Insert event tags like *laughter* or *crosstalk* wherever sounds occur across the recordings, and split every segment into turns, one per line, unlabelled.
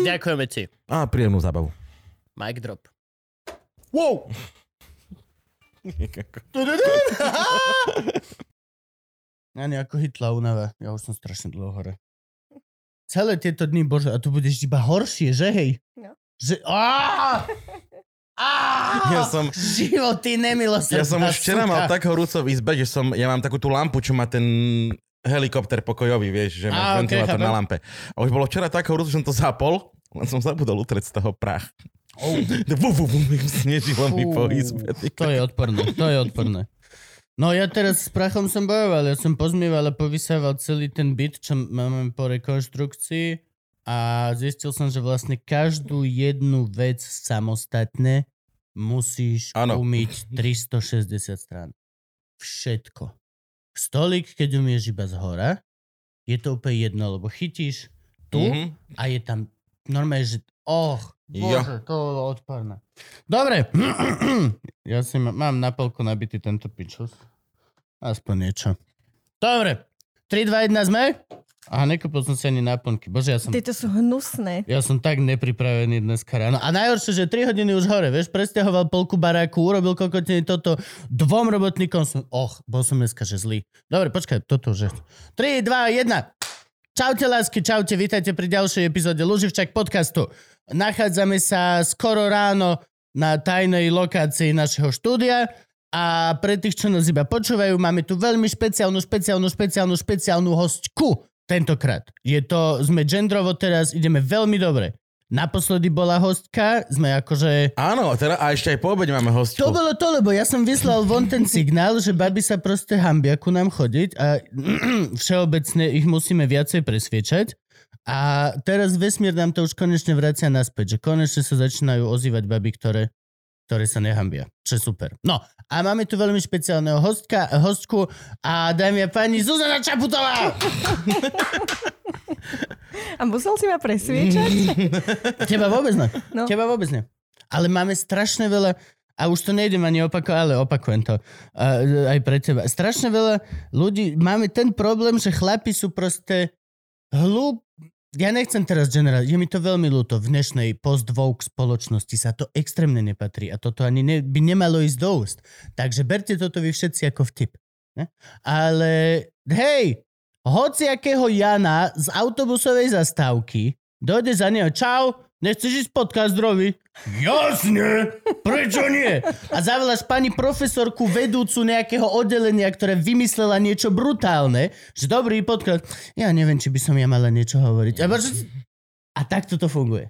Hm. Ďakujeme ti.
A príjemnú zábavu.
*laughs* Mic drop.
Wow!
Ani ako Hitla únava. Ja už som strašne dlho hore. Celé tieto dny, bože, a tu budeš iba horšie, že hej?
No.
Že... Á! Á!
Ja som-
Život, ty nemilosrdná
Ja som už včera
suka.
mal tak horúco v izbe, že som, ja mám takú tú lampu, čo má ten helikopter pokojový, vieš, že
Á,
má
ok,
ventilátor
chápem.
na lampe. A už bolo včera tak horúco, že som to zapol, len som zabudol utrieť z toho prach. *laughs*
Oh.
Vú, vú, vú, snežilo mi po
Fú,
izbe. ty
To je odporné, to je odporné. No ja teraz s prachom som bojoval, ja som pozmieval a povysával celý ten byt, čo máme po rekonštrukcii a zistil som, že vlastne každú jednu vec samostatne musíš ano.
Áno.
umyť 360 strán. Všetko. Stolik, keď umieš iba z hora, je to úplne jedno, lebo chytíš tu mm-hmm.
Mhm.
a je tam normálne, že och,
Jo.
bože, to bolo odporné. Dobre, *clears throat* ja si ma, mám napolko nabitý tento pičus. Aspoň niečo. Dobre, 3, 2, 1 sme? Aha, nekúpil som si ani náplnky. Bože, ja som...
Tieto sú hnusné.
Ja som tak nepripravený dneska ráno. A najhoršie, že 3 hodiny už hore, vieš, presťahoval polku baráku, urobil kokotiny toto, dvom robotníkom som... Och, bol som dneska, že zlý. Dobre, počkaj, toto už je. 3, 2, 1. Čaute lásky, čaute, vítajte pri ďalšej epizóde Luživčak podcastu. Nachádzame sa skoro ráno na tajnej lokácii našeho štúdia a pre tých, čo nás iba počúvajú, máme tu veľmi špeciálnu, špeciálnu, špeciálnu, špeciálnu hostku tentokrát. Je to, sme gendrovo teraz, ideme veľmi dobre. Naposledy bola hostka, sme akože...
Áno, a teda, a ešte aj po obede máme hostku. *laughs*
To bolo to, lebo ja som vyslal von ten signál, že baby sa proste hambia ku nám chodiť a *clears throat* všeobecne ich musíme viacej presviečať. A teraz vesmír nám to už konečne vracia naspäť, že konečne sa začínajú ozývať baby, ktoré, ktoré sa nehambia. Čo je super. No a máme tu veľmi špeciálneho hostka, hostku a dámy a pani Zuzana Čaputová!
A musel si ma
*laughs*
presviečať?
Teba vôbec ne. No.
No.
Teba vôbec ne. Ale máme strašne veľa a už to nejdem ani opakovať, ale opakujem to uh, aj pre teba. Strašne veľa ľudí, máme ten problém, že chlapi sú proste hlúb. Ja nechcem teraz generál, je mi to veľmi ľúto. V dnešnej post spoločnosti sa to extrémne nepatrí a toto ani ne, by nemalo ísť do úst. Takže berte toto vy všetci ako vtip. Ne? Ale hej, hociakého Jana z autobusovej zastávky dojde za neho, čau, nechceš ísť podcast zdrovi? Jasne, prečo nie? A zavoláš pani profesorku vedúcu nejakého oddelenia, ktoré vymyslela niečo brutálne, že dobrý podcast, ja neviem, či by som ja mala niečo hovoriť. A, baš- a takto to funguje.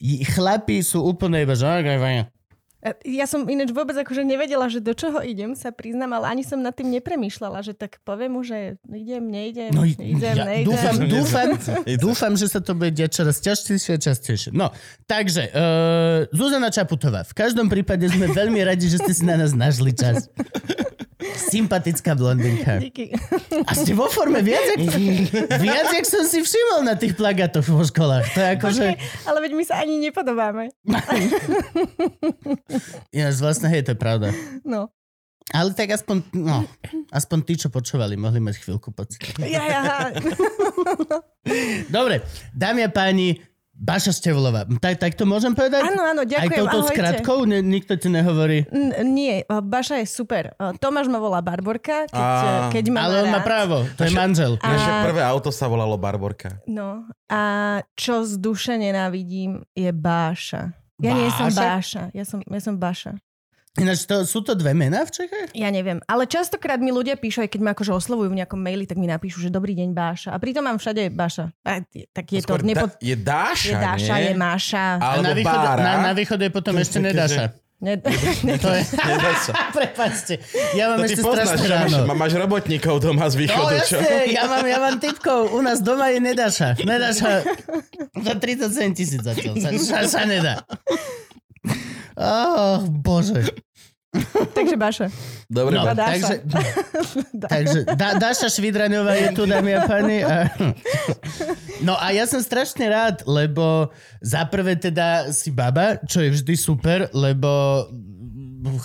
I- Chlapi sú úplne iba, že "Okej, fajn."
E, Ja som ináč vôbec akože nevedela, že do čoho idem, sa priznám, ale ani som nad tým nepremýšľala, že tak poviem mu, že idem, neidem,
No,
idem,
ja
neidem.
dúfam,
Idem.
dúfam,
Idem.
dúfam, že sa to bude diať čoraz ťažšie a častejšie. No, takže, uh, Zuzana Čaputová, v každom prípade sme veľmi radi, že ste si na nás našli čas. Sympatická blondinka.
Díky.
A ste vo forme viac, jak, viac, jak som si všimol na tých plagátoch vo školách. To je ako, že...
Počkaj, *laughs* ale veď my sa ani nepodobáme.
Ja, vlastne, hej, to je pravda.
No.
Ale tak aspoň, no, aspoň tí, čo počúvali, mohli mať chvíľku pocit.
Ja, ja,
*laughs*
ha.
Dobre, dámy a páni, Baša Stevolová. Tak, tak to môžem povedať?
Áno, áno,
Aj
ďakujem,
touto
ahojte.
skratkou ne, nikto ti nehovorí.
N- nie, Baša je super. Tomáš ma volá Barborka,
Á.
keď, keď ma
Ale on má
rád.
právo, to je manžel.
A-
Naše prvé auto sa volalo Barborka.
No a čo z duše nenávidím je Báša. Ja nie som
Báša?
Báša, ja som, ja som Baša.
Ináč, to, sú to dve mená v Čechách?
Ja neviem, ale častokrát mi ľudia píšu, aj keď ma akože oslovujú v nejakom maili, tak mi napíšu, že dobrý deň Báša. A pritom mám všade Báša. A, t- tak je to,
Skôr
nepo...
da, je Dáša,
je Dáša,
nie?
je Máša.
A
Alebo
na východ,
Bára.
na, na východ je potom
To je
ešte
také,
nedáša.
Ne, *laughs* ne,
To
*laughs*
je...
Nedá sa.
*laughs* Prepačte, ja mám
To ty
ešte
poznáš,
strašne
že máš,
ráno.
máš robotníkov doma z
No,
východu, čo?
jasne, ja mám, ja mám typkov. U nás doma je nedáša. Nedáša za 37 tisíc zatiaľ. Sa, sa, sa nedá. Oh, bože.
takže Baša.
Dobre,
No,
no.
Iba Dáša.
takže, takže da, Dáša Švidraňová je tu, dámy a páni. A, no a ja som strašne rád, lebo za prvé teda si baba, čo je vždy super, lebo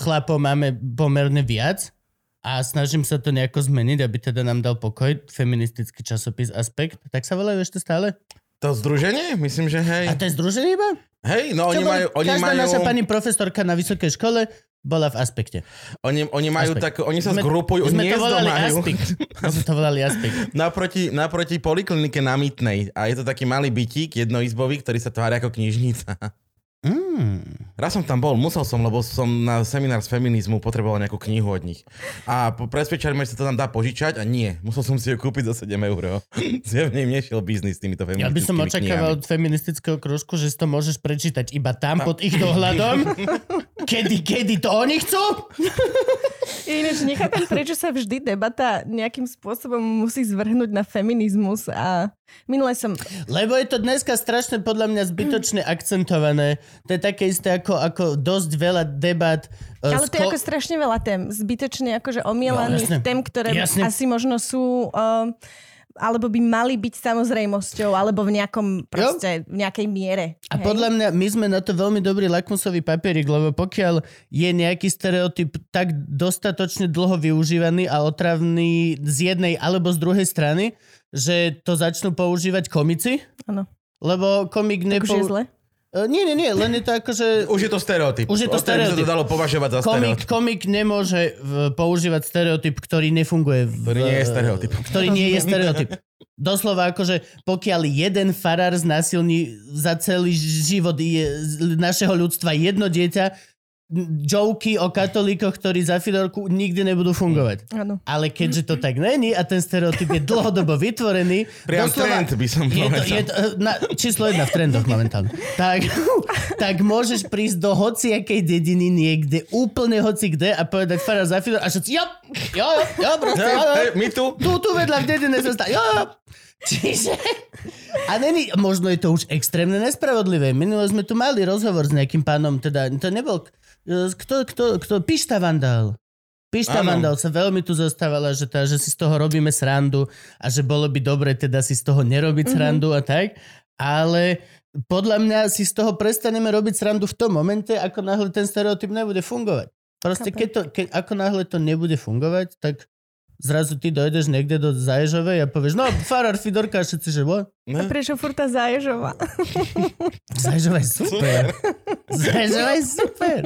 chlapov máme pomerne viac a snažím sa to nejako zmeniť, aby teda nám dal pokoj, feministický časopis Aspekt. Tak sa volajú ešte stále?
to združenie? Myslím, že hej.
A to je združenie iba?
Hej, no oni
Čo bolo?
majú, oni
Každá
majú,
naša pani profesorka na vysokej škole bola v Aspekte.
oni, oni majú
Aspekt.
tak, oni sa
Sme-
zgrupujú,
sme to volali
nezdomajú.
Aspik. My No, sme to volali Aspik.
*laughs* Naproti, naproti poliklinike na Mytnej. A je to taký malý bytík, jednoizbový, ktorý sa tvári ako knižnica.
Mm.
Raz som tam bol, musel som, lebo som na seminár z feminizmu potreboval nejakú knihu od nich. A po- presvedčali ma, že sa to tam dá požičať a nie. Musel som si ju kúpiť za 7 *laughs* eur. Zjavne im nešiel biznis s týmito
Ja
feministickými
by som očakával od feministického kružku, že si to môžeš prečítať iba tam, pod ich dohľadom. Kedy, kedy to oni chcú?
Ináč nechápem, prečo sa vždy debata nejakým spôsobom musí zvrhnúť na feminizmus a minule som...
Lebo je to dneska strašne podľa mňa zbytočne akcentované. To je také isté ako, ako dosť veľa debat. e,
Ale to je
sko-
ako strašne veľa tém, zbytočne akože
No, jasne.
omielaných tém, ktoré
Jasne.
asi možno sú... Uh, alebo by mali byť samozrejmosťou, alebo v nejakom proste, v nejakej miere.
A podľa mňa my sme na to veľmi dobrý lakmusový papierik, lebo pokiaľ je nejaký stereotyp tak dostatočne dlho využívaný a otravný z jednej alebo z druhej strany, že to začnú používať komici,
Áno.
lebo komik
Akože je
nepou...
zle.
E, Nie, nie, nie, len je to akože ako, že
*laughs*
Už je to stereotyp.
Už je to
Od ktorého by sa
stereotyp.
to dalo považovať za
komik,
stereotyp.
komik nemôže v, používať stereotyp, ktorý nefunguje. V,
Ktorý nie je stereotyp.
Ktorý nie je stereotyp. Doslova akože, pokiaľ jeden farár znásilní za celý život je, z našeho ľudstva jedno dieťa, n- joky o katolíkoch, ktorí za Fidorku nikdy nebudú fungovať.
Áno.
Ale keďže to tak není a ten stereotyp je dlhodobo vytvorený,
Priam trend by som
je to,
povedal. *laughs*
je to, eh, na, číslo jedna v trendoch momentálne. Tak, *laughs* tak môžeš prísť do hociakej dediny niekde, úplne hoci kde a povedať Farah Zafiro a všetci jo, jo, jo, jo, proste,
*laughs* Hej,
jo, jo.
hej, my tu.
Tu, tu vedľa v dedine sa stá, jo, jo. Čiže... A není, možno je to už extrémne nespravodlivé. Minulo sme tu mali rozhovor s nejakým pánom, teda to nebol... e, Kto, kto, kto, Pišta Vandal. Pišta
Áno.
Vandal sa veľmi tu zastávala, že, tá, že si z toho robíme srandu a že bolo by dobre teda si z toho nerobiť mm-hmm. srandu a tak, ale podľa mňa si z toho prestaneme robiť srandu v tom momente, ako náhle ten stereotyp nebude fungovať. Proste
Chápem.
keď to, keď, ako náhle to nebude fungovať, tak zrazu ty dojdeš niekde do Zaježovej a povieš, no farár Fidorka a všetci, že what?
Ne?
A prečo furt tá
*laughs*
záježová?
Zaježova je super. Zaježova je super.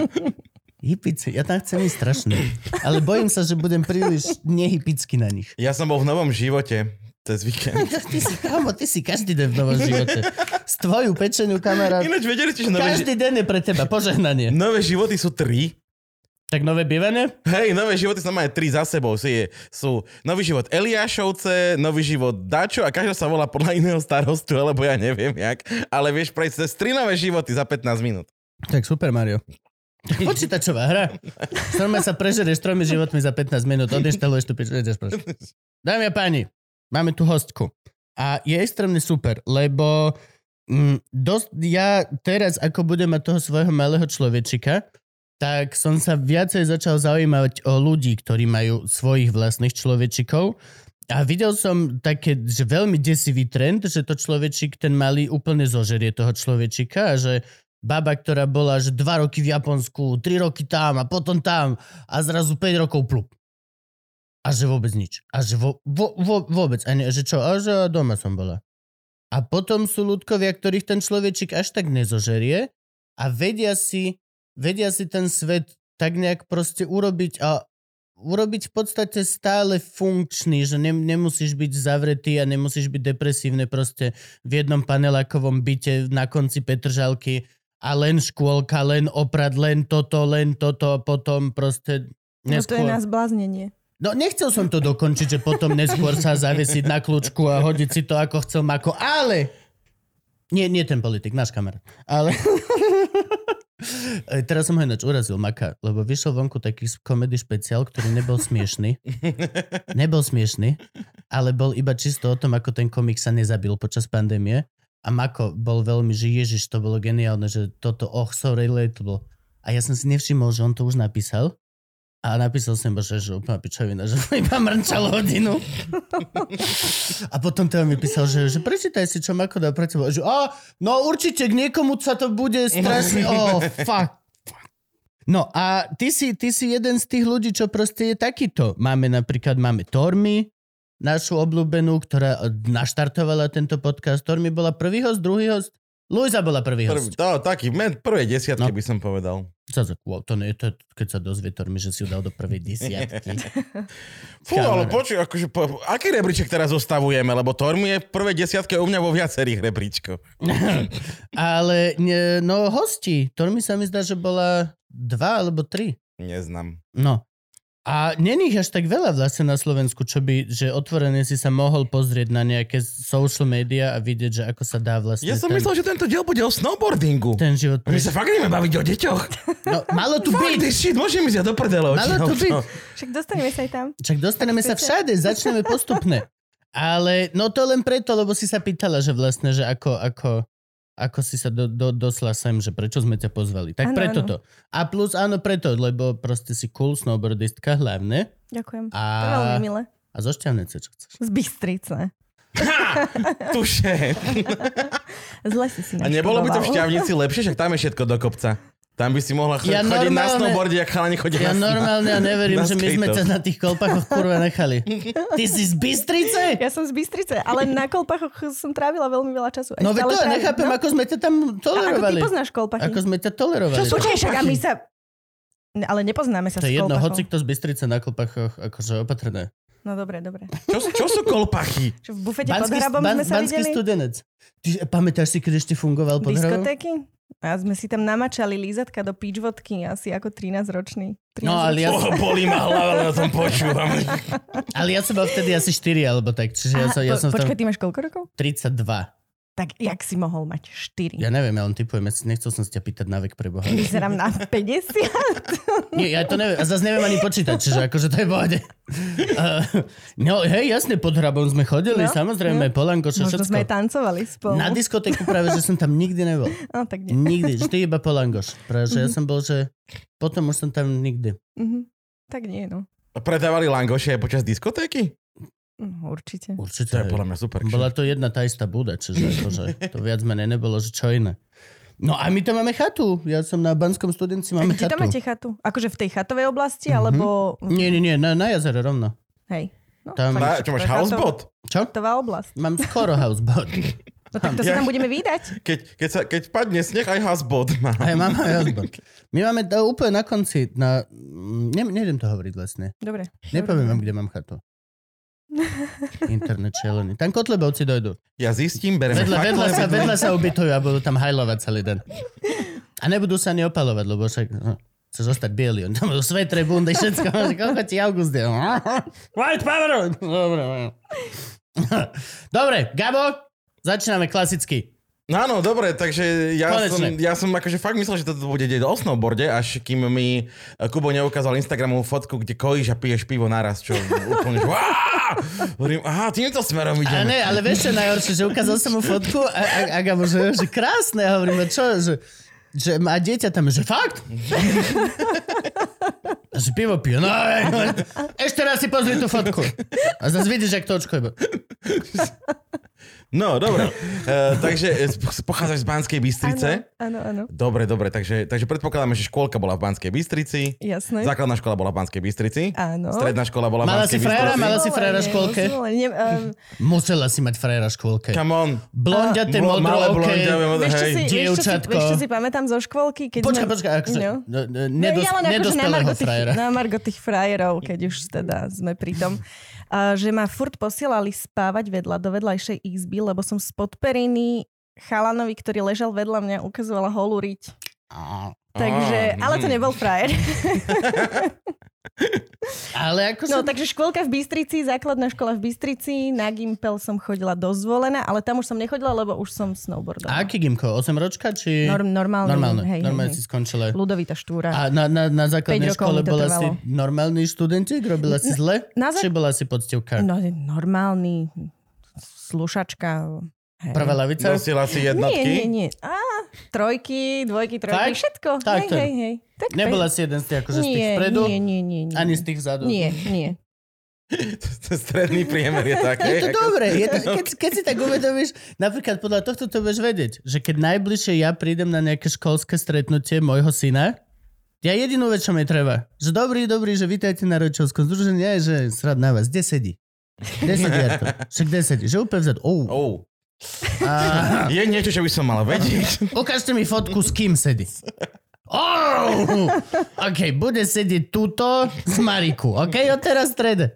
Hipice, ja tam chcem ísť strašne. Ale bojím sa, že budem príliš nehypický na nich.
Ja som bol v novom živote cez
*laughs*
víkend.
Ty si, kamo, ty si každý deň v novom živote. S tvojou pečenou, kamarát.
Ináč vedeli ste, že nové, ži-
Každý deň je pre teba požehnanie.
nové životy sú tri.
Tak nové bývanie?
Hej, nové životy sa majú tri za sebou. Sú, je, sú nový život Eliášovce, nový život Dačo a každá sa volá podľa iného starostu, alebo ja neviem jak. Ale vieš prejsť cez tri nové životy za 15 minút.
Tak super, Mario. Počítačová hra. Normálne sa prežereš tromi životmi za 15 minút, odešteluješ tu pič, ideš proč. Dámy a páni, máme tu hostku. A je extrémne super, lebo mm, dosť, ja teraz, ako budem mať toho svojho malého človečika, tak som sa viacej začal zaujímať o ľudí, ktorí majú svojich vlastných človečikov. A videl som také, že veľmi desivý trend, že to človečik, ten malý, úplne zožerie toho človečika a že baba, ktorá bola že 2 roky v Japonsku, 3 roky tam a potom tam a zrazu 5 rokov plup. A že vôbec nič. A že vo, vo, vo, vôbec. A, ne, že čo? A že doma som bola. A potom sú ľudkovia, ktorých ten človečik až tak nezožerie a vedia si, vedia si ten svet tak nejak proste urobiť a urobiť v podstate stále funkčný, že ne, nemusíš byť zavretý a nemusíš byť depresívne proste v jednom panelákovom byte na konci Petržalky a len škôlka, len oprad, len toto, len toto, potom proste
No to
neskôr.
je na zbláznenie.
No nechcel som to dokončiť, že potom neskôr sa zavesiť na kľúčku a hodiť si to ako chcel mako, ale... Nie, nie ten politik, náš kamarát. Ale... E, *laughs* Teraz som ho ináč urazil, Maka, lebo vyšiel vonku taký komedy špeciál, ktorý nebol smiešný. nebol smiešný, ale bol iba čisto o tom, ako ten komik sa nezabil počas pandémie. A Mako bol veľmi, že ježiš, to bolo geniálne, že toto, oh, so relatable. A ja som si nevšimol, že on to už napísal. A napísal som iba, že, že úplná pičovina, že *laughs* iba mrčal hodinu. A potom teda mi písal, že, že prečítaj si, čo Mako dá pre teba. Že, a, no určite k niekomu sa to bude strašne, oh, fuck. No a ty si, ty si jeden z tých ľudí, čo proste je takýto. Máme napríklad, máme Tormy, našu obľúbenú, ktorá eh, naštartovala tento podcast. Tormy bola prvý host, druhý host. Luisa bola prvý
Prv,
host.
to, taký, men, prvé
No.
desiatky by som povedal.
Sa za- Wow, to nie je to, keď sa dozvie Tormy, že si ju dal do prvej desiatky.
*laughs* Fú,
Kamera.
ale počuj, akože, po, aký rebríček teraz zostavujeme? Lebo Tormi je v prvej desiatke u mňa vo viacerých rebríčkoch.
Ale ne, no hosti, Tormi sa mi zdá, že bola dva alebo tri.
Neznám.
No. A není ich až tak veľa vlastne na Slovensku, čo by, že otvorene si sa mohol pozrieť na nejaké social media a vidieť, že ako sa dá vlastne
Ja som
ten,
myslel, že tento diel bude o snowboardingu.
ten život.
My
Pre...
sa fakt ideme baviť o deťoch.
No, malo
*laughs*
tu
Fuck
byť!
this shit, môžem ísť ja do prdele.
Malo
odtiaľto.
tu byť!
Však dostaneme sa aj tam.
Čak dostaneme sa všade, začneme postupne. Ale no to len preto, lebo si sa pýtala, že vlastne, že ako, ako, ako si sa do, do, dosla sem, že prečo sme ťa pozvali. Tak
Áno,
preto
áno.
to. A plus áno preto, lebo proste si cool snowboardistka hlavne.
Ďakujem.
A,
To je veľmi milé.
a zo Šťavnice, čo chceš.
Z Bystrice.
Tuše.
Zle si si
A nebolo by to v
naštudoval.
šťavnici lepšie, však tam je všetko do kopca. Tam by si mohla ch-
Ja
chodiť na
normálne-
snowboarde, ak chalani chodia
Ja
na
normálne ja neverím,
na
že my sme
skateoch.
ťa na tých kolpakoch kurva
*laughs*
nechali. Ty si z Bystrice?
*laughs* Ja som z Bystrice, ale na Kolpachoch som trávila veľmi veľa času. Aj
No veď to
stále
ja
trávim,
nechápem,
no.
ako sme ťa tam
A ako ty
tolerovali.
poznáš Kolpachy?
Ako sme ťa tolerovali.
Čo sú
Tak
Počkaj, však a my
Kolpachy?
sa... Ne, ale nepoznáme sa
to je
s
jedno,
Kolpachom.
hoci kto z Bystrice na kolpachoch, akože opatrné.
No dobre, dobre.
Čo, čo sú kolpachy?
Čo v bufete pod
Banský,
hrabom
ban,
sme sa
banský
videli?
studenec. Ty, pamätáš si, keď ešte fungoval pod hrabom?
Diskotéky? A sme si tam namačali lízatka do pičvodky asi ako 13-ročný. 13
No, ale *laughs* ja,
Oh, bolí ma hlava, len o
*laughs*
tom počúvam.
ale ja som mal vtedy asi 4 alebo tak, čiže ja, som, ja som tam
počkaj, ty máš koľko rokov?
32.
Tak jak si mohol mať? 4.
Ja neviem, ja len typujem, ja si- nechcel som sa ťa pýtať na vek pre Boha.
Vyzerám na 50.
Nie, ja to neviem, a zase neviem ani počítať, čiže akože to je v pohode. Uh, no hej, jasne, pod hrabom sme chodili,
No,
samozrejme,
no.
Polanko, *laughs* čo
Možno sme aj
všetko.
tancovali spolu.
Na diskotéku práve, že som tam nikdy nebol.
No tak nie.
Nikdy, vždy iba Polangoš. Práve, že ja som bol, že potom už som tam nikdy.
Mhm. Tak nie, no.
Predávali langoše aj počas diskotéky?
No, Určite.
Určite.
To je
hej.
podľa mňa super.
Bola to jedna tá istá buda, čiže akože, to viac menej nebolo, že čo iné. No a my to máme chatu. Ja som na Banskom studenci, máme
Kde
chatu.
tam máte chatu? Akože v tej chatovej oblasti,
Mhm.
alebo...
Nie, nie, nie, na, na jazere rovno.
Hej. No,
Tam-
fakt,
Na, čo máš,
to je
houseboat?
Čo?
Chatová oblasť.
Mám skoro houseboat.
No tak to sa
Ja-
tam budeme vydať.
Keď, keď, sa, keď padne sneh, aj houseboat má.
Aj mám aj houseboat. My máme to úplne na konci, na... mm, Ne, nejdem to hovoriť vlastne.
Dobre.
Nepoviem vám, kde mám
*laughs*
chatu. Internet šelený. Tam kotlebovci dojdú.
Ja zistím, berem
Vedľa,
fakle,
vedľa, sa, vedľa sa ubytujú a budú tam hajlovať celý deň. A nebudú sa ani opalovať, lebo však no, chceš zostať bielý. On tam budú svetre, bundy, všetko. *laughs* Že Koľko ti august je? *laughs* White power! Dobre, dobre. Dobre, Gabo, začíname klasicky.
Áno, dobre, takže ja som,
Konečne.
ja som akože fakt myslel, že toto bude deť o snowboarde, až kým mi eh, Kubo neukázal Instagramovú fotku, kde kojíš a piješ pivo naraz, čo úplne... že "Á!" Hovorím, aha, týmto
A
smerom ideme.
ne, ale vieš čo je najhoršie, že ukázal som mu fotku a, a, a Gabo, že, že krásne, a hovorím, a čo, že, že má dieťa tam, že fakt? A že pivo pije. No, *laughs* ale- ešte raz si pozri tú fotku. A zase vidíš, jak to očko je.
No, dobre. Eh, takže eh, sp- pochádzaš z Banskej Bystrice.
Áno, áno, áno.
Dobre, dobre, takže, takže predpokladáme, že škôlka bola v Banskej Bystrici.
Jasné.
Základná škola bola v Banskej Bystrici.
Áno.
Stredná škola bola v
Mala
Banskej
si frajera,
Bystrici.
mala- si frajera
Zvolenie,
škôlke?
zvolenie, ehm,
Musela si mať frajera v škôlke.
Come on.
Blondiate,
Blo- malé
modro, okay.
blondiavé, modré,
Vieš, čo
hej.
si, vieš, čo si,
dievčatko.
vieš, čo si pamätám zo škôlky? Keď
Počkaj,
sme,
počkaj, akože,
No.
no, no,
No,
nedos,
ja len akože na
nedospelého
margo, tých,
frajera.
na margo tých frajerov, keď už teda sme pri tom, a, že ma furt posielali spávať vedľa do vedľajšej izby, lebo som z podperiny chalanovi, ktorý ležal vedľa mňa, ukazovala holú riť.
Á,
Á,
Takže, ale to
mhm.
nebol frajer.
Ale ako
No,
som...
takže škôlka v Bystrici, základná škola v Bystrici, na Gimpel som chodila dozvolená, ale tam už som nechodila, lebo už som
A
snowboardovala.
aký gimko? 8 ročka či...
Norm, normálne,
normálne,
hej,
normálne
hej,
si
hej.
skončila.
Ludovita Štúra.
A na, na, na základnej
Päť rokov
škole
mi to
bola
trvalo.
si normálny študentík? Robila si zle?
na zá-
Či bola si poctivka?
No, normálny slušačka. Hej.
Prvá lavica?
Nosila si
Nie,
jednotky?
nie, nie. Á, trojky, dvojky,
Tak?
trojky, všetko.
Tak,
hej,
tak.
hej, hej. Tak,
Nebola si jeden z tých, akože z tých
nie,
vpredu?
nie, nie, nie, nie.
Ani z tých vzadu?
Nie, nie.
*laughs* Stredný priemer je taký.
Je to dobré. Je to, keď, keď si tak uvedomíš, napríklad podľa tohto to budeš vedieť, že keď najbližšie ja prídem na nejaké školské stretnutie môjho syna, ja jedinú vec, čo mi treba, že dobrý, dobrý, že vítajte na rodičovskom združení, aj že srad na vás, kde sedí? Kde sedí Jarko? Však kde sedí? Že úplne vzadu. Oh.
Oh.
A,
Je niečo, čo by som mal vedieť.
ukážte mi fotku, s kým sedí. Oh! OK, bude sedieť tuto s Mariku. OK, od teraz v strede.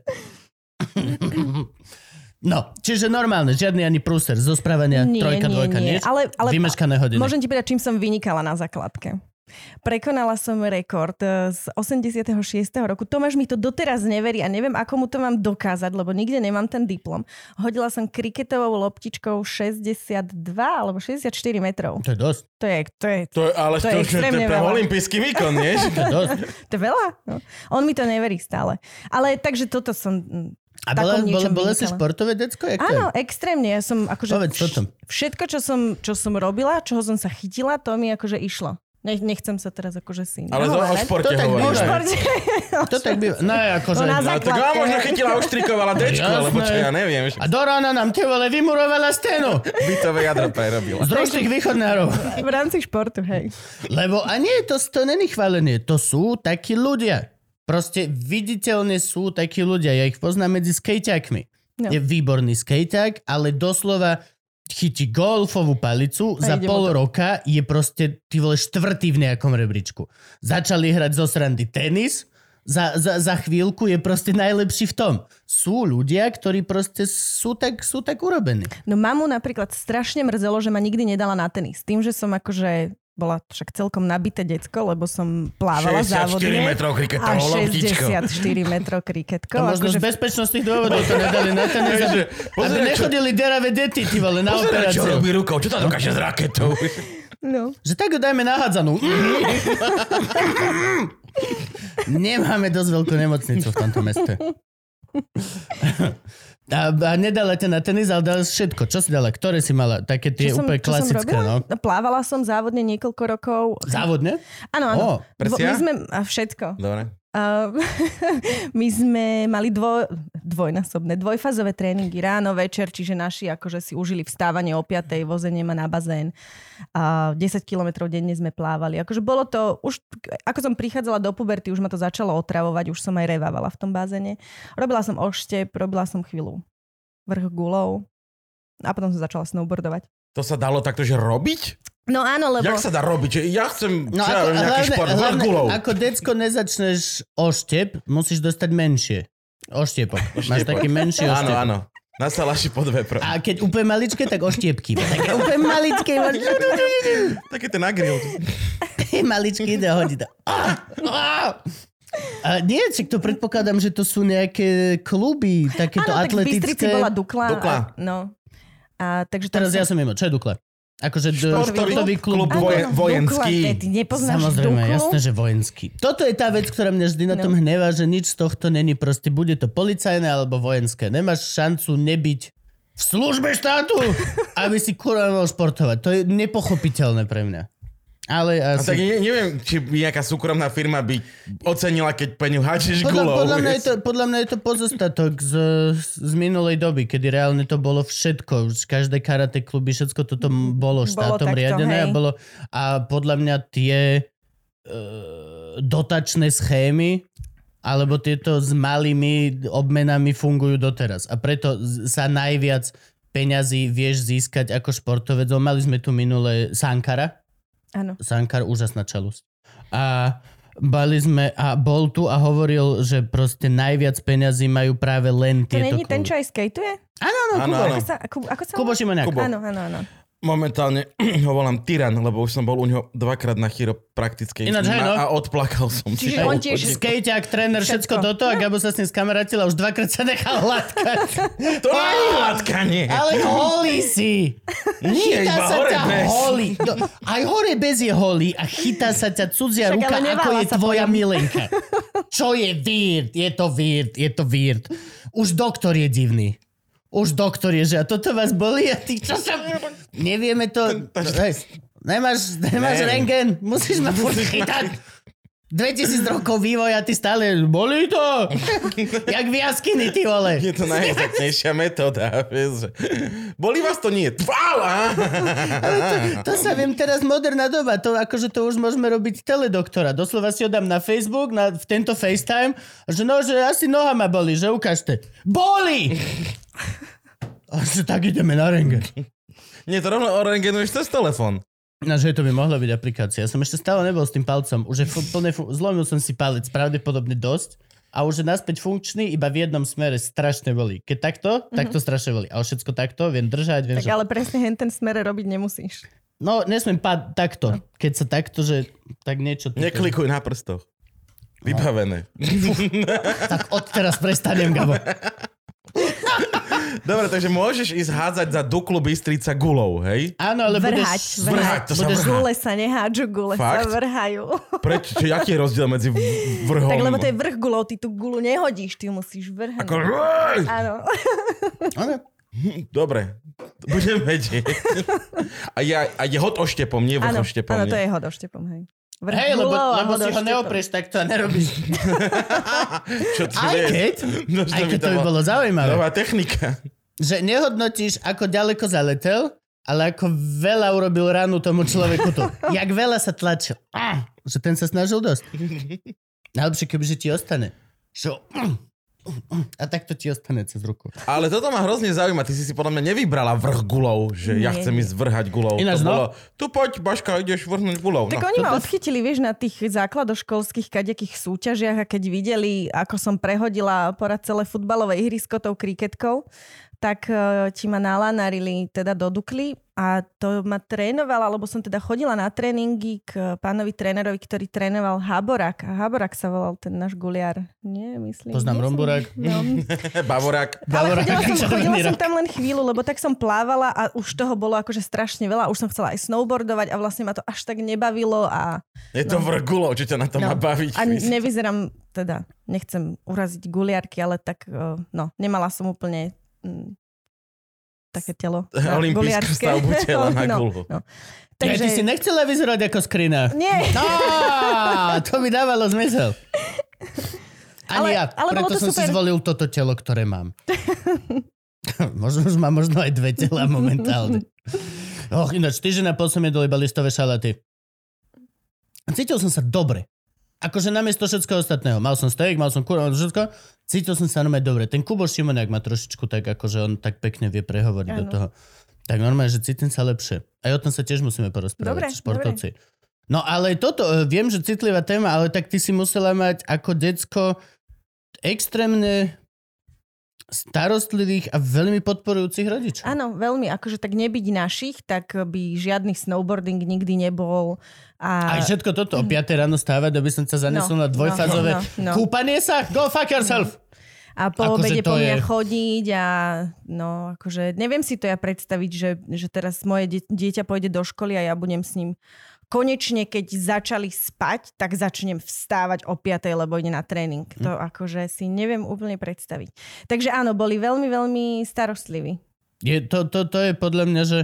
No, čiže normálne, žiadny ani prúser zo správania
Nie,
trojka,
nie,
dvojka,
nie.
nič?
Ale- ale-
Vymeškané hodiny.
Môžem ti povedať, čím som vynikala na základke. Prekonala som rekord e, z 86. roku. Tomáš mi to doteraz neverí a neviem, ako mu to mám dokázať, lebo nikde nemám ten diplom. Hodila som kriketovou loptičkou 62 alebo 64 metrov.
To je dosť,
To je, to je,
*laughs* To je, ale to, už-
To je
to, to,
extrémne
je pre
veľa.
olimpijský výkon,
*laughs*
nie?
to je dosť.
to je veľa. No. On mi to neverí stále. Ale takže toto som...
A
mm, v
bola,
takom
bola,
niečom
bola si
vynikala.
športové decko? Jak to je?
Áno, extrémne. Ja som akože...
Povedz
vš-
potom.
Všetko, čo som, čo som robila, čoho som sa chytila, to mi akože išlo. Ne, nechcem sa teraz akože si...
Ale to o
nahovárať.
športe
No, To tak
hovoríme.
býva.
O športe. *laughs*
To tak býva. No, akože...
No, na
No, tak ja
Základke.
možno chytila, uštrikovala dečku,
Jasné.
alebo čo ja neviem. že
A do rána nám tie vole vymurovala stenu.
*laughs*
Bytové jadro prerobila.
Z ruských východnárov.
V rámci športu, hej.
Lebo, a nie, to, to není chválenie, to sú takí ľudia. Proste viditeľne sú takí ľudia, ja ich poznám medzi skejťakmi.
No.
Je výborný skejťak, ale doslova chytí golfovú palicu,
A
za
ide mu
pol
to.
roka je proste ty vole štvrtý v nejakom rebríčku. Začali hrať zo srandy tenis, za, za, za chvíľku je proste najlepší v tom. Sú ľudia, ktorí proste sú tak, sú tak urobení.
No mamu napríklad strašne mrzelo, že ma nikdy nedala na tenis. Tým, že som akože bola však celkom nabité decko, lebo som
64
plávala závodne.
metrov
a
kriketovou loptičkou.
64 metrov kriketkou.
To možno z
Akože
bezpečnostných dôvodov to nedali na ten
Hej, že
Aby
pozeraj, čo-
nechodili deravé deti, ty vole, na
Pozeraj, čo
operáciu.
robí rukou, čo to dokáže s raketou.
no.
Že tak ju dajme nahádzanú. Nemáme dosť veľkú nemocnicu v tomto meste. A, a nedala ťa na tenis, ale dala si všetko. Čo si dala? Ktoré si mala? Také tie
Čo som-
úplne
čo som
klasické,
robila?
no.
Plávala som závodne niekoľko rokov.
Závodne?
Áno, áno.
Ó,
Bo-
prsia?
my sme, a všetko.
*laughs* Dobre.
A *laughs* my sme mali dvoj, dvojnásobné, dvojfázové tréningy ráno, večer, čiže naši akože si užili vstávanie o 5. vozenie ma na bazén. A 10 kilometrov denne sme plávali. Akože bolo to, už ako som prichádzala do puberty, už ma to začalo otravovať, už som aj revávala v tom bazéne. Robila som oštep, robila som chvíľu vrch gulov a potom som začala snowboardovať.
To sa dalo takto, že robiť?
No áno, lebo...
Jak sa dá robiť? Že Ja chcem
No
čo ja
ako,
viem, nejaký
hlavne,
šport s
hlavne,
vrgulou.
ako decko nezačneš oštep, musíš dostať menšie. Oštiepok. Máš
Oštiepok.
taký menší
Áno,
oštiepok.
áno. Na salaši po dve pro.
A keď úplne maličké, tak
*laughs*
oštiepky. Také úplne maličké. *laughs*
Také ten agrill.
maličky ide a hodí to. Á, á. A nie, čak to predpokladám, že to sú nejaké kluby, takéto
áno, tak v Bystrici
atletické.
bola Dukla.
Dukla.
A, no. A, takže tam
Teraz
som-
ja som mimo. Čo je Dukla? Akože d-
Športový
športový klub.
klub
Áno,
voje-
no,
vojenský.
Dukla, ty- ty nepoznáš
Samozrejme,
Duklu?
jasné, že vojenský. Toto je tá vec, ktorá mňa vždy na
No.
tom hnevá, že nič z tohto není proste, bude to policajné alebo vojenské. Nemáš šancu nebyť v službe
*laughs*
štátu, aby si kurva mohol športovať. To je nepochopiteľné pre mňa. Ale
A tak
asi...
ne, neviem, či by nejaká súkromná firma by ocenila, keď peňu háčeš
Podľa,
gulou.
podľa, mňa je
vieš.
to, podľa mňa je to pozostatok z, z minulej doby, kedy reálne to bolo všetko. Už Každé karate kluby, všetko toto m- bolo štátom
takto,
riadené. A,
hej.
bolo, a podľa mňa tie e, dotačné schémy alebo tieto s malými obmenami fungujú doteraz. A preto z- sa najviac peňazí vieš získať ako športovec. O, Mali sme tu minule Sankara.
Áno.
Sankar, úžasná čelosť. A bali sme, a bol tu a hovoril, že proste najviac peňazí majú práve len
To
tieto
není ten, čo aj skateuje?
Áno, áno,
Áno,
Kubo.
áno.
Ako sa, ako, ako sa
Kubo
volá?
Šimoniak.
Kubo.
Kubo.
Áno, áno, áno.
Momentálne *clears throat* ho volám Tyran, lebo už som bol u neho dvakrát na chiropraktickej
Ináč, hej, no.
a odplakal som. Čiže
Čiže on
on
tiež-
Skejťák, tréner, všetko,
Všetko.
toto a Gabo sa s ním skamaratila, už dvakrát sa nechal hladkať.
*laughs* To nie je latkanie.
Ale holý si! Chytá
Nie, iba
sa
hore
ťa
bez.
holý. No, aj hore bez je holý a chytá sa ťa cudzia
Však
ruka,
ale
ako
nevála
je
sa
tvoja
po ňom.
milenka. Čo je weird? Je to weird, je to weird. Už doktor je divný. Už doktor je, že a toto vás bolí a ty čo sa... Nevieme to... Hej, Nemáš, nemáš
Ne.
rengen, musíš ma furt chytať. 2000 rokov vývoja, ty stále, bolí to! Jak v jaskyni, ty vole.
Je to najefektnejšia metóda. *laughs* Vieš, že... Boli vás to nie. Tvál! á!
To sa viem teraz moderná doba, to akože to už môžeme robiť teledoktora. Doslova si ho dám na Facebook, na, v tento FaceTime, že no, že asi noha ma boli, že ukážte. Boli! A že tak ideme na renge.
*laughs* Nie, to rovno orengenuješ cez telefon.
No, že to by mohla byť aplikácia. Ja som ešte stále nebol s tým palcom. Už je fu- plne fu- zlomil som si palec, pravdepodobne dosť. A už je naspäť funkčný, iba v jednom smere strašne boli. Keď takto, takto strašne boli. Ale všetko takto, viem držať, viem,
Mhm. Tak
že...
ale presne hen ten smere robiť nemusíš.
No, nesmiem pad
No.
takto. Keď sa takto, že tak niečo...
Neklikuj na prstoch. Vybavené.
Tak odteraz prestanem, Gabo.
Dobre, takže môžeš ísť hádzať za Duklu Bystrica gulou, hej?
Áno, ale
Vrhať,
budeš...
Vrhať, to sa
budeš-
vrhá.
Gule sa nehádžu, gule
Fakt?
sa vrhajú. *laughs*
Prečo? Čo, aký je rozdiel medzi v- vrhom?
Tak lebo to je vrch gulov, ty tú gulu nehodíš, ty ju musíš vrhať.
Ako...
Áno.
Áno.
Dobre, budem vedieť. A, ja, a je hod oštepom, nie vrch
Áno,
oštepom.
áno, to
nie?
je hodoštepom, hej. Vrch
Hej, lebo,
gulov a
lebo si ho
hodoštepom.
neoprieš takto a nerobíš.
Čo to
Aj
je?
keď,
No,
aj keď to by bolo zaujímavé.
Nová technika.
Že nehodnotíš, ako ďaleko zaletel, ale ako veľa urobil ranu tomu človeku tu. Jak veľa sa tlačil. Ah, že ten sa snažil dosť. Najlepšie, kebyže ti ostane. Čo? A takto ti ostane cez ruku.
Ale toto ma hrozne zaujíma. Ty si si podľa mňa nevybrala vrch gulov, že ja
Nie,
chcem
nie.
ísť vrhať gulov.
Ináč,
to
no.
bolo, tu poď, Baška, ideš vrhnúť gulov.
Tak
No.
oni ma
toto-
odchytili, vieš, na tých základoškolských kadekých súťažiach a keď videli, ako som prehodila porad celé futbalové ihrisko tou kriketkou, tak eh, ti ma nalanarili teda do Dukly a to ma trénovala, lebo som teda chodila na tréningy k eh, pánovi trénerovi, ktorý trénoval Haborak. A Haborak sa volal ten náš guliar. Nie, myslím.
Poznám
nie som-
Romborák.
*laughs*
*laughs*
No,
*laughs* Bavorák.
ale
Bavorák, *laughs*
chodila som, chodila
červený
som
rok.
tam len chvíľu, lebo tak som plávala a už toho bolo akože strašne veľa. Už som chcela aj snowboardovať a vlastne ma to až tak nebavilo a,
Je to vrch gulov, čo ťa na to
No.
má baviť.
a nevyzerám, teda nechcem uraziť guliarky, ale tak eh, no, nemala som úplne mm, také telo. eh,
*laughs* Olympijskú
guliarské.
stavbu tela na
*laughs* No,
gulu.
no.
Takže... ty si
Takže...
nechcela vyzerať ako skrina.
Nie,
No, to by dávalo zmysel. Ani
Ale-
ja,
ale bolo
preto
to
som si
super.
zvolil toto telo, ktoré mám. *laughs* možno už mám možno aj dve tela momentálne. Och, ináč, týždeň a pol som jedol iba listové šalaty. A Cítil som sa dobre. Akože namiesto všetkého ostatného. Mal som steak, mal som kurva, mal som všetko. Cítil som sa normálne dobre. Ten Kubo Šimoniak ma trošičku tak, akože on tak pekne vie prehovoriť do
Áno.
toho. Tak normálne, že cítim sa lepšie. Aj o tom sa tiež musíme porozprávať,
Dobre,
dobre, športovci. Dobre. No ale toto, e, viem, že citlivá téma, ale tak ty si musela mať ako decko extrémne starostlivých a veľmi podporujúcich rodičov.
Áno, veľmi, akože tak nebyť našich, tak by žiadny snowboarding nikdy nebol.
Aj
A...
všetko toto, o 5 ráno stávať, aby som sa zanesol
No,
na dvojfázové no, no, no. kúpanie sa, go fuck yourself!
A po
Akože
obede
to
po mňa
je-
chodiť a no akože neviem si to ja predstaviť, že, že teraz moje die- dieťa pôjde do školy a ja budem s ním konečne, keď začali spať, tak začnem vstávať o 5, lebo ide na tréning.
Hm.
To akože si neviem úplne predstaviť. Takže áno, boli veľmi, veľmi starostliví.
Je, to, to, to je podľa mňa, že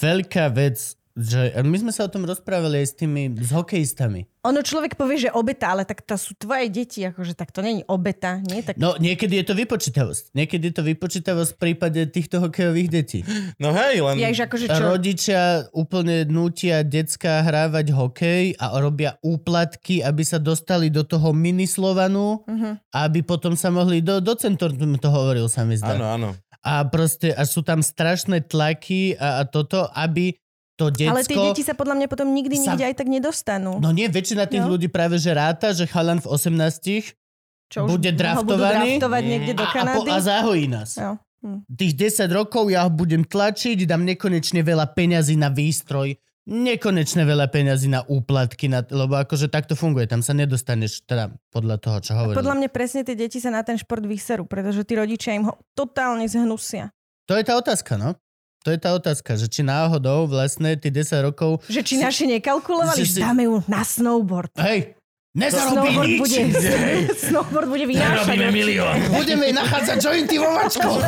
veľká vec, že a my sme sa o tom rozprávali aj s tými, s hokejistami.
Ono človek povie, že obeta, ale tak to sú tvoje deti, akože tak to není obeta, nie? Tak
No niekedy je to vypočítavosť. Niekedy je to vypočítavosť v prípade týchto hokejových detí.
No hej, len...
Hm,
ja akože čo?
Rodičia úplne nutia decka hrávať hokej a robia úplatky, aby sa dostali do toho minislovanu,
Mhm.
aby potom sa mohli do, do centrum, to hovoril sa mi zdá.
Áno, áno.
A proste a sú tam strašné tlaky a, a toto, aby to decko...
Ale tie deti sa podľa mňa potom nikdy
sa-
nikde aj tak nedostanú.
No nie, väčšina tých
No.
ľudí práve že ráta, že chalan v 18
čo už
bude
ho budú
draftovaný?
draftovať niekde
a,
do
a, po,
Kanady.
a zahojí nás.
No. Hm.
Tých 10 rokov ja ho budem tlačiť, dám nekonečne veľa peňazí na výstroj, nekonečne veľa peňazí na úplatky, na, lebo akože takto funguje, tam sa nedostaneš teda podľa toho, čo hovorím.
Podľa mňa presne tie deti sa na ten šport vyserú, pretože tí rodičia im ho totálne zhnusia.
To je tá otázka, no. To je tá otázka, že či náhodou vlastne tí 10 rokov...
Že či naši nekalkulovali,
Si- si-
že dáme ju na snowboard.
Hej, nezarobí
Snowboard
*laughs* nič!
bude,
Hej.
snowboard bude vynášať.
milión.
Budeme jej nachádzať jointy vo vačkoch!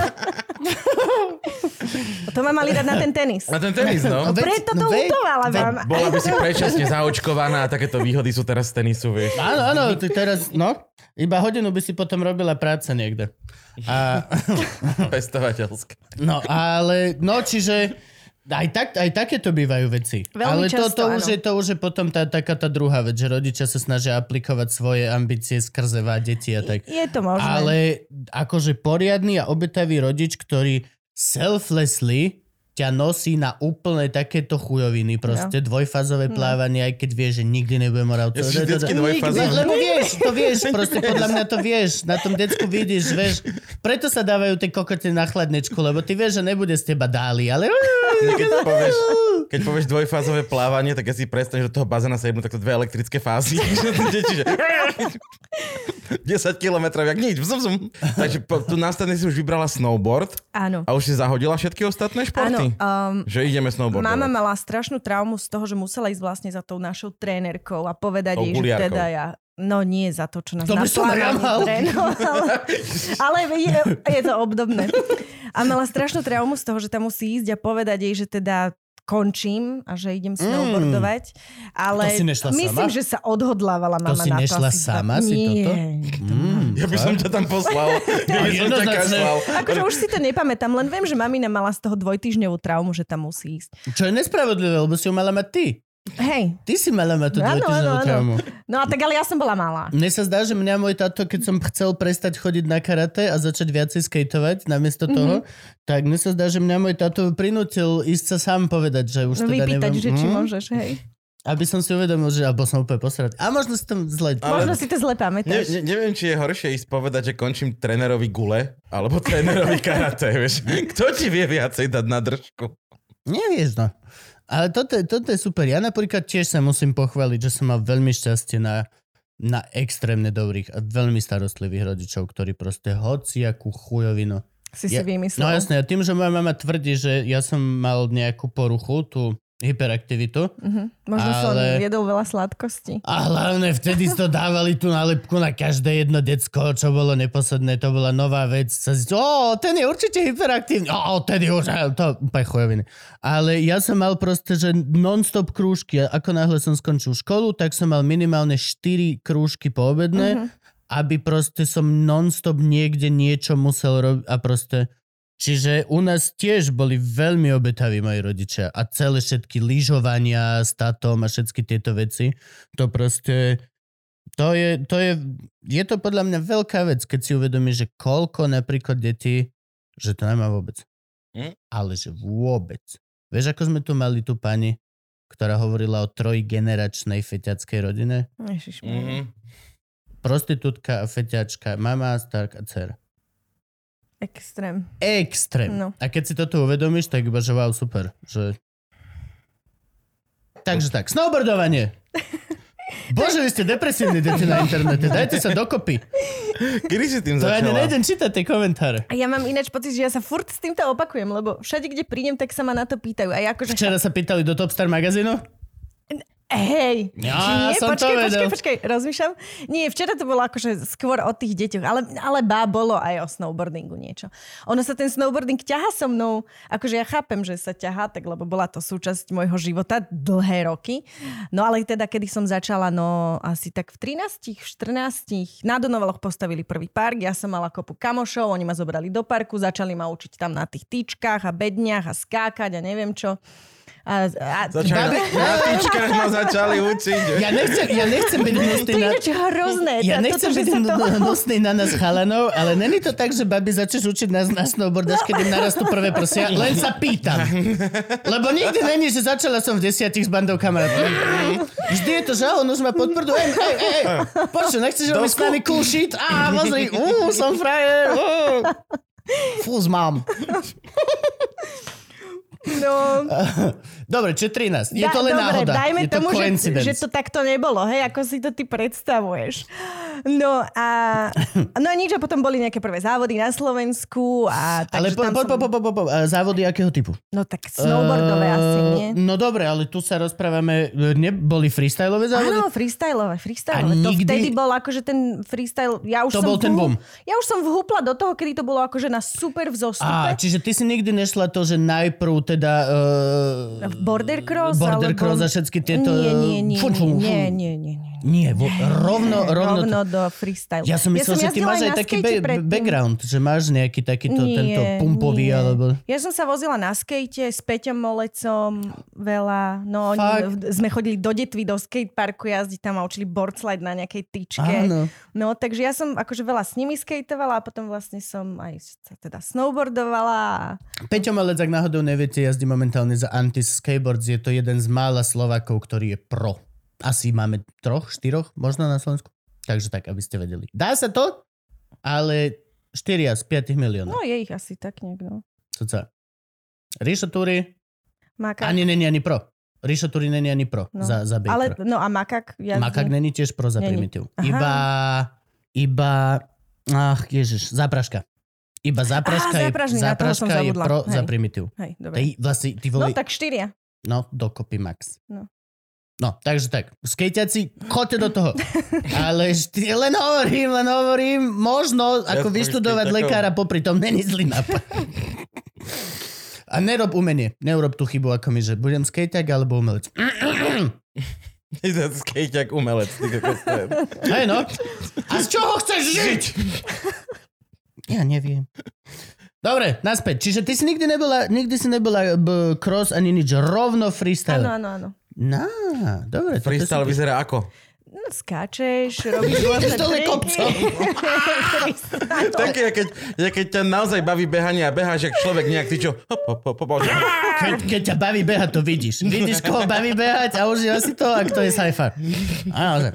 To ma mali dať na ten tenis.
Na ten tenis, no.
Veď-
Preto to
no veď-
utovala
veď-
vám.
Bola by si predčasne zaočkovaná a takéto výhody sú teraz z tenisu, vieš.
Áno, áno, ty teraz, no. Iba hodinu by si potom robila práca niekde. A,
Pestovateľské.
no, ale, no, čiže... Aj, tak, aj takéto bývajú veci. ale
Veľmi často,
to, to, už
áno.
je, to už je potom tá, taká tá druhá vec, že rodičia sa snažia aplikovať svoje ambície skrze vá deti a tak.
Je to možné.
Ale akože poriadny a obetavý rodič, ktorý selflessly ťa nosí na úplne takéto chujoviny, proste
No.
dvojfázové plávanie, aj keď vie, že nikdy nebude moral.
Ja si vždycky dvojfázové.
Le- Lebo vieš, to
*laughs*
vieš, proste podľa mňa to vieš, na tom decku vidíš, vieš, preto sa dávajú tie kokoty na chladničku, lebo ty vieš, že nebude z teba dáli, ale...
Keď povieš, keď povieš dvojfázové plávanie, tak ja si predstavím, že do toho bazéna sa jednú takto dve elektrické fázy. *laughs* Že tie deti, že... 10 kilometrov, jak nič. Vzum, vzum. Takže po, tu nastane si už vybrala snowboard
Áno.
a už si zahodila všetky ostatné športy.
um,
Že ideme snowboardovať.
Mama mala strašnú traumu z toho, že musela íť vlastne za tou našou trénerkou a povedať
Tou
jej, že
guliarkou.
teda ja... No nie za to, čo nás
To
na
by som ja
plávaní
mal.
trénovala.
*laughs*
Ale je, je to obdobné. A mala strašnú traumu z toho, že tam musí ísť a povedať jej, že teda končím a že idem snowboardovať. Ale
Mm. To si nešla
myslím,
sama?
že sa odhodlávala
To
mama
si
na to.
nešla
asi dva-
sama, si
Nie.
toto? Mm,
Ja by som ťa tam poslal. Ja by som ťa
Jednoznačne.
kašlal.
Akože už si to nepamätám, len viem, že mamina mala z toho dvojtýždňovú traumu, že tam musí ísť.
Čo je nespravodlivé, lebo si ju mala mať ty.
Hej,
Ty si mala mať tú
Áno, áno,
dvojtyžňovú
áno.
traumu.
no a tak ale ja som bola malá.
Mne sa zdá, že mňa môj tato, keď som chcel prestať chodiť na karate a začať viacej skateovať namiesto
Mhm.
toho, mm-hmm. tak mne sa zdá, že mňa môj tato prinútil ísť sa sám povedať, že už teda
No Vypýtať,
neviem.
že či
Mm.
môžeš, hej.
Aby som si uvedomil, že alebo som úplne posrať. A možno si tam zle.
Ale-
Možno si to zle
Ne,
pamätáš.
ne, neviem, či je horšie ísť povedať, že končím trénerovi gule, alebo trénerovi karate, vieš. Kto ti vie viacej dať na držku?
Nevieš, no. Ale toto, je- toto je super. Ja napríklad tiež sa musím pochváliť, že som mal veľmi šťastie na, na extrémne dobrých a veľmi starostlivých rodičov, ktorí proste hociakú chujovinu.
Si si
Ja-
vymyslel.
No jasné, a tým, že moja mama tvrdí, že ja som mal nejakú poruchu, tú hyperaktivitu,
Mhm. Možno som
Ale-
jedol veľa sladkostí.
A hlavne vtedy si to dávali tú nálepku na každé jedno decko, čo bolo neposledné, to bola nová vec. Sa si, o, ten je určite hyperaktívny, o, ten je už, to úplne chujoviny. Ale ja som mal proste, že non-stop krúžky, A ako náhle som skončil školu, tak som mal minimálne 4 krúžky poobedné,
Mhm.
aby proste som non-stop niekde niečo musel robiť a proste... Čiže u nás tiež boli veľmi obetaví moji rodičia a celé všetky lyžovania s tatom a všetky tieto veci, to proste... To je, to je, je to podľa mňa veľká vec, keď si uvedomíš, že koľko napríklad detí, že to nemá vôbec.
Hm?
Ale že vôbec. Vieš, ako sme tu mali tú pani, ktorá hovorila o trojgeneračnej feťackej rodine?
Ježiš,
Mhm.
prostitútka a feťačka, mama, stark a dcer.
Extrém.
Extrém.
No.
A keď si toto uvedomíš, tak iba, že wow, super. Že... Takže tak, snowboardovanie. Bože, vy ste depresívni, deti na internete. Dajte sa dokopy.
Kedy si tým
To ja ani
začala?
nejdem čítať tie komentáre.
A ja mám ináč pocit, že ja sa furt s týmto opakujem, lebo všade, kde prídem, tak sa ma na to pýtajú. A ja akože,
Včera sa pýtali do Top Star magazínu.
hej,
Ja
či nie?
som to
počkaj, počkaj,
vedel.
počkaj, rozmýšľam. Nie, včera to bolo akože skôr o tých deťoch, ale, ale bá, bolo aj o snowboardingu niečo. Ono sa ten snowboarding ťaha so mnou, akože ja chápem, že sa ťahá, tak lebo bola to súčasť môjho života dlhé roky. No ale teda, kedy som začala, no asi tak v 13 14 na Donovaloch postavili prvý park, ja som mala kopu kamošov, oni ma zobrali do parku, začali ma učiť tam na tých tyčkách a bedniach a skákať a neviem čo. A, a,
Začali, na tyčkách ma začali učiť.
Ja nechcem, ja nechcem byť hnusný
to je
na...
niečo hrozné.
Ja
to-
nechcem
toto, že
byť
sa to...
*laughs* hnusný na nás chalanov, ale není to tak, že babi začneš učiť nás na snowboardaš, keď im narastú prvé prsia? Len sa pýtam. Lebo nikdy není, že začala som v desiatich s bandou kamarátov. Vždy je to, že on už má podprdu. Ej, ej, ej,
*laughs*
počuj, nechceš robiť s nami cool shit? Á, pozri, ú, som frajer, ú. Fúz mám.
No,
Dobre, čiže 13. Je
Da-
to len
dobre,
náhoda.
Dajme
Je to
tomu, že,
coincidence.
že to takto nebolo, hej, ako si to ty predstavuješ. No a, no a nič, a potom boli nejaké prvé závody na Slovensku a tak,
Ale
že
po,
tam
po,
som-
po, po, po, po, po, a závody akého typu?
No tak snowboardové
Eh,
asi, nie?
No dobre, ale tu sa rozprávame, e, neboli freestyleové závody?
Áno, freestyleové, freestyleové.
A
To
nikdy-
vtedy bol akože ten freestyle, ja
To
už som
bol ten boom.
Ja už som vhúpla do toho, kedy to bolo akože na super
Á,
vzostupe.
čiže ty si nikdy nešla to, že najprv teda...
v
Uh,
Border Cross?
Border
alebo...
Cross a všetky tieto,
Nie, nie, nie,
fú, fú, fú.
nie, nie, nie, nie.
nie, vo,
*laughs*
rovno, No, rovno,
rovno
rovno
do freestyle.
Ja som myslel,
ja
že ty máš
jazdila
aj
na
taký
skate
be-
predtým.
background, že máš nejaký takýto tento pumpový,
nie.
alebo...
Ja som sa vozila na skate s Peťom Molecom veľa. No, oni,
Fakt?
v- sme chodili do detvy, do skateparku jazdiť tam a učili boardslide na nejakej tyčke.
Áno.
No, takže ja som akože veľa s nimi skateovala a potom vlastne som aj sa teda snowboardovala.
Peťo Malec, ak náhodou neviete, jazdí momentálne za Antis Skateboards. Je to jeden z mála Slovákov, ktorý je pro. Asi máme troch, štyroch možno na Slovensku. Takže tak, aby ste vedeli. Dá sa to, ale 4 z 5 miliónov.
No, je ich asi tak niekto.
No. Ríšo Turi
Makak.
ani není ani pro. Ríšo Turi není ani pro no.
No,
za, za
ale,
Ale...
no a Makak jazdí.
Makak není tiež pro za
Není.
primitív.
Aha.
Iba, iba, ach ježiš, zápraška. Iba zápraška, je-
Zápražný, na toho som
zápraška je
zabudla.
pro
Hej.
za primitív.
Hej, dobre.
Ty, vlastne, ty
No
voli,
tak štyria.
No, dokopy max.
No.
No, takže tak. Skejťaci, chodte do
*laughs*
toho. Ale šty, len hovorím, len hovorím, možno ako
som
vyštudovať
skejťakov.
lekára popri tom není zlý nápad. A nerob umenie. Neurob tú chybu ako my, že budem skejťak alebo umelec. *clears throat*
Skejťak umelec. ty kokos, to je-
Hej no. A z čoho chceš žiť? Ja neviem. Dobre, naspäť. Čiže ty si nikdy nebola, nikdy si nebola eh, b, cross ani nič. Rovno
Áno,
freestyle.
áno, áno.
No, dobre. toto
Freestyle
si-
vyzerá ako?
No, skáčeš, robíš
Ideš
rôzne
dole
triky.
kopcom.
Freestyle.
Také, keď, ja keď ťa naozaj baví behanie a beháš, jak človek nejak, ty čo, hop, hop, hop, hop, hop.
Keď, keď ťa baví behať, to vidíš. Vidíš, koho baví behať a užíva si to, a kto je sajfa. Áno, že-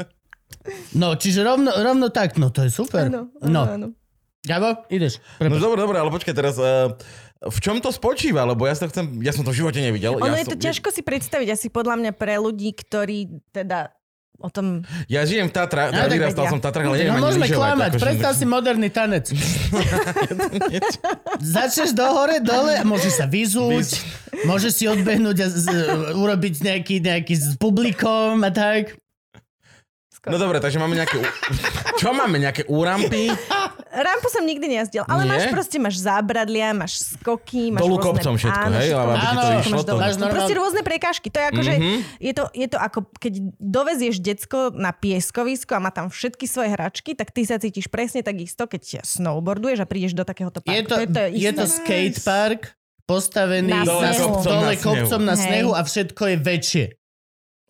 No, čiže rovno, rovno tak. No, to je super.
Áno, áno,
no.
áno.
Gabo, ideš.
No
Prepač.
dobre, dobre, ale počkaj teraz, eh, v čom to spočíva? Lebo ja, sa to chcem, ja som to v živote nevidel.
Ono
ja
je to
som,
ťažko si predstaviť asi podľa mňa pre ľudí, ktorí teda o tom...
Ja žijem v Tatrách,
No,
teda
tak
vyrastal
vedia.
som v Tatrách, ale neviem
No,
ani
môžeme
lyžovať,
klamať.
akože-
Predstav si moderný
*laughs*
tanec. Začneš do hore, dole, a môžeš sa vyzúť,
Vyz-
môžeš si odbehnúť a z, urobiť nejaký, nejaký s publikom a tak.
No dobre, takže máme nejaké... ú- *laughs* Čo máme? Nejaké úrampy?
Rampu som nikdy nejazdil, ale
Nie?
máš proste, máš zábradlia, máš skoky, máš
Dolu
rôzne...
kopcom všetko,
áno,
hej?
všetko
Ale aby
máš-
ti to
áno,
išlo
máš
to...
dole. Máš
No
Normál-
proste rôzne prekážky. To je ako,
Mhm.
mm-hmm. že je to, je to ako, keď dovezieš decko na pieskovisko a má tam všetky svoje hračky, tak ty sa cítiš presne tak isto, keď snowboarduješ a prídeš do takéhoto parku.
Je to,
to, je to,
je to
isté.
skate park postavený
Na
na
snehu.
kopcom, dole
Na snehu.
kopcom na
Hej.
snehu a všetko je väčšie.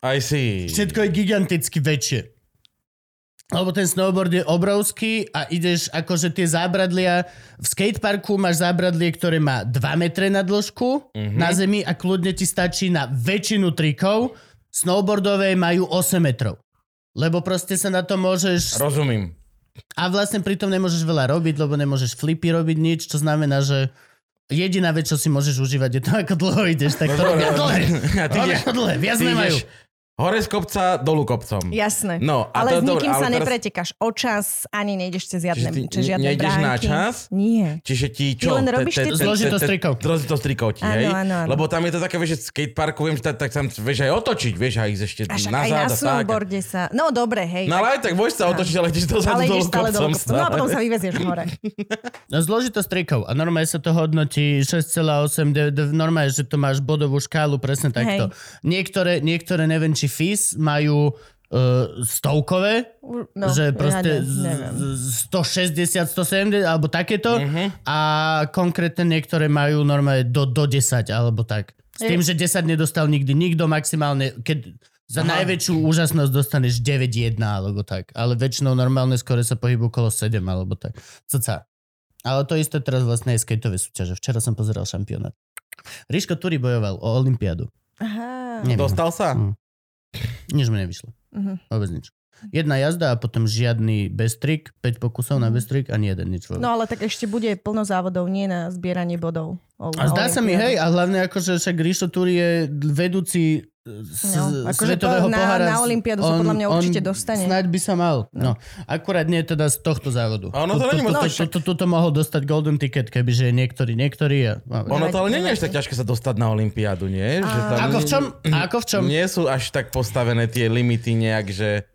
I see.
Všetko je giganticky väčšie. Lebo ten snowboard je obrovský a ideš akože tie zábradlia. V skateparku máš zábradlie, ktoré má 2 metre na dĺžku
Mhm.
na zemi a kľudne ti stačí na väčšinu trikov. Snowboardové majú 8 metrov. Lebo proste sa na to môžeš...
Rozumím.
A vlastne pritom nemôžeš veľa robiť, lebo nemôžeš flipy robiť nič, čo znamená, že jediná vec, čo si môžeš užívať, je to, *laughs* ako dlho ideš. Tak to robia dlhe.
*laughs* A ty
Robia
ideš-
dlhe, viac
ty
nemajú.
ideš Hore z kopca, dolu kopcom.
Jasné.
No, a to-
ale s nikým
dobre, ale
sa
teraz-
nepretekáš o čas, ani nejdeš
Čiže
cez žiadne,
ty
cez
ne-
žiadne
nejdeš na
bránky.
čas?
Nie.
Čiže ti
Ty
čo?
len
Te-
robíš
te-
tie-
te-
Zložitosť
te- te-
trikov.
Zložitosť trikov ti,
Áno,
hej?
áno, áno.
Lebo tam je to také, vieš, že skateparku, viem, že tak, tak sa vieš aj otočiť, vieš aj ísť ešte
A však
na
aj
záda.
na
tak.
snowboarde sa... No dobre, hej.
No ale aj tak môžeš sa otočiť, ale ideš dozadu
ale
dolu
ideš stále
kopcom
dolu kopcom. No a potom sa vyvezieš hore.
No zložitosť trikov. A normálne sa to hodnotí 6,8. de- de- Normálne, že to máš bodovú škálu presne takto.
Hej.
Niektoré, niektoré, neviem, či FIS majú uh, stovkové,
No,
že proste
ja ne- neviem.
z- z- 160, 170 alebo takéto
Mhm.
a konkrétne niektoré majú normálne do, do 10 alebo tak. S tým, že 10 nedostal nikdy nikto, maximálne, keď za
Aha.
najväčšiu úžasnosť dostaneš 9-1 alebo tak, ale väčšinou normálne skore sa pohybu okolo 7 alebo tak. Cca. Ale to isté teraz vlastne je skateové súťaže. Včera som pozeral šampionát. Ríško Turi bojoval o Olympiádu.
Aha.
Neviem. Mm.
Dostal sa?
Hm. Nič mi nevyšlo.
Mhm.
Vôbec nič. Jedna jazda a potom žiadny bestrik, 5 pokusov na bestrik ani jeden nič. vôbec.
Hm. No ale tak ešte bude plno závodov, nie na zbieranie bodov. O,
A zdá
na
sa mi,
olympiádu.
hej, a hlavne akože však Rišo Tur je vedúci e, z
No, akože
svetového
po- na-
pohára.
na Olympiádu sa podľa mňa určite dostane.
Snaď by sa mal. No. Akurát nie teda z tohto závodu.
A ono to
Tu-
není
tu-
moc
tu-
ťažké.
tu- tu- Tuto mohol dostať golden ticket, kebyže niektorý, niektorý. a-
Ono to ale nie je až
nevadí.
tak ťažké sa dostať na Olympiádu, nie? Že tam
Ako v čom? Ako v čom?
Nie sú až tak postavené tie limity nejak, že,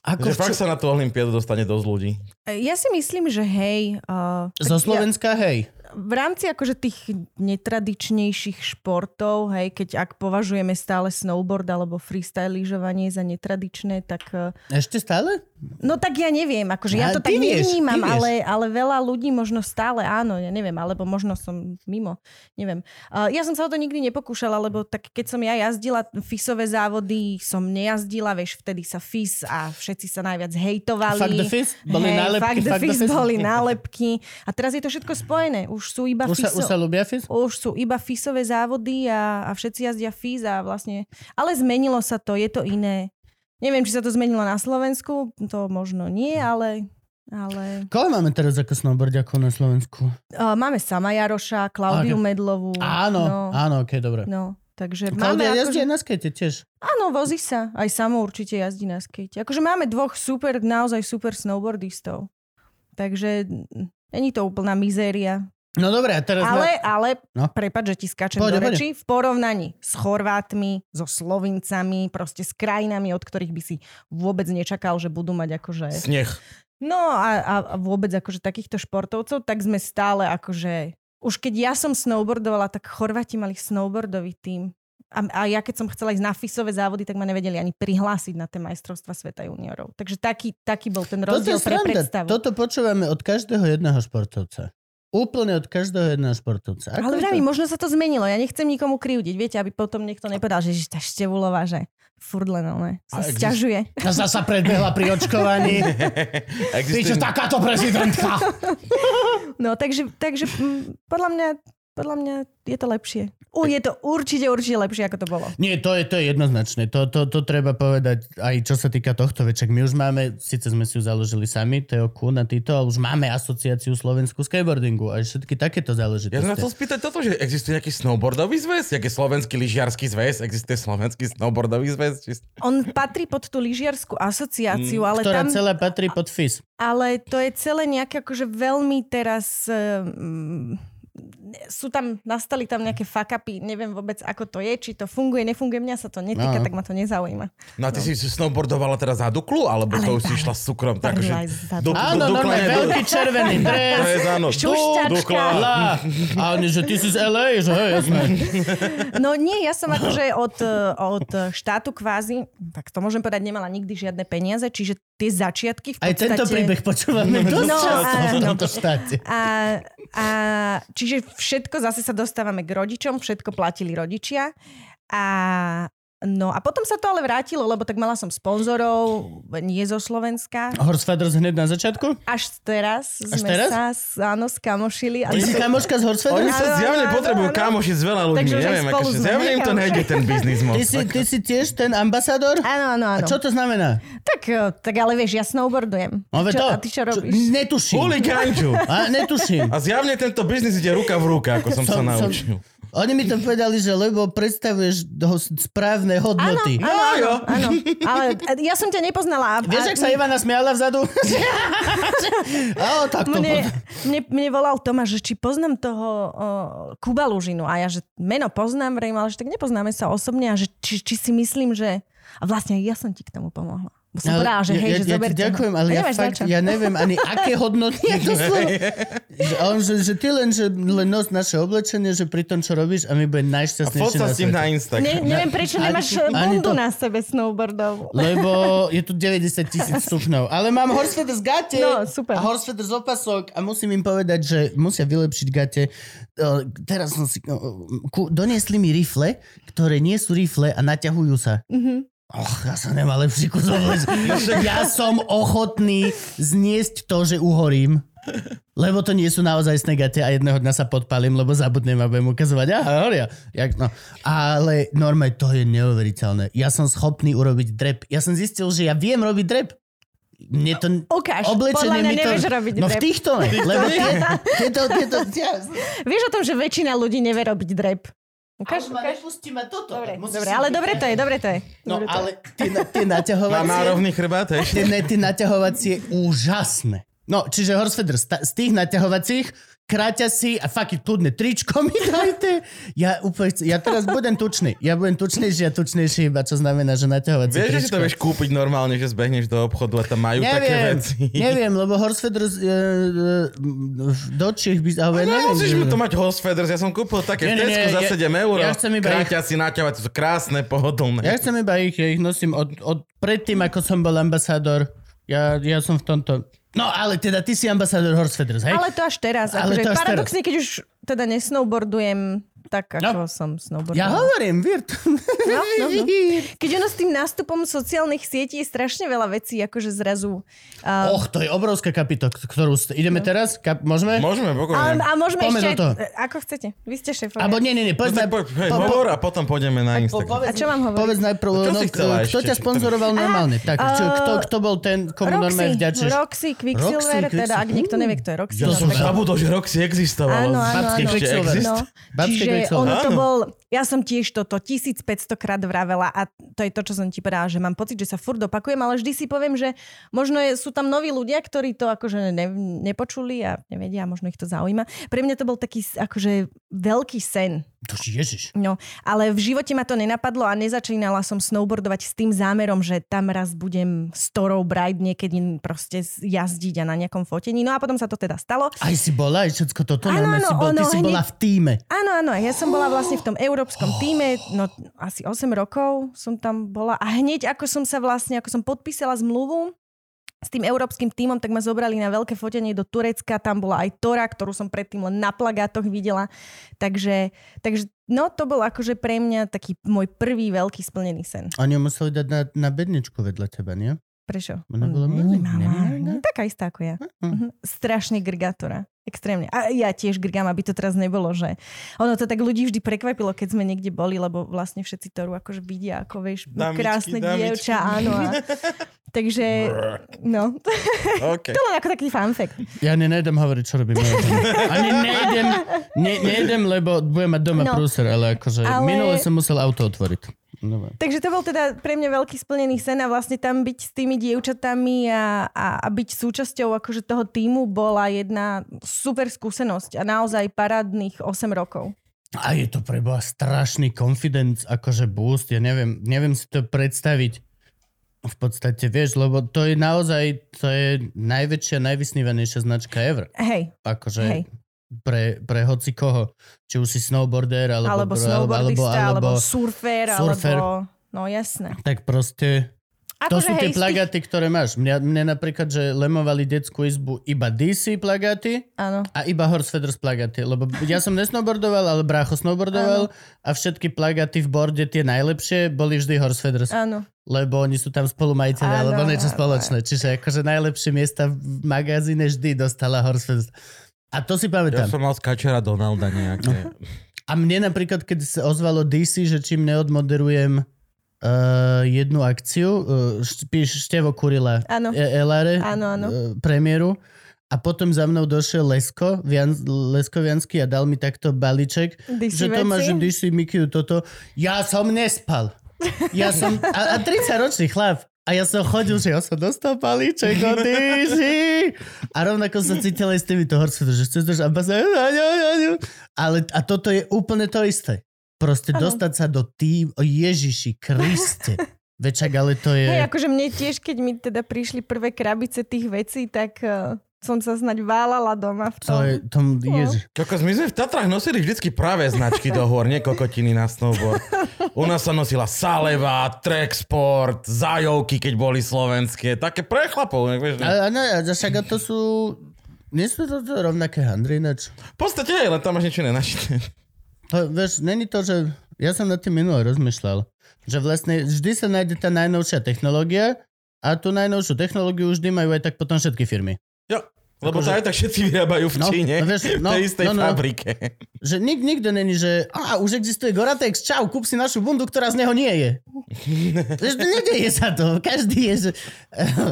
Ako
že
v čom?
fakt sa na tú Olympiádu dostane dosť ľudí.
Ja si myslím, že hej, uh,
Zo Slovenska, hej.
v rámci akože tých netradičnejších športov, hej, keď ak považujeme stále snowboard alebo freestyle lyžovanie za netradičné, tak... eh,
Ešte stále?
No tak ja neviem, akože ja
Ale
to
ty vieš,
tak
ty
nevnímam,
vieš.
ale, ale veľa ľudí možno stále áno, ja neviem, alebo možno som mimo, neviem. Uh, ja som sa o to nikdy nepokúšala, lebo tak keď som ja jazdila FISové závody, som nejazdila, vieš, vtedy sa FIS a všetci sa najviac hejtovali.
Fuck the fist? Boli
Hej,
nálepky,
Fuck the
fuck the
FIS
fist. *laughs*
boli nálepky. A teraz je to všetko spojené, už sú iba
Už sa, už
FISO
sa ľubia fis?
už sú iba FISové závody a, a všetci jazdia FIS a vlastne... Ale zmenilo sa to, je to iné. Neviem, či sa to zmenilo na Slovensku, to možno nie, ale... ale...
Koho máme teraz ako snowboardiakov na Slovensku?
Uh, máme Sama Jaroša, Klaudiu
Ok.
Medlovú.
Áno,
no,
áno, okej, dobre.
No, takže máme...
Klaudia jazdí
Akože,
aj na skate tiež.
áno, vozí sa. Aj Samo určite jazdí na skate. Akože máme dvoch super, naozaj super snowboardistov. Takže mm, není to úplná mizéria.
No dobre, a teraz...
Ale, ale,
No.
no. prepáč, že ti skáčem
Pohode,
do reči, v porovnaní s Chorvátmi, so Slovincami, proste s krajinami, od ktorých by si vôbec nečakal, že budú mať akože...
*laughs*
Sneh.
No a, a, a vôbec akože takýchto športovcov, tak sme stále akože... Už keď ja som snowboardovala, tak Chorváti mali snowboardový tím. A, a ja keď som chcela ísť na FISové závody, tak ma nevedeli ani prihlásiť na tie majstrovstva sveta juniorov. Takže taký, taký bol ten
Toto, je
rozdiel pre
sranda.
predstavu.
Toto počúvame od každého jedného športovca. Úplne od každého jedného športovca. Ako je
Ale
to?
vravím, možno sa to zmenilo. Ja nechcem nikomu kriudiť, viete, aby potom niekto nepovedal, že "Ježiš, tá števulová, že furt len ona sa
A exist-
sťažuje.
A zasa predbehla pri očkovaní.
*laughs*
Ty čo,
Existuje...
takáto prezidentka!
No, takže, takže mm, podľa mňa podľa mňa je to lepšie. U, je to určite, určite lepšie, ako to bolo.
Nie, to je, to je jednoznačné. To, to, to treba povedať aj čo sa týka tohto veček. My už máme, síce sme si ju založili sami, Teo Kuhn a Tito, ale už máme asociáciu Slovensku skateboardingu a všetky takéto záležitosti.
Ja som sa chcel spýtať toto, že existuje nejaký snowboardový zväz? Jaký slovenský lyžiarský zväz? Existuje slovenský snowboardový zväz? Či...
On patrí pod tú lyžiarskú asociáciu, ale
Mm, ktorá
tam...
celá patrí pod FIS.
Ale to je celé nejaké akože veľmi teraz... Um, sú tam, nastali tam nejaké fakapy, neviem vôbec, ako to je, či to funguje, nefunguje, mňa sa to netýka,
No.
tak ma to nezaujíma.
No a ty si snowboardovala teraz za Duklu? Alebo
Ale
to už
iba-
si išla s cukrom?
iba
Takže...
aj za
Du-
Duklu.
du-
Áno,
Dukla
normálne,
je du-
veľký červený
To
dres.
je áno.
Šušťačka.
Dukla.
La. A oni, že ty si z LA, že hej, sme.
No nie, ja som akože od, e, od e, štátu kvázi, tak to môžem povedať, nemala nikdy žiadne peniaze, čiže tie začiatky v
Aj
podstate...
tento príbeh počúvame dosť
No,
často v
áno.
tomto štáte.
A, a, čiže všetko, zase sa dostávame k rodičom, všetko platili rodičia. A, no a potom sa to ale vrátilo, lebo tak mala som sponzorov, nie zo Slovenska.
Horse Feathers hneď na začiatku?
Až teraz
Až
sme
teraz?
sa s- áno, skamošili. A
Ty si kamoška z Horse
Oni
Feathers?
sa
Áno,
zjavne
áno,
potrebujú
áno.
kamoši s veľa ľuďmi.
Takže už aj
Neviem,
spolu
akože
sme
zjavne im to
kamoši.
nejde ten biznis moc.
*laughs* Ty si, ty si tiež ten ambasador?
Áno, áno,
A
áno.
čo to znamená?
Tak, e, tak ale vieš, ja snowboardujem.
No, veď
čo,
to,
a ty čo robíš?
netuším.
Huliganču.
A netuším.
A zjavne tento biznis ide ruka v ruka, ako som sa
Som- som-
naučil.
Oni mi to povedali, že lebo predstavuješ do správne hodnoty.
Áno,
No, jo.
áno, áno. Ale e, ja som ťa nepoznala. A-
Vieš,
a-
ak sa Ivana smiala
*laughs*
vzadu? *laughs* Áno, tak to
mne,
povedal.
mne, mne volal Tomáš, že či poznám toho uh, Kuba Lužinu. A ja, že meno poznám, vrejme, ale že tak nepoznáme sa osobne a že či, či si myslím, že... A vlastne aj ja som ti k tomu pomohla. Bo
Ale
som povedala, že
No, ja, ja,
hej,
ja
že
ti
zoberte ho.
ďakujem, ale
A
ja
nemáš za
fakt,
čo.
ja neviem ani aké
*laughs*
hodnoty je to slovo. Že, a on, že, že ty len, že len nos naše oblečenie, že pri tom, čo robíš a my bude
A fot
najšťastnejší na
sa s
svete.
tým na Instagram.
Ne, neviem, prečo
Ani-
nemáš e,
ani
bundu
to-
na sebe snowboardov.
Lebo je tu 90 tisíc stupňov. Ale mám horsfeder z gate
No, super.
a horsfeder z opasok a musím im povedať, že musia vylepšiť gate. Eh, Teraz som si... eh, ku- Doniesli mi rifle, ktoré nie sú rifle a naťahujú sa.
Mhm.
Och, ja som nemal lepší kus obleč- Ja som ochotný zniesť to, že uhorím. Lebo to nie sú naozaj snegate a jedného dňa sa podpalím, lebo zabudnem a budem ukazovať, aha, horia. Jak, no. Ale normálne to je neuveriteľné. Ja som schopný urobiť drep. Ja som zistil, že ja viem robiť drep. Mne to...
Ukáž, podľa
Oblečenie
mňa
mi to...
nevieš robiť
no
drep.
v týchto ne, lebo tie, tieto, tieto, ja,
Vieš o tom, že väčšina ľudí nevie robiť drep. Ukáž,
ma
ukáž.
nepustí ma toto.
Dobre,
Musíš
dobre,
si-
ale dobre to je, dobre to je.
No
Dobre to je.
ale tie, na- tie
Mám
naťahovacie...
nárovný chrbát, hej?
Tie, ne, tie naťahovacie úžasné. No, čiže Horsfeder, sta- z tých naťahovacích kráťa si a fuck it, kľudne tričko mi dajte. Ja, úplne, chcem- ja teraz budem tučný. Ja budem tučnejší a tučnejší, iba čo znamená, že naťahovacie
*laughs* Vieš, že
tričko.
si to vieš kúpiť normálne, že zbehneš do obchodu a tam majú také
neviem, *laughs*
veci. *laughs*
neviem, lebo Horsfeder z, e, e, do Čech by... Ale
No,
neviem,
musíš
že-
mi to mať horse feathers, ja som kúpil také
Nie,
v
nie,
Tesku
nie,
za
ja-
7 eur.
ja chcem iba
Kráťa si naťavať, to sú krásne, pohodlné.
Ja chcem iba ich, ja ich nosím od, od predtým, ako som bol ambasádor. Ja, ja som v tomto... No ale teda, ty si ambasádor Horsfeders, hej?
Ale to až teraz.
Ale
akože
to až
paradoxne, keď už teda nesnowboardujem tak,
No.
ako som snowboardoval.
Ja hovorím, virt.
No, no,
*laughs*
no. Keď ono s tým nástupom sociálnych sietí je strašne veľa vecí, akože zrazu. Uh,
Och, to je obrovská kapitola, ktorú... Ste,
No.
ideme teraz? Kap, môžeme?
Môžeme,
a,
pokojne.
a môžeme
Poďme
ešte...
do toho.
aj- Ako chcete. Vy ste šéfovia.
Alebo nie, nie, nie,
No
povedz,
tak
naj-
poď, hej,
po- po-
hovor a potom pôjdeme na Instagram.
A čo mám hovoriť?
povedz najprv,
No, čo
no,
si chcela
kto
ešte?
ťa sponzoroval normálne? Tak, čo,
eh,
kto, kto bol ten, komu normálne
Roxy,
vďačíš?
Roxy Quicksilver,
Roxy,
teda ak
Quicksilver.
nikto nevie, kto je Roxy. no,
Ja
To
som
tak-
zabudol, že Roxy existovala.
Áno, áno,
Babský
áno.
ešte
Quicksilver.
exist-
No, *laughs*
Babské
čiže
Quicksilver.
ono to
Áno.
bol, ja som tiež toto 1500 krát vravela a to je to, čo som ti povedala, že mám pocit, že sa furt opakujem, ale vždy si poviem, že možno je, sú tam noví ľudia, ktorí to akože ne, nepočuli a nevedia, možno ich to zaujíma. Pre mňa to bol taký akože veľký sen,
To si Ježiš.
No, ale v živote ma to nenapadlo a nezačínala som snowboardovať s tým zámerom, že tam raz budem s Torou Bride niekedy proste jazdiť a na nejakom fotení. No a potom sa to teda stalo.
Aj si bola, aj všetko toto,
Áno,
normálne
áno,
si bol, ty
ono
si bola v týme.
Áno, áno, ja som bola vlastne v tom európskom týme, no asi 8 rokov som tam bola a hneď ako som sa vlastne, ako som podpísala zmluvu s tým európskym týmom, tak ma zobrali na veľké fotenie do Turecka, tam bola aj Tora, ktorú som predtým len na plagátoch videla, takže, takže no to bol akože pre mňa taký môj prvý veľký splnený sen.
Oni ju museli dať na, na bedničku vedľa teba, nie?
Prečo?
Ona bola
Neviem,
milá,
mama,
milá.
nie, Taká istá ako ja.
Mhm.
Mhm. Strašne grgátora. Extrémne. A ja tiež grgám, aby to teraz nebolo, že... Ono to tak ľudí vždy prekvapilo, keď sme niekde boli, lebo vlastne všetci Toru akože vidia, ako vieš,
Dámičky,
krásne
dámičky.
dievča, áno.
*laughs*
A... Takže, no, to
OK.
je len ako taký fun fact.
Ja ne, nejdem hovoriť, čo robím.
*laughs*
nejdem. Ani nejdem, ne, nejdem, lebo budem mať doma no,
No,
prúser, ale akože ale...
ale-
minule som musel auto otvoriť. No,
Takže to bol teda pre mňa veľký splnený sen a vlastne tam byť s tými dievčatami a, a, a byť súčasťou akože toho týmu bola jedna super skúsenosť a naozaj parádnych 8 rokov.
a je to pre Boha strašný confidence, akože boost, ja neviem, neviem si to predstaviť. V podstate, vieš, lebo to je naozaj, to je najväčšia, najvysnívanejšia značka ever.
Hej,
Akože
hej.
pre, pre hoci koho. Či už si snowboarder, alebo,
alebo snowboardista, alebo, alebo surfer,
surfer.
alebo... No jasné.
tak proste To
Akože
sú tie
hej, z tých-
plagáty, ktoré máš. Mňa, mne napríklad, že lemovali detskú izbu iba DC plagáty
Áno.
a iba Horse Feathers plagáty. Lebo ja som nesnowboardoval, ale brácho snowboardoval a všetky plagáty v borde, tie najlepšie, boli vždy Horse Feathers.
Áno.
Lebo oni sú tam spolumajiteľi
Áno,
alebo niečo
áno.
spoločné. Čiže akože najlepšie miesta v magazíne vždy dostala Horse Feathers. A to si
Ja
pamätám.
som mal skáčera Donalda nejaké.
A mne napríklad, keď sa ozvalo DC, že čím neodmoderujem uh, jednu akciu, uh, píš Števo Kurila,
Áno.
E- Elare,
No. Áno, áno.
Uh, premiéru. A potom za mnou došiel Lesko, Vian, Lesko Viansky a dal mi takto balíček,
DC
že to máš DC,
veci?
Mikiu, toto. Ja som nespal.
*laughs*
Ja som, a, a 30-ročný chlap. A ja som chodil, že ja som dostal balíček od
*laughs*
DC. A rovnako sa cítil aj s týmito horcami, že chceš držať ambasádu. Ale a toto je úplne to isté. Proste
Áno.
dostať sa do tým, o Ježiši
*laughs*
Kriste. Večak, ale to je...
Hej, akože mne tiež, keď mi teda prišli prvé krabice tých vecí, tak eh, som sa snaď válala doma v
To
tom.
je, to
No.
ježiš.
Kokos, my sme v Tatrách nosili vždycky práve značky do hôr, nie kokotiny na snowboard. U nás sa nosila Saleva, Trexport, Zajovky, keď boli slovenské. Také pre chlapov. ne, Vieš, ne?
A, a, ne, a však to sú... Nie sú to, to rovnaké handry, ináč.
V podstate aj, len tam máš niečo nenašité.
To, vieš, není to, že... Ja som nad tým minule rozmýšľal, že vlastne vždy sa nájde tá najnovšia technológia a tú najnovšiu technológiu vždy majú aj tak potom všetky firmy.
Jo. Lebo
Akože-
to aj tak všetci vyrábajú v
No,
Číne.
no vieš,
v
no,
*laughs* tej istej
no, no.
fabrike.
Že nik, nikto není, že a už existuje Goratex, čau, kúp si našu bundu, ktorá z neho nie je. Vieš, no Nedeje sa to, každý je, že...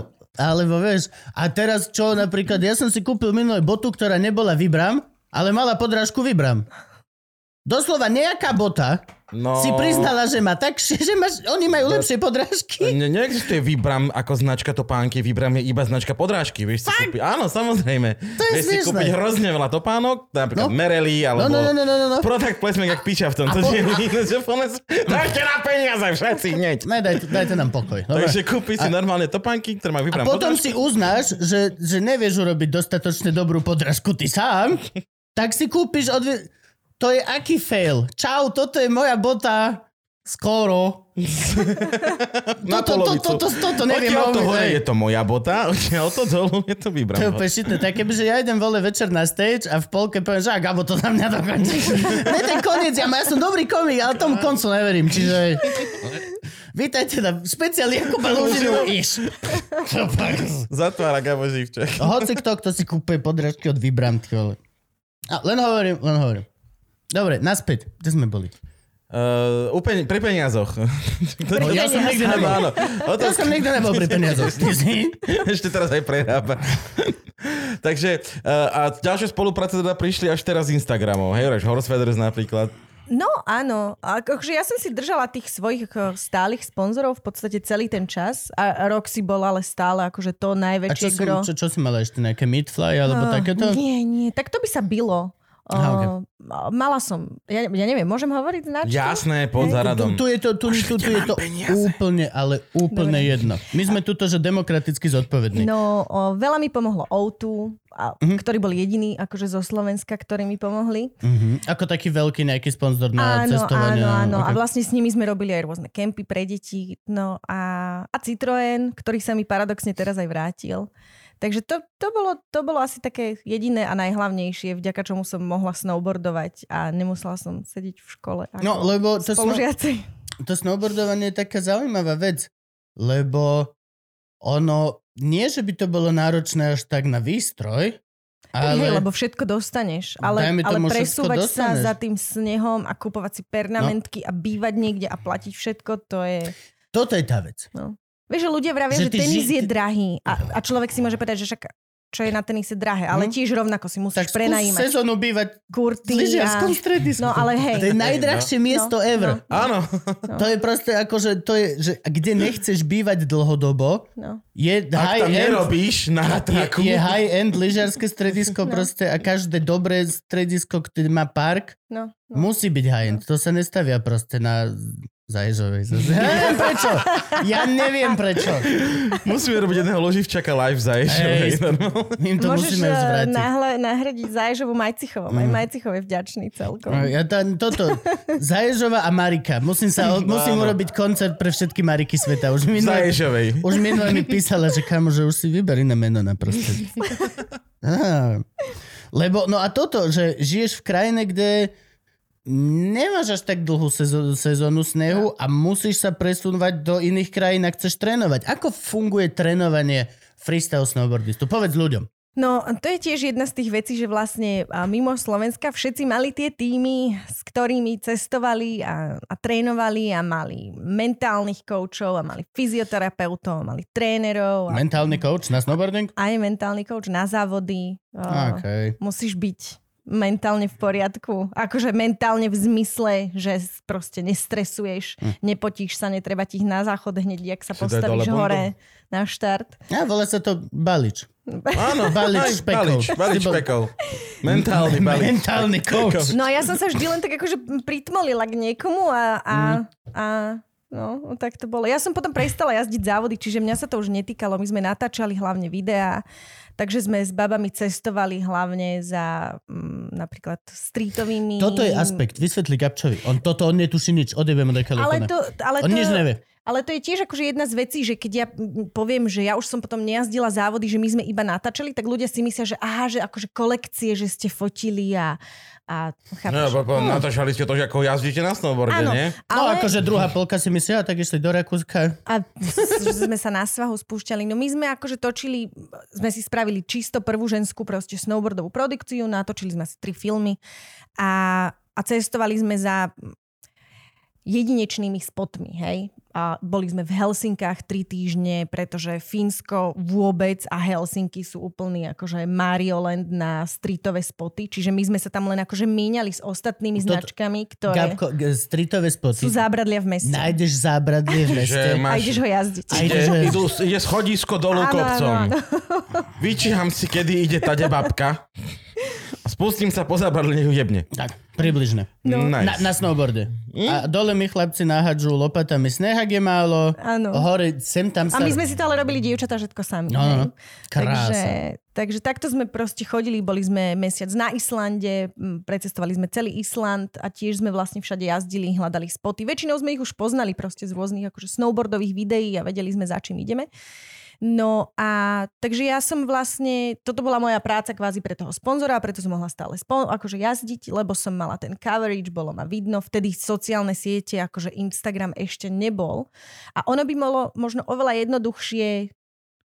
*laughs* Alebo vieš, a teraz čo napríklad, ja som si kúpil minulé botu, ktorá nebola Vibram, ale mala podrážku Vibram. Doslova nejaká bota
No,
si priznala, že má tak, *laughs* že máš, oni majú lepšie podrážky.
Ne, neexistuje Vibram ako značka topánky, Vibram je iba značka podrážky, vieš si kúpiť. Áno, samozrejme. To
je
vieš si
smiešné.
kúpiť hrozne veľa topánok,
No.
napríklad Merely, alebo
No, no, no, no, no, no.
Product placement, jak piča v tom. To
po-
je *laughs* že pones- Dajte na peniaze všetci, hneď.
Ne, dajte, dajte nám pokoj. Dobre.
Takže kúpi si normálne topánky, ktoré má
no. A
Vibram
potom si
podrážku.
uznáš, že, že nevieš urobiť dostatočne dobrú podrážku ty sám, tak si kúpiš odve... To je aký fail? Čau, toto je moja bota skoro.
na
toto-
polovicu.
toto- toto- toto neviem
Odtiaľ to
ovlivniť,
hore
hej.
je to moja bota, *laughs* odtiaľ to dolu je to Vibram.
To je úplne šitné. Tak kebyže ja idem vole večer na stage a v polke poviem, že a Gabo to na mňa dokončí. *laughs* ne ten koniec, ja, ja som dobrý komik, ale tomu koncu neverím. Čiže... Vítajte na špeciáli Jakuba Lužinu. Iš. To pak-
Zatvára Gabo Živček. *laughs*
Hoci kto, kto si kúpe podrážky od Vibrant, ty vole. A, len hovorím, len hovorím. Dobre, naspäť. Kde sme boli?
Uh, úplne, pri peniazoch. *laughs*
No, ja som nikdy nebol.
Áno,
Ja
otázka,
som nikdy nebol pri peniazoch. Ty si?
*laughs* ešte teraz aj prehrába. *laughs* Takže, uh, a ďalšie spolupráce teda prišli až teraz z Instagramov. Hej, Reš, Horse Feathers napríklad.
No áno, akože ja som si držala tých svojich eh, stálych sponzorov v podstate celý ten čas a Roxy bol ale stále akože
A
to
čo
najväčšie
si,
gro.
čo, čo si mala ešte? Nejaké Meatfly alebo
Ah,
takéto?
Nie, nie, tak to by sa bilo.
Aha, ok.
Uh, mala som, ja, ja neviem, môžem hovoriť značku?
Jasné, pod
Tu,
záradom.
tu je to, tu, tu, tu je to úplne, ale úplne
Dobre.
jedno. My sme tuto, že demokraticky zodpovední.
No, o, veľa mi pomohlo O2, a, ktorí boli jediní akože zo Slovenska, ktorí mi pomohli.
Mhm. Ako taký veľký nejaký sponzor na
áno,
cestovanie.
áno, áno. A
Okay.
vlastne s nimi sme robili aj rôzne kempy pre deti. No a, a Citroen, ktorý sa mi paradoxne teraz aj vrátil. Takže to, to, bolo, to bolo asi také jediné a najhlavnejšie, vďaka čomu som mohla snowboardovať a nemusela som sedieť v škole. Ako
No, lebo to sme,
spolužiaci.
to snowboardovanie je taká zaujímavá vec, lebo ono, nie že by to bolo náročné až tak na výstroj,
Ale... Hej,
ale...
lebo všetko dostaneš, ale,
Dajme
ale
tomu, všetko
presúvať sa
dostaneš.
za tým snehom a kúpovať si pernamentky no. a bývať niekde a platiť všetko, to je...
Toto je tá vec.
Vieš, že ľudia vravia,
Že
že,
ty
že tenis
ži-
je drahý a, a človek si môže povedať, že však čo je na tenise drahé, ale
No.
tiež rovnako si musíš
Tak
tak
skús
prenajímať
sezónu bývať v
kurty a...
lyžiarskom stredisku.
No ale hej, No,
To je
No.
najdrahšie miesto ever.
Áno.
To je proste ako, že to je, že kde nechceš bývať dlhodobo,
no.
je
Ak tam
high-end
nerobíš na hatraku.
je, je high-end lyžiarske stredisko
*laughs* No.
proste a každé dobré stredisko, ktoré má park,
No, no.
Musí byť high-end. To sa nestavia proste na Zaježovej.
*laughs*
zase. *laughs* Ja neviem prečo. Ja neviem prečo.
Musíme robiť jedného loživčaka live za No,
Hej.
ešte. normálne.
My im to
Môžeš
musíme Mhm. už
eh,
vrátiť.
nahla- nahradiť Zaježovu Majcichovom. Aj Majcichov je vďačný celkom.
No, Ja tá, toto. Zaježova a Marika. Musím, sa,
*laughs* No,
musím
áno.
urobiť koncert pre všetky Mariky sveta. Už
Za
minulé,
Ježovej.
už minulé mi písala, že kamo, že už si vyber iné meno na
*laughs*
proste. Á. Lebo, no a toto, že žiješ v krajine, kde nemáš až tak dlhú sezó- sezónu snehu a musíš sa presúvať do iných krajín, ak chceš trénovať. Ako funguje trénovanie freestyle snowboardistu? Povedz ľuďom.
No, to je tiež jedna z tých vecí, že vlastne a mimo Slovenska všetci mali tie týmy, s ktorými cestovali a, a trénovali a mali mentálnych koučov a mali fyzioterapeutov, mali trénerov a
Mentálny coach na snowboarding?
aj mentálny kouč na závody. A
OK.
Musíš byť mentálne v poriadku. Akože mentálne v zmysle, že s- proste nestresuješ, nepotíš sa, netreba ti ísť na záchod hneď, jak sa
Si Hm. daj dole
postavíš
bundu.
hore na štart.
Ja, volá sa to balič.
Áno,
Balič
aj
špekov.
Balič, balič
Ty bol-
špekov. Mentálny balič. *laughs*
Mentálny coach.
No a ja som sa vždy len tak akože pritmolila k niekomu a, a,
Mhm.
a no, tak to bolo. Ja som potom prestala jazdiť závody, čiže mňa sa to už netýkalo. My sme natáčali hlavne videá, takže sme s babami cestovali hlavne za mm, napríklad streetovými...
Toto je aspekt. Vysvetli Gabčovi. On toto, on netuší nič. Odjebeme do
Mm. Ale
Kalifornie.
to, ale
On
to,
nič nevie.
Ale to je tiež akože jedna z vecí, že keď ja mm, poviem, že ja už som potom nejazdila závody, že my sme iba natáčali, tak ľudia si myslia, že aha, že akože kolekcie, že ste fotili a... a
No,
chápeš?
po, po, natáčali ste to, že ako jazdíte na snowboarde,
Áno,
nie?
No akože druhá polka si myslela, tak išli do Rakúska.
A že sme sa na svahu spúšťali. No my sme akože točili, sme si spravili čisto prvú ženskú proste snowboardovú produkciu, natočili sme asi tri filmy a, a cestovali sme za jedinečnými spotmi, hej. A boli sme v Helsinkách tri týždne, pretože Fínsko vôbec a Helsinky sú úplný akože Marioland na streetové spoty, čiže my sme sa tam len akože míňali s ostatnými
Toto-
značkami, ktoré
No Gabko, g- streetové spoty.
sú zábradlia v meste.
Nájdeš zábradlie v meste.
Že
A
máš...
ideš ho jazdiť.
A
Ide,
Ideš-
idú, ide schodisko dolu
Áno,
kopcom.
áno, áno.
Vyčíham si, kedy ide tade babka. A Spustím sa po zábradlí, nech ju jebne.
Tak, približne.
No. Nice. Hm?
Na, na snowboarde. A dole mi chlapci nahádžu lopatami. Snehak je málo.
Áno.
Hore, sem tam
A
sa...
my sme si to ale robili dievčatá všetko sami.
No, no,
hej?
no. Krása.
Takže, takže takto sme proste chodili, boli sme mesiac na Islande, m, precestovali sme celý Island a tiež sme vlastne všade jazdili, hľadali spoty. Väčšinou sme ich už poznali proste z rôznych akože snowboardových videí a vedeli sme, za čím ideme. No a takže ja som vlastne, toto bola moja práca kvázi pre toho sponzora a preto som mohla stále spon- akože jazdiť, lebo som mala ten coverage, bolo ma vidno, vtedy sociálne siete, akože Instagram ešte nebol. A ono by bolo možno oveľa jednoduchšie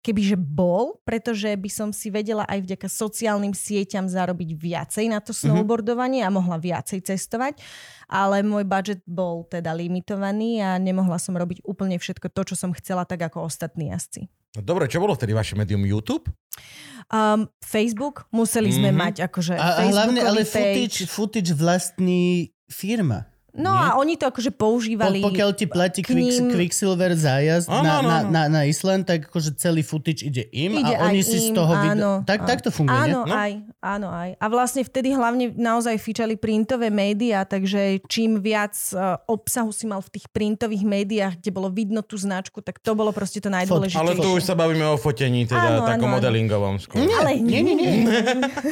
kebyže bol, pretože by som si vedela aj vďaka sociálnym sieťam zarobiť viacej na to
Mhm.
snowboardovanie a mohla viacej cestovať, ale môj budget bol teda limitovaný a nemohla som robiť úplne všetko to, čo som chcela, tak ako ostatní jazdci.
No Dobre, čo bolo vtedy vaše médium YouTube?
Um, Facebook, museli sme
Mhm.
mať akože
A, a hlavne, ale footage,
footage.
footage vlastní firma.
No a oni to akože
Po,
používali.
pokiaľ ti platí
k
Quicks,
ním-
Quicksilver zájazd
Áno,
na,
áno,
na,
áno.
na, na Island, tak akože celý footage ide im
Ide
a oni
aj
si z
im,
toho
áno,
vydajú. Tak,
áno.
tak to funguje, nie?
Áno,
nie? No.
aj, áno, aj. A vlastne vtedy hlavne naozaj fičali printové médiá, takže čím viac eh, obsahu si mal v tých printových médiách, kde bolo vidno tú značku, tak to bolo proste to najdôležitejšie.
Ale tu už sa bavíme o fotení, teda
Áno,
takom
áno, áno.
modelingovom skôr.
Ale
Nie, nie, nie.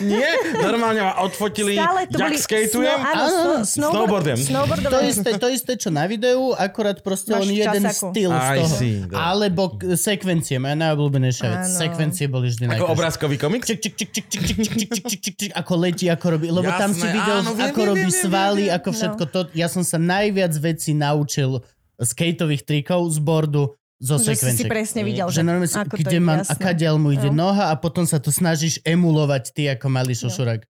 Nie, normálne ma odfotili,
Stále to
jak
boli...
skateujem.
Sno, áno,
Áno,
sno, snowboard,
snowboardujem.
snowboardové-
To isté, to isté, čo na videu, akurát proste len
Máš v
jeden
časaku.
styl z
I
toho.
no.
see, dobre.
Alebo k- sekvencie, moja najobľúbenejšia vec.
Áno.
Sekvencie boli vždy
Ako
najkrajšie.
obrázkový komiks?
Čik, čik, čik, čik, čik, čik, čik, čik, čik, čik, čik, čik, ako letí, ako robí. Lebo tam si
Jasné,
videl,
áno, viem,
ako
viem,
robí
viem, viem,
svaly,
viem.
No.
ako všetko to. Ja som sa najviac vecí naučil z skateových trikov, z boardu, zo
Že si si
sekvenciek.
presne videl,
Že
že,
normálne, si,
ako to
kde
je,
mám,
jasné.
aká ďal mu ide
No.
noha a potom sa to snažíš emulovať ty ako malý šošurak.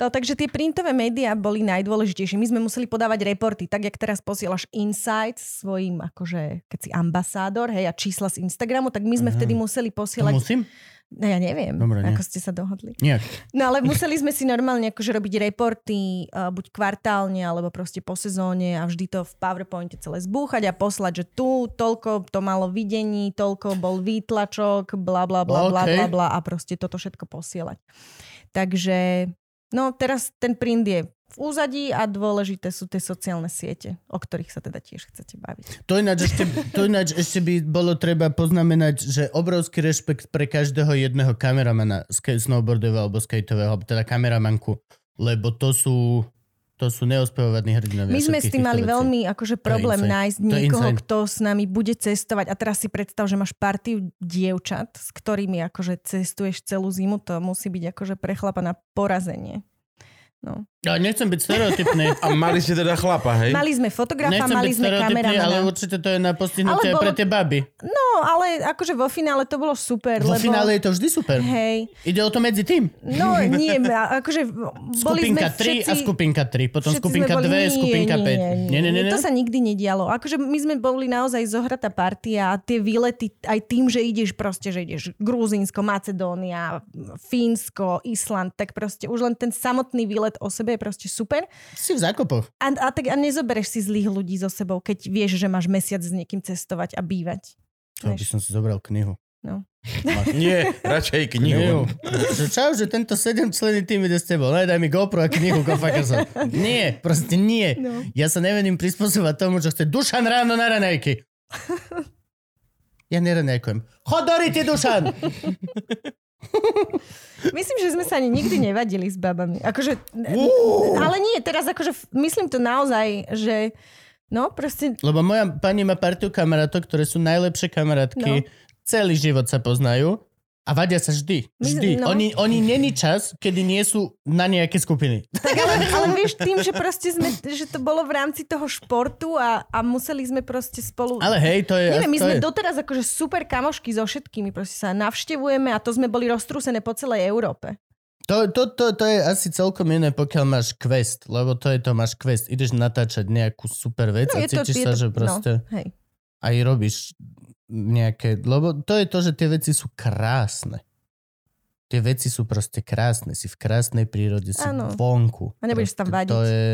To, takže tie printové médiá boli najdôležitejšie. My sme museli podávať reporty, tak jak teraz posielaš insights svojim, akože keď si ambasádor, hej, a čísla z Instagramu, tak my sme
Aha.
vtedy
Mhm.
museli
To
posielať...
musím?
No ja neviem,
Dobre, nie.
ako ste sa dohodli.
Nie.
No ale museli sme si normálne akože robiť reporty, eh, buď kvartálne, alebo proste po sezóne a vždy to v PowerPointe celé zbúchať a poslať, že tu toľko to malo videní, toľko bol výtlačok, bla bla bla bla
Okay.
bla bla a proste toto všetko posielať. Takže, no teraz ten print je v úzadí a dôležité sú tie sociálne siete, o ktorých sa teda tiež chcete baviť.
To ináč, ešte, to ináč ešte by bolo treba poznamenať, že obrovský rešpekt pre každého jedného kameramana sk- snowboardového alebo skateového, alebo teda kameramanku, lebo to sú, to sú neospevovaní hrdinovia.
My sme
všetkých
s tým
týchto
mali
vecí.
veľmi akože problém
insane.
nájsť
To je
niekoho,
insane.
kto s nami bude cestovať. A teraz si predstav, že máš partiu dievčat, s ktorými akože cestuješ celú zimu. To musí byť akože pre chlapa na porazenie. No.
Ja nechcem byť stereotypný.
A mali ste teda chlapa, hej?
Mali sme *laughs* fotografa,
nechcem byť
mali sme
stereotypný, ale
kameramana.
určite to je na postihnutie
Ale
aj pre
bolo-
tie baby.
No, ale akože vo finále to bolo super.
Vo
lebo...
finále je to vždy super.
Hej.
Ide o to medzi tým.
No
*laughs*
nie, a- akože boli
Skupinka
sme
3
všetci...
a skupinka 3, potom
Všetci
skupinka
sme
2,
boli, nie,
skupinka
nie,
5.
Nie, nie, nie,
nie.
To sa nikdy nedialo. Akože my sme boli naozaj zohratá partia a tie výlety aj tým, že ideš proste, že ideš Gruzínsko, Macedónia, Fínsko, Island, tak proste už len ten samotný výlet o sebe je proste super.
Si v zákopoch.
A, a tak a nezobereš si zlých ľudí so sebou, keď vieš, že máš mesiac s niekým cestovať a bývať.
To by
Vieš.
som si zobral knihu.
No.
Nie, radšej knihu.
Že No čau, že tento sedemčlenný tým ide s tebou. Ne, daj mi GoPro a knihu, kofaka som. Nie, proste nie.
No.
Ja sa nevením prispôsobať tomu, čo chce Dušan ráno na ranejky. Ja neranejkujem. Chodori ty, Dušan!
Myslím, že sme sa ani nikdy nevadili s babami. Akože, ale nie, teraz akože f- myslím to naozaj, že No proste,
Lebo moja pani má partiu kamarátov, ktoré sú najlepšie kamarátky. No.
No.
Celý život sa poznajú a vadia sa vždy.
My-
Vždy.
no.
No. Oni, oni není čas, kedy nie sú na nejaké skupiny.
tak ale, ale vieš tým, že proste sme, že to bolo v rámci toho športu a, a museli sme proste spolu...
Ale hej, to je...
Neviem, my
to
sme
je.
doteraz akože super kamošky so všetkými, proste sa navštevujeme a to sme boli roztrúsené po celej Európe.
To, to, to, to je asi celkom iné, pokiaľ máš quest, lebo to je to, máš quest. Ideš natáčať nejakú super vec no, a cítiš sa, že proste
No, hej.
no. aj robíš nejaké... Lebo to je to, že tie veci sú krásne. Tie veci sú proste krásne. Si v krásnej prírode, si
Áno.
vonku.
A nebudeš tam
Proste
vadiť.
To je,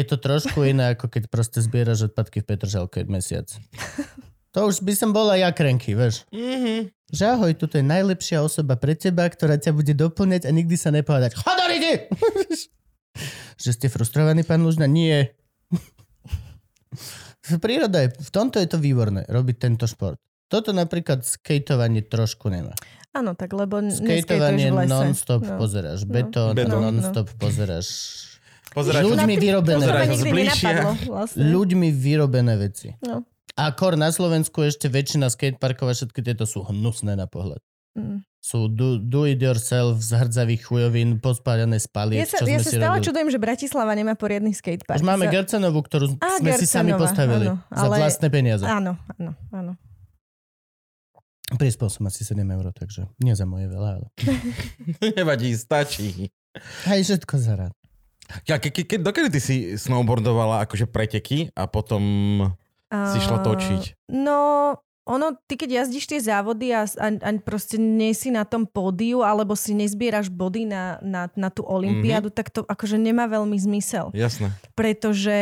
je to trošku iné, ako keď proste zbieraš odpadky v Petržalke
*laughs*
mesiac. To už by som bola ja krenky, vieš.
Mm-hmm.
Že ahoj, toto je najlepšia osoba pre teba, ktorá ťa bude doplňať a nikdy sa nepovedať. Chodor, ide! *laughs* že ste frustrovaní, pán Lužna? Nie. *laughs* V príroda je, v tomto je to výborné, robiť tento šport. Toto napríklad skateovanie trošku nemá.
Áno, tak lebo n- neskejtuješ
Skateovanie
v lese.
teda non-stop
no.
pozeráš, betón,
Betón.
non-stop
*laughs*
pozeráš.
Pozeraj,
Ľudia- ľuďmi
Na tým-
vyrobené.
To
Pozeraj
ma
ho
nikdy
zbližšia.
nenapadlo vlastne.
Ľuďmi vyrobené veci.
No.
A kor na Slovensku ešte väčšina skateparkov a všetky tieto sú hnusné na pohľad.
Mm.
sú do, do it yourself z hrdzavých chujovín, pospáľané spalie,
Ja sa,
čo sme
ja sa
si
stále
robili.
čudujem, že Bratislava nemá poriadny skatepark.
Už máme
Za-
Gercenovú, ktorú
Á,
sme si sami
Gercenová,
postavili
áno,
za
ale-
vlastné peniaze. A...
Áno, áno, áno.
Prispel som asi 7 eur, takže nie za moje veľa, ale...
*laughs* Nevadí, stačí.
Hej, všetko za rád.
Ja, ke, ke, ke, dokedy ty si snowboardovala akože preteky a potom si šla
A-
točiť?
No, ono, ty keď jazdíš tie závody a, a, a proste nie si na tom pódiu, alebo si nezbieraš body na, na, na tú olympiádu,
Mhm.
mm-hmm. tak to akože nemá veľmi zmysel.
Jasné.
pretože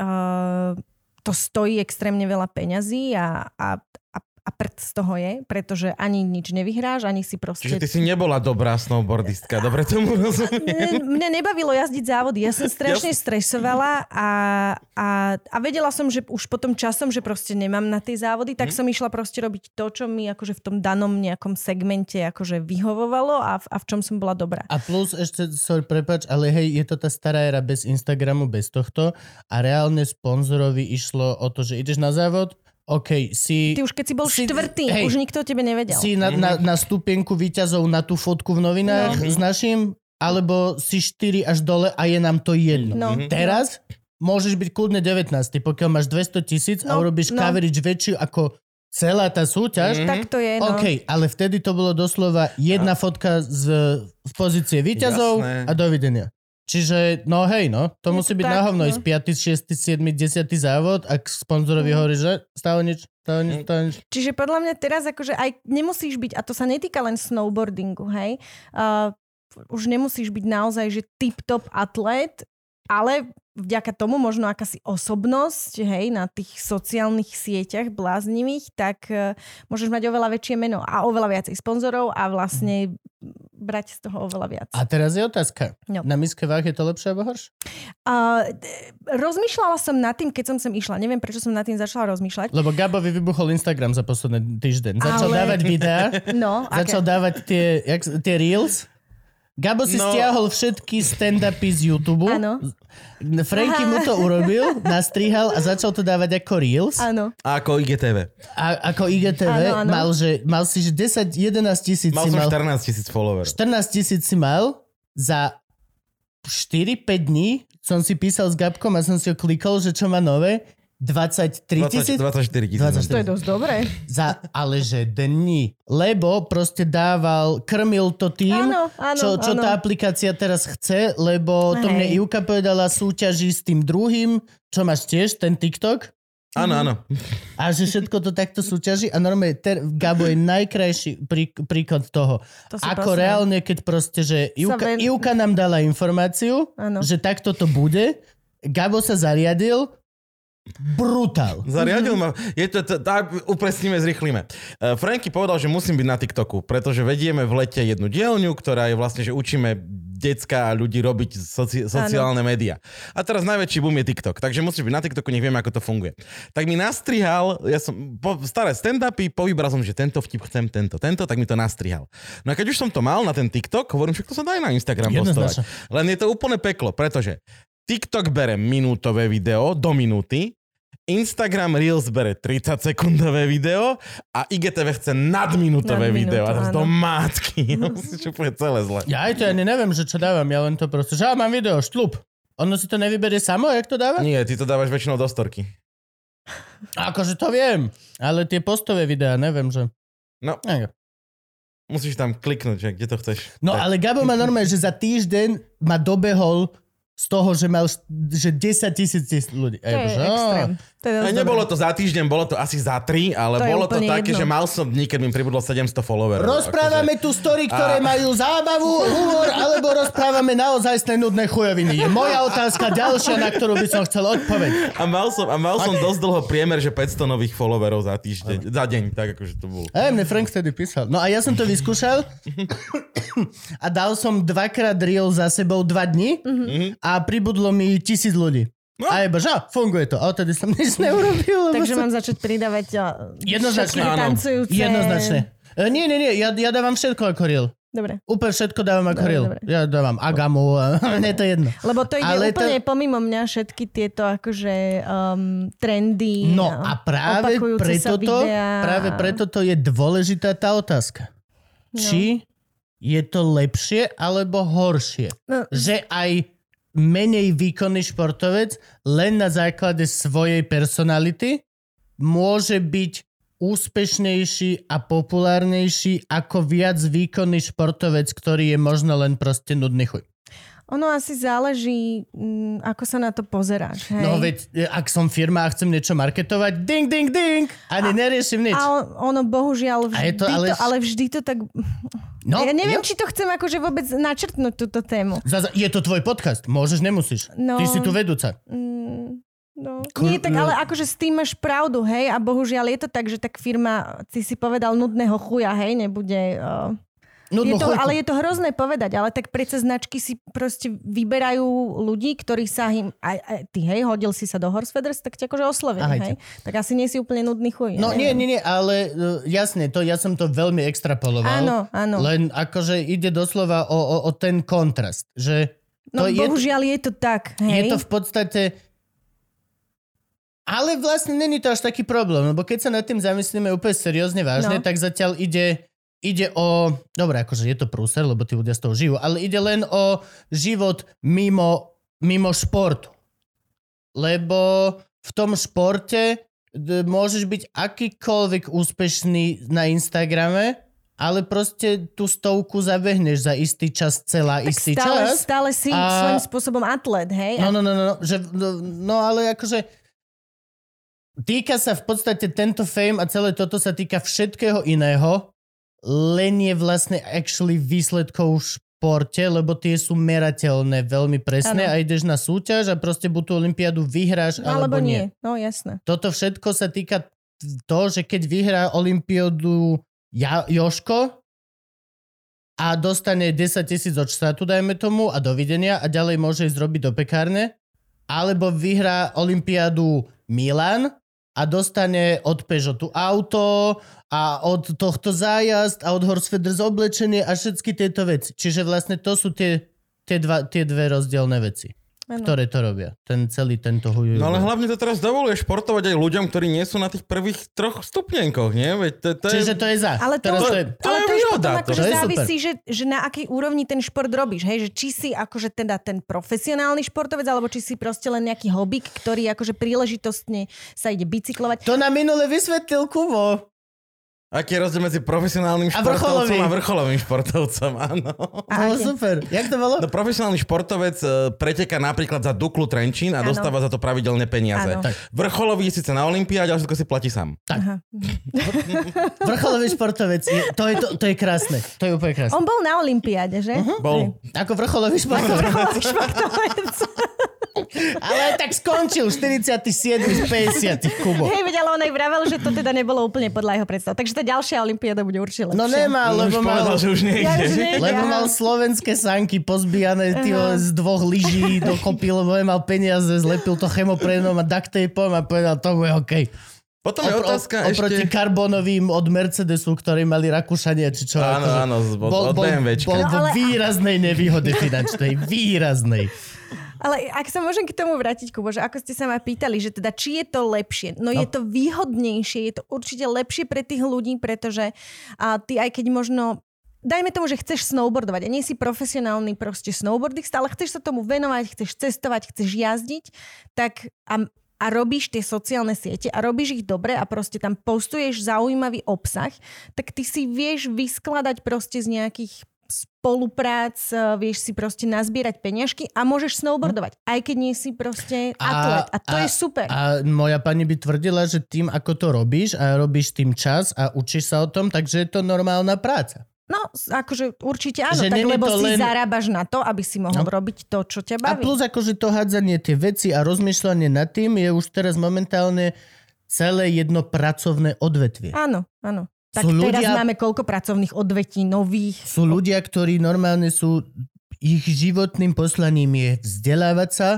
uh, to stojí extrémne veľa peňazí a, a, a, a prd z toho je, pretože ani nič nevyhráš, ani si proste...
Čiže ty si nebola dobrá
*laughs*
snowboardistka, dobre tomu rozumiem.
Ne- Mne nebavilo jazdiť závody, *laughs* ja som strašne stresovala a, a, a vedela som, že už potom časom, že proste nemám na tie závody, tak som išla proste robiť to, čo mi akože v tom danom nejakom segmente akože vyhovovalo a v, a v čom som bola dobrá.
A plus ešte, sorry, prepač, ale hej, je to tá stará era bez Instagramu, bez tohto a reálne sponzorovi išlo o to, že ideš na závod, OK, si...
Ty už keď si bol
Si-
štvrtý,
hej.
už nikto o tebe nevedel.
si na, na, na stupienku výťazov na tú fotku v novinách no.
No.
s našim, alebo si 4 až dole a je nám to jedno.
No.
Mhm.
Mhm.
Teraz môžeš byť kľudne 19, pokiaľ máš 200 tisíc a
No,
urobíš
no.
coverage väčšiu ako celá tá súťaž.
Mhm.
Tak to je, no.
OK, ale vtedy to bolo doslova jedna fotka z, z pozície výťazov
Jasné.
a dovidenia. Čiže, no hej, no, to
Je
musí
to
byť
tak,
na hovno,
no.
ísť 5., 6., 7., 10. závod, ak sponzorovi
Mhm.
hovorí, že stále nič, stále
Mhm.
nič, stále nič.
Čiže podľa mňa teraz akože aj nemusíš byť, a to sa netýka len snowboardingu, hej, uh, už nemusíš byť naozaj, že tip-top atlét, ale vďaka tomu možno akási osobnosť, hej, na tých sociálnych sieťach bláznivých, tak uh, môžeš mať oveľa väčšie meno a oveľa viacej sponzorov a vlastne brať z toho oveľa viac.
A teraz je otázka.
No.
Na miske váh je to lepšie alebo horšie?
Uh, d- rozmýšľala som nad tým, keď som sem išla. Neviem, prečo som nad tým začala rozmýšľať.
Lebo Gabovi vybuchol Instagram za posledný týždeň. Začal
Ale-
dávať
*laughs*
videá,
No, aké?
začal dávať tie, jak, tie reels. Gabo si no.
No.
stiahol všetky stand-upy z YouTube.
Áno.
Franky
Aha.
mu to
*laughs*
urobil, nastrihal a začal to dávať ako reels.
Áno.
A ako IGTV.
A, ako IGTV
Áno, áno.
Mal, že, mal si že 10, 11 tisíc
Mal
si
som
mal.
14 tisíc followerov.
14 tisíc si mal za 4-5 dní som si písal s Gabkom a som si ho klikol, že čo má nové. 23 tisíc?
20, 24 tisíc. no.
24.
To je dosť dobré.
Za, ale že dni. Lebo proste dával, krmil to tým,
Áno, áno,
čo, čo
áno.
tá aplikácia teraz chce, lebo to
Hej.
mne Ivka povedala súťaží s tým druhým, čo máš tiež, ten TikTok.
Áno, áno.
A že všetko to takto súťaží a normálne ter, Gabo je najkrajší prí, príklad toho.
To si
Ako
prosím.
reálne, keď proste, že Ivka,
ven-
Ivka nám dala informáciu,
Áno.
že takto to bude, Gabo sa zariadil, brutál.
Zariadil ma. Je to, to, tak upresníme, zrychlíme. Eh, Franky povedal, že musím byť na TikToku, pretože vedieme v lete jednu dielňu, ktorá je vlastne, že učíme decka a ľudí robiť soci, sociálne médiá. A teraz najväčší boom je TikTok, takže musíš byť na TikToku, nech vieme, ako to funguje. Tak mi nastrihal, ja som po, staré stand-upy, povybral som, že tento vtip chcem, tento, tento, tak mi to nastrihal. No a keď už som to mal na ten TikTok, hovorím, však to sa dá aj na Instagram postovať.
Jednoznačne.
Len je to úplne peklo, pretože TikTok bere minútové video do minúty, Instagram Reels bere 30 sekundové video a IGTV chce nadminútové
Nadminútu,
video. A
áno.
*laughs* to mátky. Ja musím, že úplne celé
*laughs*
zle.
Ja aj to ani neviem, že čo dávam, ja len to proste, že á, mám video, štlup. Ono si to nevyberie samo, jak to dáva?
Nie, ty to dávaš väčšinou do storky.
Akože to viem, ale tie postové videá, neviem, že...
No,
Neviem.
musíš tam kliknúť, že kde to chceš.
No
Tak.
ale Gabo ma normálne, že za týždeň ma dobehol z toho, že mal že 10 tisíc ľudí. A
To
ja
je
že, á.
extrém. To je dosť
A
dobré.
nebolo to za týždeň, bolo to asi za tri, ale
To
to
je
bolo to
úplne
také,
jedno.
že mal som dní, keď mi pribudlo 700 followerov.
Rozprávame tu story, ktoré
Akože- A-
majú zábavu, humor, alebo rozprávame naozaj nudné chujoviny. Je moja otázka ďalšia, na ktorú by som chcel odpoveď.
Akože, a mal som, a mal
*laughs*
som dosť dlho priemer, že 500 nových followerov za týždeň, za deň, tak akože to bolo.
A mne Frank vtedy písal. No a ja som to vyskúšal *coughs* a dal som dvakrát reel za sebou dva dni a pribudlo mi tisíc ľudí.
No.
A iba, že á, funguje to. A odtedy som nič neurobil. lebo
Takže
som-
mám začať pridávať a,
Jednoznačne,
všetky
áno.
tancujúce...
Jednoznačne. E, nie, nie, nie, ja, ja dávam všetko ako reel.
Dobre.
Úplne všetko dávam ako
Dobre,
reel.
dobre.
Ja dávam agamu, a- *laughs* mne je to jedno.
Lebo to ide
Ale to-
úplne pomimo mňa všetky tieto akože um, trendy.
No a práve
opakujúce
preto,
sa
to,
videá.
práve preto to je dôležitá tá otázka.
no.
Či je to lepšie alebo horšie?
No.
Že aj menej výkonný športovec len na základe svojej personality môže byť úspešnejší a populárnejší ako viac výkonný športovec, ktorý je možno len proste nudný chuj.
Ono asi záleží, mm, ako sa na to pozeráš. Hej?
No veď, e, ak som firma a chcem niečo marketovať, ding, ding, ding, ani neriešim nič.
A on- ono bohužiaľ
A je
vždy
to
to, ale...
ale-
To, ale vždy to tak...
No,
ja neviem,
jo.
či to chcem akože vôbec načrtnúť túto tému.
Zaza, je to tvoj podcast, môžeš, nemusíš.
No.
Ty si tu vedúca.
Mm, No.
Ko-
Nie, tak
no.
ale akože s tým máš pravdu, hej, a bohužiaľ je to tak, že tak firma, ty si povedal nudného chuja, hej, nebude... Uh,
No,
je
no,
to,
chujku.
ale je to hrozné povedať, ale tak predsa značky si proste vyberajú ľudí, ktorí sa im... Aj, aj, ty, hej, hodil si sa do Horse Feathers, tak ťa akože oslovili,
Ahajte.
hej. Tak asi nie si úplne nudný chuj.
No
ja
nie,
neviem.
nie, nie, ale uh, jasne, to ja som to veľmi extrapoloval.
Áno, áno.
Len akože ide doslova o, o, o ten kontrast, že
No
to je,
bohužiaľ je to tak,
je
hej.
to v podstate... Ale vlastne není to až taký problém, lebo keď sa nad tým zamyslíme úplne seriózne, vážne,
No.
tak zatiaľ ide, ide o... Dobre, akože je to prúser, lebo tí ľudia z toho žijú, ale ide len o život mimo, mimo športu. Lebo v tom športe d- môžeš byť akýkoľvek úspešný na Instagrame, ale proste tú stovku zabehneš za istý čas, celá
tak
istý
stále,
čas.
stále si
A-
svojím spôsobom atlet, hej.
No, no, no, no, no, že, no, no ale akože týka sa v podstate tento fame a celé toto sa týka všetkého iného, len je vlastne actually výsledkov v športe, lebo tie sú merateľné veľmi presne
Áno.
a ideš na súťaž a proste buď tú olimpiádu vyhráš alebo,
Alebo
nie.
nie. No jasné.
Toto všetko sa týka to, že keď vyhrá Olympiódu ja, Joško a dostane 10 tisíc od štátu, dajme tomu, a dovidenia a ďalej môže ísť robiť do pekárne, alebo vyhrá Olympiádu Milan a dostane od Peugeotu auto a od tohto zájazd a od Horsfeders oblečenie a všetky tieto veci. Čiže vlastne to sú tie, tie, dva, tie dve rozdielne veci,
Áno.
ktoré to robia. Ten celý tento hujú.
No ale hlavne to teraz dovoluje športovať aj ľuďom, ktorí nie sú na tých prvých troch stupnenkoch, nie? Veď to, to
Čiže
je...
to je za.
Ale to,
Teraz
to,
to je...
to je
ale to už
výhoda,
potom
to-
to
akože
je
závisí, že, že na akej úrovni ten šport robíš. Hej, že či si akože teda ten profesionálny športovec, alebo či si proste len nejaký hobik, ktorý akože príležitostne sa ide bicyklovať.
To nám minule vysvetlil Kubo.
Aký je rozdiel medzi profesionálnym
A vrcholovým.
športovcom a vrcholovým športovcom, áno.
*laughs* To bolo
aké?
super. Jak to bolo?
No profesionálny športovec e, preteká napríklad za Duklu Trenčín a
Áno.
dostáva za to pravidelné peniaze.
Áno.
Tak.
Vrcholový je síce na Olympiáde, ale všetko si platí sám.
Aha.
Vrcholový športovec. je- To je, to, to je krásne. To je úplne krásne.
On bol na Olympiáde, že? Uh-huh.
Mhm.
*laughs*
Bol.
Ako vrcholový športovec. Ale tak skončil 47 z 50 Kubo.
Hej, veď, ale on aj vravel, že to teda nebolo úplne podľa jeho predstav. Takže tá ďalšia Olympiáda bude určite lepšia.
No nemá,
Už
lebo
povedal,
mal...
že už nejde.
Ja už nejde,
Lebo
áno.
mal slovenské sanky pozbijané týho, z dvoch lyží dokopy, lebo nemal peniaze, zlepil to chemoprénom a duct tapeom a povedal, to bude OK.
Potom je
Opro-
otázka
oproti
ešte...
karbonovým od Mercedesu, ktorí mali Rakúšania, či čo.
Áno,
akože
áno, z- od- od BMWčka.
bol
No,
vo
ale-
výraznej nevýhode finančnej. Výraznej.
Ale ak sa môžem k tomu vrátiť, Kubo, že ako ste sa ma pýtali, že teda či je to lepšie. No, no. je to výhodnejšie, je to určite lepšie pre tých ľudí, pretože a ty aj keď možno dajme tomu, že chceš snowboardovať a nie si profesionálny proste snowboardista, ale chceš sa tomu venovať, chceš cestovať, chceš jazdiť, tak a a robíš tie sociálne siete a robíš ich dobre a proste tam postuješ zaujímavý obsah, tak ty si vieš vyskladať proste z nejakých spoluprác, e, vieš si proste nazbierať peniažky a môžeš snowboardovať, aj keď nie si proste atlet. A to
Hm. a-
je super.
A moja pani by tvrdila, že tým, ako to robíš a robíš tým čas a učíš sa o tom, takže je to normálna práca.
No, s- akože určite áno,
Že
tak
není
lebo
to len-
si zarábaš na to, aby si mohol
No.
robiť to, čo ťa
A
baví.
plus akože to hádzanie tie veci a rozmýšľanie nad tým je už teraz momentálne celé jedno pracovné odvetvie.
Áno, áno. Tak
Sú
teraz
ľudia-
máme koľko pracovných odvetí nových.
Sú ľudia, ktorí normálne sú, ich životným poslaním je vzdelávať sa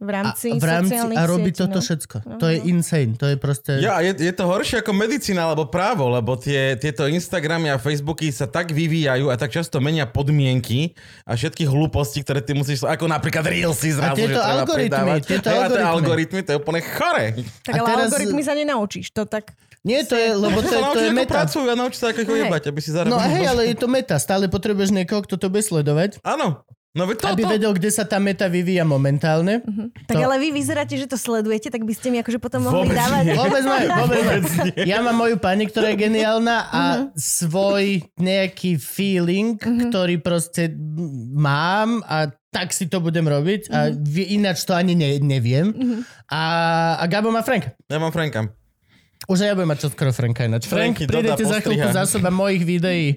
v
a,
rámci,
v rámci
sociálnych
a robiť
sietí,
toto
no.
všetko. To je
Mhm.
insane, to je proste...
Ja, je, je to horšie ako medicína alebo právo, lebo tie, tieto Instagramy a Facebooky sa tak vyvíjajú a tak často menia podmienky a všetky hlúposti, ktoré ty musíš, ako napríklad Reelsy
A
zrazu,
tieto
že treba
algoritmy,
pridávať.
tieto
Hej, A tie
algoritmy.
algoritmy, to je úplne chore.
Tak
A
ale
teraz-
algoritmy sa nenaučíš, to tak...
Nie, to je, lebo to,
sa
je- to
naučiť,
je
ako
meta.
pracujú a naučiť sa, ako ich
Hej.
ujebať, aby si zarobil.
No a hej, ale je to meta. Stále potrebuješ niekoho, kto to bude sledovať,
Áno. No veď to,
aby
to. Mhm.
vedel, kde sa tá meta vyvíja momentálne.
Tak
To-
ale vy vyzeráte, že to sledujete, tak by ste mi akože potom mohli
Vôbec
dávať...
nie.
Vôbec
*laughs*
*laughs*
nie, vôbec
Vôbec
nie.
nie.
Ja mám moju pani, ktorá je geniálna a
Mhm.
svoj nejaký feeling, ktorý proste mám a tak si to budem robiť
Mhm.
a vi- ináč to ani ne, neviem. A, a Gabo má Franka.
Ja mám Franka.
Už aj ja budem mať čoskoro Franka ináč. Frank,
Franky,
prídete
dodá,
za chvíľku
postriha.
zásoba mojich videí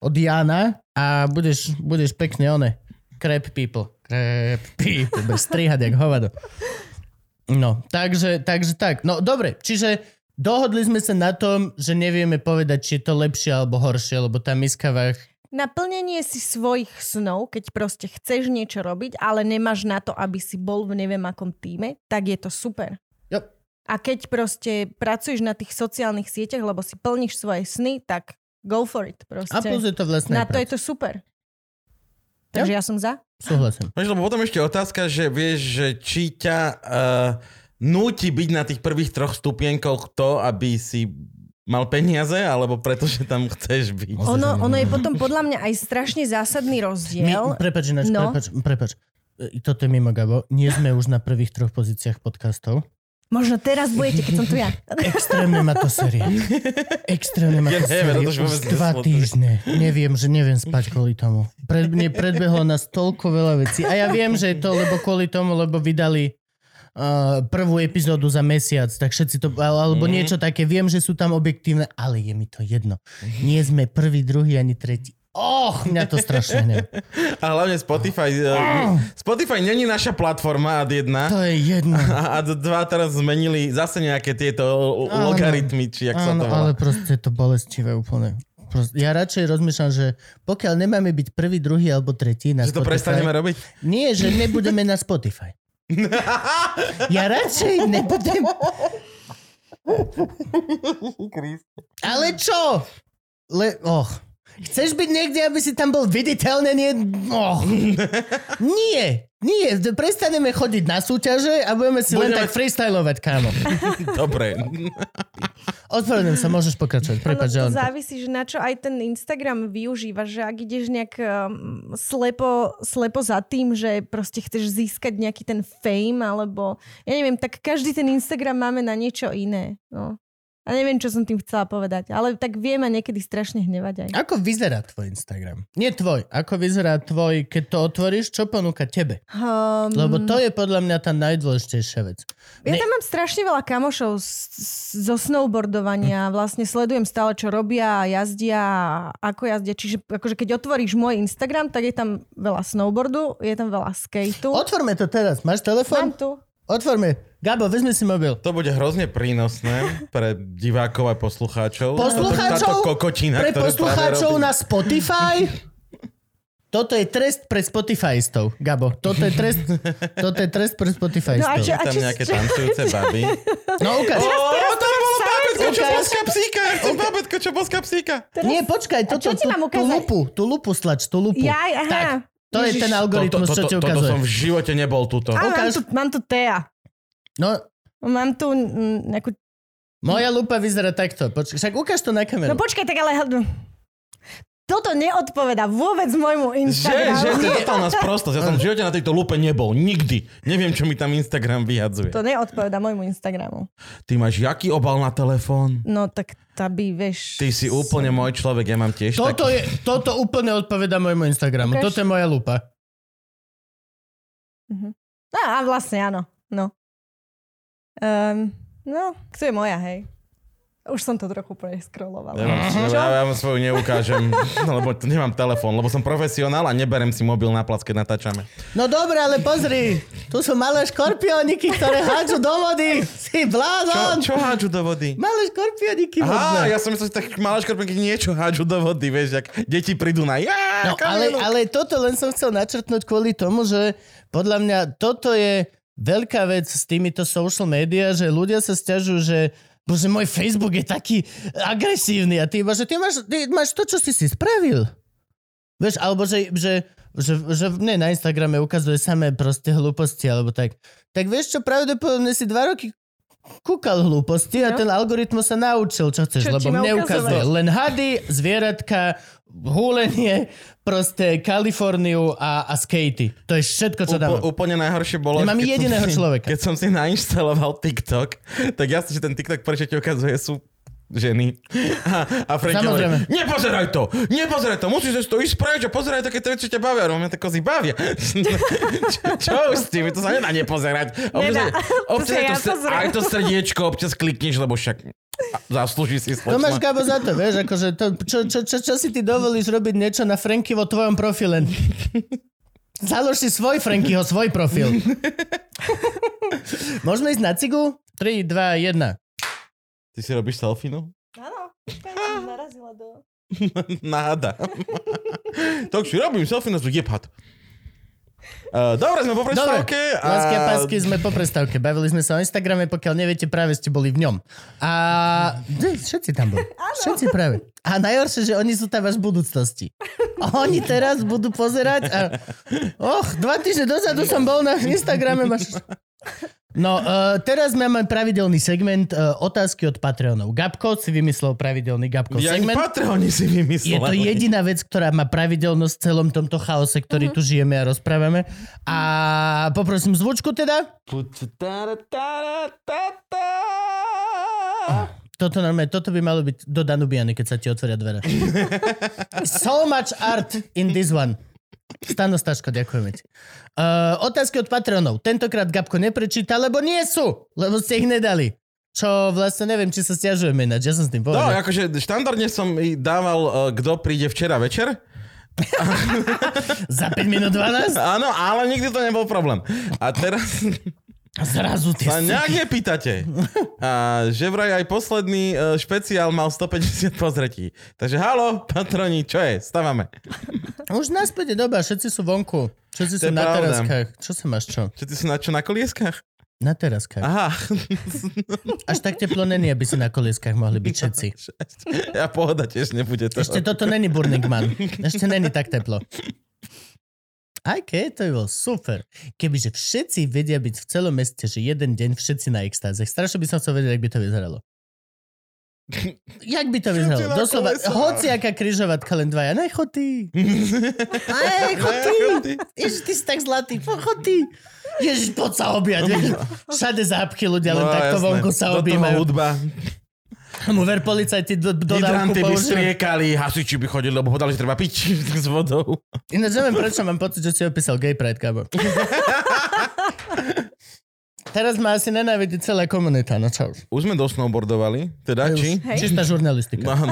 od Jana a budeš, budeš pekne one. Crap people. Crap people. Budeš strihať jak hovado. No, takže, takže tak. No, dobre, čiže dohodli sme sa na tom, že nevieme povedať, či je to lepšie alebo horšie, lebo tá miska vach...
Naplnenie si svojich snov, keď proste chceš niečo robiť, ale nemáš na to, aby si bol v neviem akom týme, tak je to super.
Jo.
A keď proste pracuješ na tých sociálnych sieťach, lebo si plníš svoje sny, tak go for it proste.
A plus je to vlastné.
na to je to super. Takže ja som za.
Súhlasím.
Vieš, lebo potom ešte otázka, že vieš, že či ťa uh, núti byť na tých prvých troch stupienkoch to, aby si mal peniaze, alebo pretože tam chceš byť.
Ozaj
Ono,
zaujímavé.
ono je potom podľa mňa aj strašne zásadný
My,
rozdiel.
prepač, ináč,
No.
prepač, prepač. E, Toto je mimo, Gabo. Nie sme už na prvých troch pozíciách podcastov.
Možno teraz budete, keď som tu
*laughs*
ja.
Extrémne ma to série. Extrémne ma to
Ja neviem,
série.
to už
Už
vôbec
dva
nesmotrí.
týždne. Neviem, že neviem spať kvôli tomu. Pred, mne predbehlo nás toľko veľa vecí. A ja viem, že je to lebo kvôli tomu, lebo vydali uh, prvú epizódu za mesiac, tak všetci to, al- alebo
Mhm.
niečo také. Viem, že sú tam objektívne, ale je mi to jedno. Nie sme prvý, druhý ani tretí. Och, mňa to strašne hnev.
A hlavne Spotify. Uh, Spotify není naša platforma, ad jedna.
To je jedno.
A ad dva teraz zmenili zase nejaké tieto lo-
Áno.
logaritmy, či jak sa
Áno,
to volá.
ale proste je to bolestivé úplne. Proste, ja radšej rozmýšľam, že pokiaľ nemáme byť prvý, druhý alebo tretí na
Že to
Spotify,
prestaneme robiť?
Nie, že nebudeme na
*laughs*
Spotify. Ja radšej nebudem... Ale čo? Le... Och. Chceš byť niekde, aby si tam bol viditeľný? Nie. Och. Nie. Nie. Prestaneme chodiť na súťaže a budeme si len
Budeme-
tak freestylovať, kámo.
Dobre.
Odpovedám sa, môžeš pokračovať.
Ono
Prepač, že
to
on...
závisí, že na čo aj ten Instagram využívaš, že ak ideš nejak um, slepo, slepo za tým, že proste chceš získať nejaký ten fame, alebo ja neviem, tak každý ten Instagram máme na niečo iné. No. A neviem, čo som tým chcela povedať, ale tak vie ma niekedy strašne hnevať aj.
Ako vyzerá tvoj Instagram? Nie tvoj. Ako vyzerá tvoj, keď to otvoríš, čo ponúka tebe?
Um,
Lebo to je podľa mňa tá najdôležitejšia vec.
Ja
Ne-
tam mám strašne veľa kamošov z- z- zo snowboardovania.
Hm.
Vlastne sledujem stále, čo robia, jazdia, ako jazdia. Čiže akože keď otvoríš môj Instagram, tak je tam veľa snowboardu, je tam veľa skateu.
Otvorme to teraz. Máš
Mám
telefón?
tu.
Otvorme. Gabo, vezmi si mobil.
To bude hrozne prínosné pre divákov a poslucháčov.
Poslucháčov?
Táto kokotina,
Pre
ktorú práve
poslucháčov
robím.
na Spotify? Toto je trest pre Spotifyistov, Gabo. Toto je trest, toto je trest pre
No a
Spotifyistov.
Sú
čo-
tam
čo-
nejaké
čo-
tancujúce *laughs* baby.
No
*laughs*
ukáž.
O, to bolo bábetko, čo
ukáž.
boská psíka! Ja chcem bábetko, čo boská psíka!
Nie, počkaj,
čo
toto,
ti
tú,
mám
tú
ukázať?
lupu, tú lupu slač, tú lupu.
Jaj, aha.
Tak, To je
Ježiš.
ten algoritmus,
to, to,
čo ti
to, toto
ukazuje.
som v živote nebol tuto.
A mám
ukáž.
tu, mám tu Tea.
No,
Mám tu mm, nejakú...
moja lupa vyzerá takto. Počkaj, však ukáž to na
No
kameru.
počkaj, tak ale... Toto neodpoveda vôbec môjmu
Že, že,
Instagramu.
to je totálna sprostosť. Ja som v živote na tejto lupe nebol. Nikdy. Neviem, čo mi tam Instagram vyhadzuje.
To neodpoveda môjmu Instagramu.
Ty máš jaký obal na telefón?
No tak tá by, vieš...
Ty si úplne môj človek, ja mám tiež
Toto,
taký.
je, toto úplne odpoveda môjmu Instagramu.
Ukáž.
Toto je moja lupa.
No a vlastne áno, no. Um, no, to je moja, hej. Už som to trochu
Ja
preskrolovala.
vám, ja, ja vám svoju neukážem, *laughs* lebo t- nemám telefón, lebo som profesionál a neberem si mobil na plac, keď natáčame.
No dobre, ale pozri. Tu sú malé škorpióniky, ktoré hádžu do vody. Si blázon.
Čo, čo hádžu do vody?
Malé škorpióniky
Á,
vodné.
ja som myslel, že tak malé škorpionky niečo hádžu do vody, vieš, jak deti prídu na ja,
No, ale, ale toto len som chcel načrtnúť kvôli tomu, že podľa mňa toto je veľká vec s týmito social media, že ľudia sa stiažujú, že bože, môj Facebook je taký agresívny a ty iba, že ty máš, ty máš to, čo si si spravil. Vieš, alebo že, že, že, že mne na Instagrame ukazuje samé proste hlúposti, alebo tak. Tak vieš čo, pravdepodobne si dva roky kúkal hlúposti a
No.
ten algoritmus sa naučil, čo chceš,
Čo ti
lebo
má
mne
ukazovať?
ukazuje len hady, zvieratka, húlenie, proste Kaliforniu a, a skatey. To je všetko, čo dávam.
Upo, úplne najhoršie bolo...
Nemám
keď som
jediného
si-
človeka.
Keď som si nainštaloval TikTok, tak jasne, že ten TikTok prečo ti ukazuje sú ženy. A, a Frank
Samozrejme.
hovorí, nepozeraj to, nepozeraj to, musíš to ísť preč a pozeraj také to, čo ťa bavia. A mňa to kozy bavia. *laughs* čo, čo už s tým, to sa nedá nepozerať. Občas,
Nedá.
občas
*laughs* To sa
je to,
ja
sr-
pozerám.
aj to srdiečko, občas klikneš, lebo však a, zaslúži si
To No máš,
slečna.
Gabo, za to, vieš, akože to, čo, čo, čo, čo si ty dovolíš robiť niečo na Franky vo tvojom
*laughs*
profile? Založ si svoj Frankyho, svoj
*laughs*
profil. Môžeme ísť na cigu? 3, 2, 1.
Ty si robíš no? selfinu?
Áno, ja som narazila do...
Náda. tak si robím selfie na jebhat. Uh, dobre, sme po prestávke. a-
Lásky a pásky sme po prestávke. Bavili sme sa o Instagrame, pokiaľ neviete, práve ste boli v ňom. A Ne, všetci tam boli. Všetci práve. A najhoršie, že oni sú tam až v budúcnosti. A oni teraz budú pozerať a... Och, dva týždne dozadu som bol na Instagrame. Máš... No, uh, teraz máme pravidelný segment uh, otázky od Patreonov. Gabko si vymyslel pravidelný Gabko
Ja im
segment.
Patreoni si
Je
vymysleli.
to jediná vec, ktorá má pravidelnosť v celom tomto chaose, ktorý tu žijeme a rozprávame. A poprosím zvučku teda. Toto normálne, toto by malo byť do Danubiany, keď sa ti otvoria dvere. so much art in this one. Stano Staško, ďakujeme ti. Uh, otázky od Patreonov. Tentokrát Gabko neprečíta, lebo nie sú, lebo ste ich nedali. Čo vlastne neviem, či sa stiažujeme ináč, ja som s tým
No,
povedal.
akože štandardne som i dával, eh, kto príde včera večer.
Za 5 minút
*laughs*
12?
Áno, ale nikdy to nebol problém. A
*laughs*
teraz
A zrazu ty
sa nejak nepýtate. A že vraj aj posledný eh, špeciál mal 150 pozretí. Takže halo, patroni, čo je? Stavame.
Už naspäť je doba, všetci sú vonku. Všetci
To
sú
je
na
pravda.
teraskách. Čo sa máš čo?
Čo ty si na čo, na kolieskách?
Na teraskách.
Aha.
Až tak teplo není, aby si na kolieskách mohli byť
*laughs*
všetci.
Ja pohoda tiež nebude to.
Ešte toto není Burning Man. Ešte není tak teplo. Aj keď to by bol super. Kebyže všetci vedia byť v celom meste, že jeden deň všetci na extáze. Strašne by som chcel vedieť, jak by to vyzeralo. Jak by to vyzeralo?
na
Doslova,
kolesách.
hociaká križovatka, len dvaja. No Nechod
*laughs*
ty. Nechod ty. Ježiš, ty si tak zlatý, pochod ty. Ježiš, poď sa objať. vieš. Všade zápky ľudia, len
No,
takto
jasné.
vonku sa
Do
*laughs*
toho
objímajú.
hudba.
Mu ver policajti do, dodávku
Hydranty by
použili.
striekali, hasiči by chodili, lebo povedali, že treba piť *laughs* s vodou.
Ináč neviem, prečo mám pocit, že si opísal gay pride,
*laughs*
kábo. Teraz ma asi nenávidí celá komunita, no čo už.
Už sme dosnowboardovali, teda či?
Už Čistá žurnalistika.
Áno.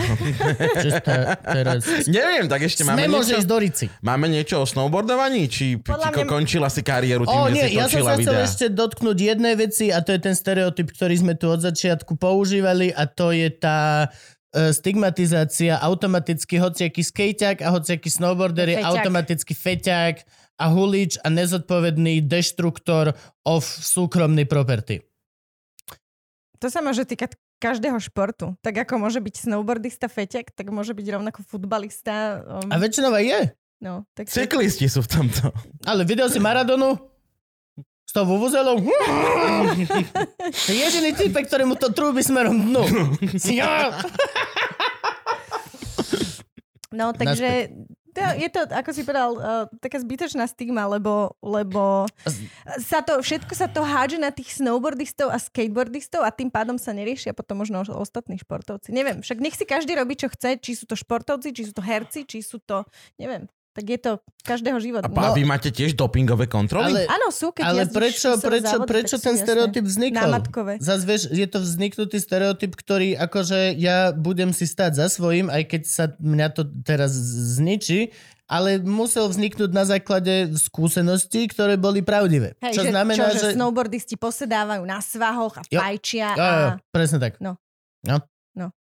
Čistá teraz.
*laughs* Neviem, tak ešte máme
Sme môže ísť
niečo,
do Rici.
máme niečo o snowboardovaní? Či
Podľa
Kiko
mňa-
končila si kariéru tým,
O
že si
nie, ja som
točila
sa chcel
videá?
ešte dotknúť jednej veci a to je ten stereotyp, ktorý sme tu od začiatku používali a to je tá e, stigmatizácia automaticky hociaký skejťák a hociaký snowboarder je
Feťák.
automaticky feťák a hulič a nezodpovedný deštruktor of súkromný property.
To sa môže týkať každého športu. Tak ako môže byť snowboardista feťak, tak môže byť rovnako futbalista. Um,
A väčšinou aj je.
No, tak
Cyklisti sú v tomto.
Ale videl si Maradonu? S tou vuvuzelou? *laughs* To je Jediný typek, ktorému to trúbi smerom dnu. Ja.
No, takže to, je to, ako si povedal, uh, taká zbytočná stigma, lebo, lebo sa to, všetko sa to hádže na tých snowboardistov a skateboardistov a tým pádom sa neriešia potom možno o- ostatní športovci. Neviem, však nech si každý robí, čo chce, či sú to športovci, či sú to herci, či sú to, neviem, tak je to každého život. No,
A, pa- a vy máte tiež dopingové kontroly?
No. Ale-
áno, sú, keď
Ale
jazdíš
prečo,
solo
prečo,
závody,
prečo
tak sú,
ten
jasné.
stereotyp vznikol?
Námatkové.
Zas vieš, je to vzniknutý stereotyp, ktorý akože ja budem si stať za svojím, aj keď sa mňa to teraz zničí, ale musel vzniknúť na základe skúseností, ktoré boli pravdivé. čo
Hej, že,
znamená,
čo, že...
že...
snowboardisti posedávajú na svahoch a
Jo.
fajčia.
Jo, jo,
A...
presne tak.
No.
No.
No.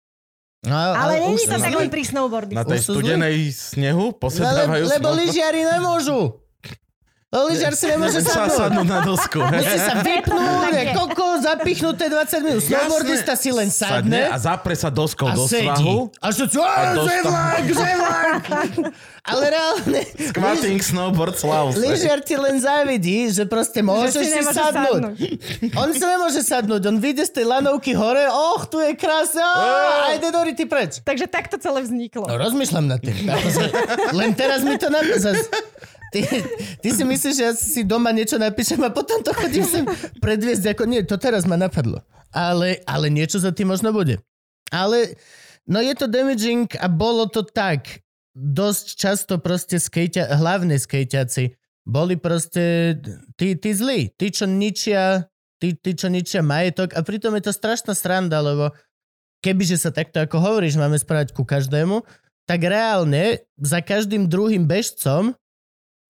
no
Ale
už
není
sú
to tak
zlí.
len pri snowboardisti.
Na
Už
tej
sú zlí?
studenej snehu
No, le,
posedávajú
lebo
snowboard-
lyžiari nemôžu. Lebo lyžiar si nemôže
sa
sadnúť.
sadnúť na dosku.
Musí *laughs* sa vypnúť,
Také.
je koko, zapichnuté 20 minút. Snowboardista si len sadne
a zapre sa doskou
a
do
sedí.
svahu.
A čo, čo,
A dostane-
zevlak,
*laughs*
zevlak. Ale reálne,
Squatting snowboard slavs.
lyžiar ti len zavidí, že proste môžeš si,
nemôže
sadnúť. On si nemôže sadnúť, on vyjde z tej lanovky hore, och, tu je krása, oh, a ide Dori, ty preč.
Takže takto celé vzniklo.
No rozmýšľam nad tým. Akože, len teraz mi to napísal. Ty, ty si myslíš, že ja si doma niečo napíšem a potom to chodím sem predviesť ako... Nie, to teraz ma napadlo. Ale, ale niečo za tým možno bude. Ale no je to damaging a bolo to tak. Dosť často proste skejťa, hlavne skejťaci boli proste tí, tí zlí, tí, čo ničia, tí, tí, čo ničia majetok a pritom je to strašná sranda, lebo kebyže sa takto ako hovoríš, máme správať ku každému, tak reálne za každým druhým bežcom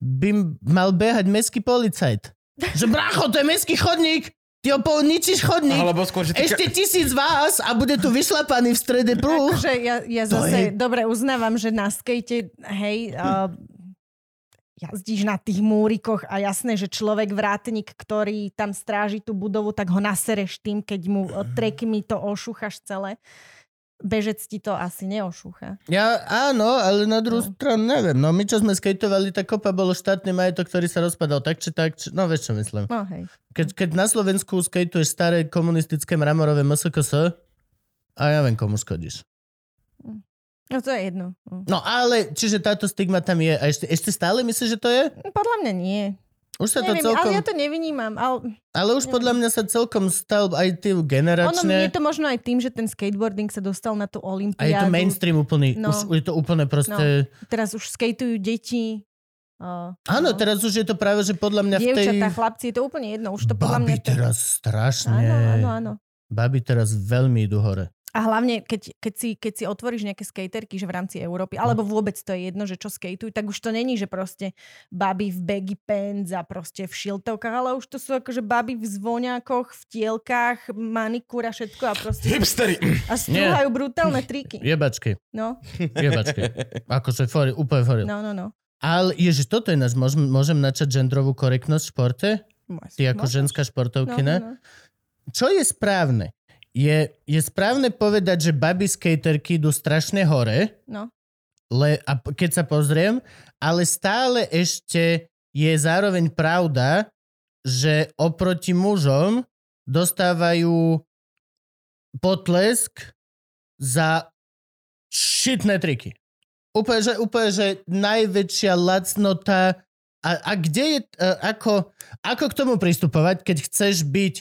by m- mal behať meský policajt. Že bracho, to je meský chodník! Ty ho ničíš chodník!
Alebo skôr, že
*laughs*
ty...
Ešte tisíc vás a bude tu vyšlapaný v strede prúh.
Akože ja, ja
To
zase
je-
dobre uznávam, že na skejte, hej, uh, jazdíš na tých múrikoch a jasné, že človek vrátnik, ktorý tam stráži tú budovu, tak ho nasereš tým, keď mu uh, trekmi to ošúchaš celé. Bežec ti to asi neošúcha.
Ja áno, ale na druhú
No.
stranu neviem. No my čo sme skateovali, tá kopa bolo štátny majetok, ktorý sa rozpadal tak či tak. Či... No vieš čo myslím.
No hej.
Keď, keď na Slovensku skateuješ staré komunistické mramorové MSKS a ja viem komu škodíš.
No to je jedno.
No
No.
ale, čiže táto stigma tam je. A ešte, ešte stále myslíš, že to je?
Podľa mňa nie.
Už sa
Neviem,
to celkom...
ale
Ale,
ja to nevinímam. Ale
ale už podľa mňa sa celkom stal aj ty
ono je
generačne.
to možno aj tým, že ten skateboarding sa dostal na
A je
tú
to
olympiádu.
mainstream úplný.
No.
Už je to úplne proste...
Teraz už skateujú deti. Uh,
Áno, teraz už je to práve, že podľa mňa v tej...
Dievčatá, chlapci, je to úplne jedno. Už to podľa mňa...
Baby teraz strašne.
Áno, áno, áno.
Baby teraz veľmi idú hore.
A hlavne, keď, keď, si, keď si otvoríš nejaké skaterky, že v rámci
Hm.
Európy, alebo vôbec to je jedno, že čo skateujú, tak už to není, že proste baby v baggy pants a proste v šiltovkách, ale už to sú akože baby v zvoňákoch, v tielkách, manikúra, všetko a proste...
Hipstery.
*laughs*
A strúhajú brutálne triky.
Jebačky,
No,
jebačky. Akože fori, úplne fori.
no, no, no.
Ale ježiš, toto je náš, môžem, môžem načať gendrovú korektnosť v športe? Ty ako
Môžeš.
ženská
No,
športovkina?
no, no.
čo je správne? Je, je správne povedať, že baby skaterky idú strašne hore,
no.
le, a p- keď sa pozriem, ale stále ešte je zároveň pravda, že oproti mužom dostávajú potlesk za šitné triky. Úplne, že, úplne, že najväčšia lacnota a, a kde je, a, ako, ako k tomu pristupovať, keď chceš byť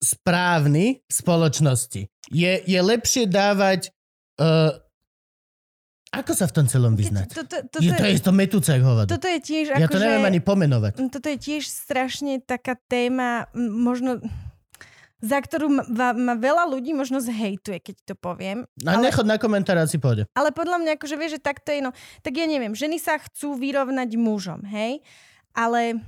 správny v spoločnosti? Je, je lepšie dávať uh, ako sa v tom celom vyznať?
To, to, to,
je, to je to metúce, ako hovado.
toto je akože- tiež
Ja
ako,
to neviem
že...
ani pomenovať.
toto je tiež strašne taká téma, m, možno za ktorú ma, va- ma veľa ľudí možno zhejtuje, keď to poviem.
A
Ale-
nechod na komentár a si pôjde.
Ale podľa mňa, akože vieš, že takto je, no, tak ja neviem, ženy sa chcú vyrovnať mužom, hej? Ale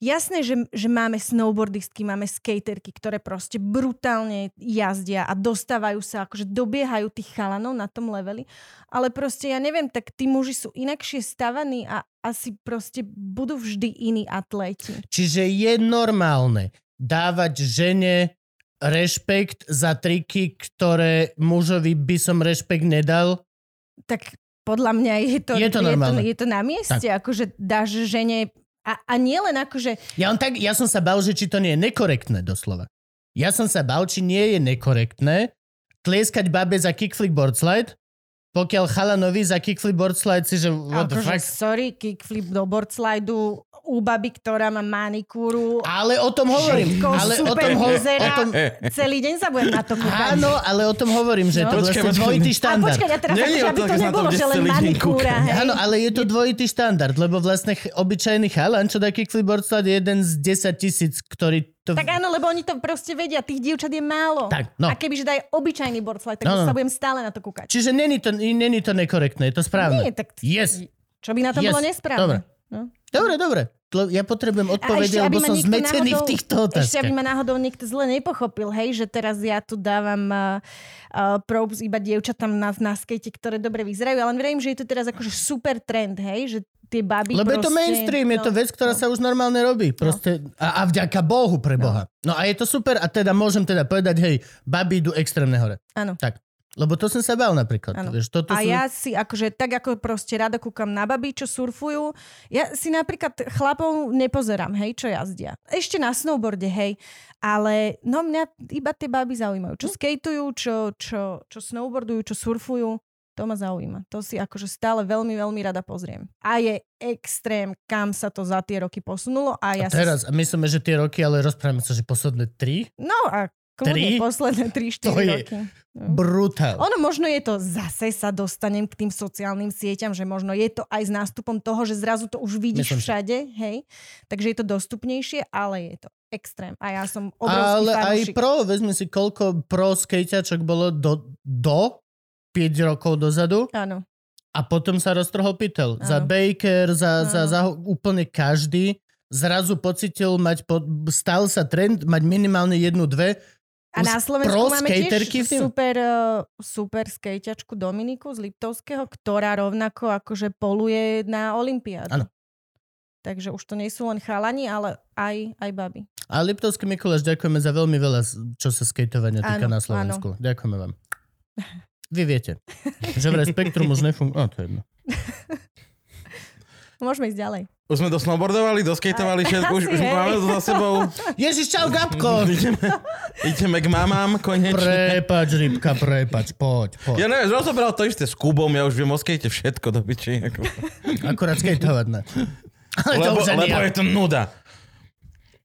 jasné, že, že máme snowboardistky, máme skaterky, ktoré proste brutálne jazdia a dostávajú sa, akože dobiehajú tých chalanov na tom leveli, ale proste ja neviem, tak tí muži sú inakšie stavaní a asi proste budú vždy iní atléti.
Čiže je normálne dávať žene rešpekt za triky, ktoré mužovi by som rešpekt nedal.
Tak podľa mňa je to,
Je to normálne.
Je to, je to na mieste, tak. akože dáš žene... A, a nie len akože...
Ja, on tak, ja som sa bal, že či to nie je nekorektné doslova. Ja som sa bal, či nie je nekorektné tlieskať babe za kickflip board slide, pokiaľ chalanovi za kickflip board slide si, že what the
akože,
fuck.
sorry, kickflip do board slideu u baby, ktorá má manikúru.
Ale o tom hovorím.
Všetko
Ale o
super
tom, ho-
vyzerá.
o tom,
Celý deň sa budem na to kúkať.
áno, ale o tom hovorím, že no.
No.
to je
Počkaj,
vlastne
počkaj.
dvojitý
A
štandard.
počkaj, a teraz
Nie, nie,
akože, aby
otázka, že
to
na to
nebolo,
bude
že len
celý deň
manikúra,
kúkať.
hej.
Áno, ale je to dvojitý štandard, lebo vlastne ch- obyčajný chalan, čo dá kickflip slide, je jeden z 10 tisíc, ktorý to...
Tak áno, lebo oni to proste vedia, tých dievčat je málo.
Tak, no.
A kebyže daj obyčajný board slide, tak
No,
no,
no, no.
sa budem stále na to kúkať.
Čiže není to, není to nekorektné, je to správne.
Nie, tak...
Yes.
Čo by na tom
Yes.
bolo nesprávne?
Dobre.
No.
Dobre, dobre. Tlo- Ja potrebujem
A
odpovede, lebo
ma
som
niekto
zmetený v týchto
Ešte
otázkach.
aby ma náhodou niekto zle nepochopil, hej, že teraz ja tu dávam uh, uh, probes iba dievčatám na, na skate, ktoré dobre vyzerajú, ale verím, že je to teraz akože super trend, hej, že tie baby
Lebo je
proste, no,
to mainstream, je to vec, ktorá sa už normálne robí. Proste, a, a vďaka Bohu pre Boha. No a je to super a teda môžem teda povedať, hej, baby idú extrémne hore.
Áno.
Tak. Lebo to som sa bál napríklad.
Áno.
Vieš, toto
A
sú...
ja si akože tak ako proste rada kúkam na babí, čo surfujú. Ja si napríklad chlapov nepozerám, hej, čo jazdia. Ešte na snowboarde, hej. Ale no mňa iba tie baby zaujímajú.
Hm.
Čo skateujú, čo, čo, čo snowboardujú, čo surfujú. To ma zaujíma. To si akože stále veľmi, veľmi rada pozriem. A je extrém, kam sa to za tie roky posunulo. A ja
a teraz, a myslíme, že tie roky, ale rozprávame sa, že posledné tri?
Si... No a kľudne
Tri?
posledné 3-4
To je-
roky. No.
Brutál.
Ono možno je to, zase sa dostanem k tým sociálnym sieťam, že možno je to aj s nástupom toho, že zrazu to už vidíš
Myslím si.
všade, hej. Takže je to dostupnejšie, ale je to extrém. A ja som obrovský
Ale aj
fanúšik.
pro, vezme si, koľko pro skejťačok bolo do, do 5 rokov dozadu
Áno.
a potom sa roztrhol pytel.
Áno.
Za Baker, za, za,
Áno.
za ho- úplne každý zrazu pocitil mať, pod, stal sa trend mať minimálne jednu, dve.
A na
Už
Slovensku
pro
máme
skaterky v
tiež
tým?
super, eh, super skejťačku Dominiku z Liptovského, ktorá rovnako akože poluje na Olympiádu.
Áno.
Takže už to nie sú len chalani, ale aj, aj baby.
A Liptovský Mikuláš, ďakujeme za veľmi veľa, s- čo sa skateovania týka
Áno,
na Slovensku. Ďakujeme vám. Vy viete, že vraj Spektrum už nefunguje. to je
*laughs*
jedno.
Môžeme ísť ďalej.
*clears throat* Už sme dosnowboardovali, doskateovali všetko, už,
Asi,
už
hej.
máme to za sebou.
Ježiš, čau, Gabko!
*laughs* ideme, ideme k mamám konečne.
Prepač, rybka, prepač, poď, poď.
Ja neviem, rozobral to isté s Kubom, ja už viem o skate všetko do piči. Ako...
Akurát skateovať ne. Ale No to
Lebo,
už ani
lebo
ja.
je to nuda.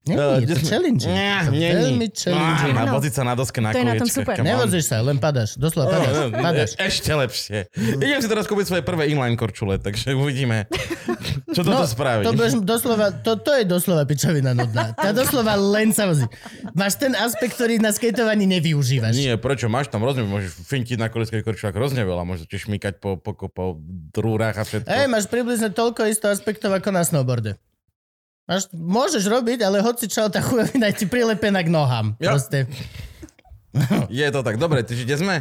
Nie, je to challenging.
Nie,
Je to
nie, Ah,
veľmi challenging.
A
Áno.
voziť sa na doske na
No, To je na tom
koliečke,
super.
come on.
Nevozíš sa, len padáš. Doslova padáš.
No, no,
padáš.
e- Ešte lepšie.
Mhm.
Idem si teraz kúpiť svoje prvé inline korčule, takže uvidíme, čo toto spraví.
No, to, budeš doslova, to, to je doslova pičovina nudná. Tá doslova len sa vozí. Máš ten aspekt, ktorý na skateovaní nevyužívaš.
Nie, prečo máš tam rozne, môžeš fintiť na koleskej korčulách hrozne veľa, môžeš tiež šmykať po, po, po, po drúrach a všetko.
Ej, no. máš približne toľko isto aspektov ako na snowboarde. Máš, môžeš robiť, ale hoci čo, tá chujovina je ti prilepená k nohám.
Ja.
Proste.
Je to tak, dobre, čiže kde sme?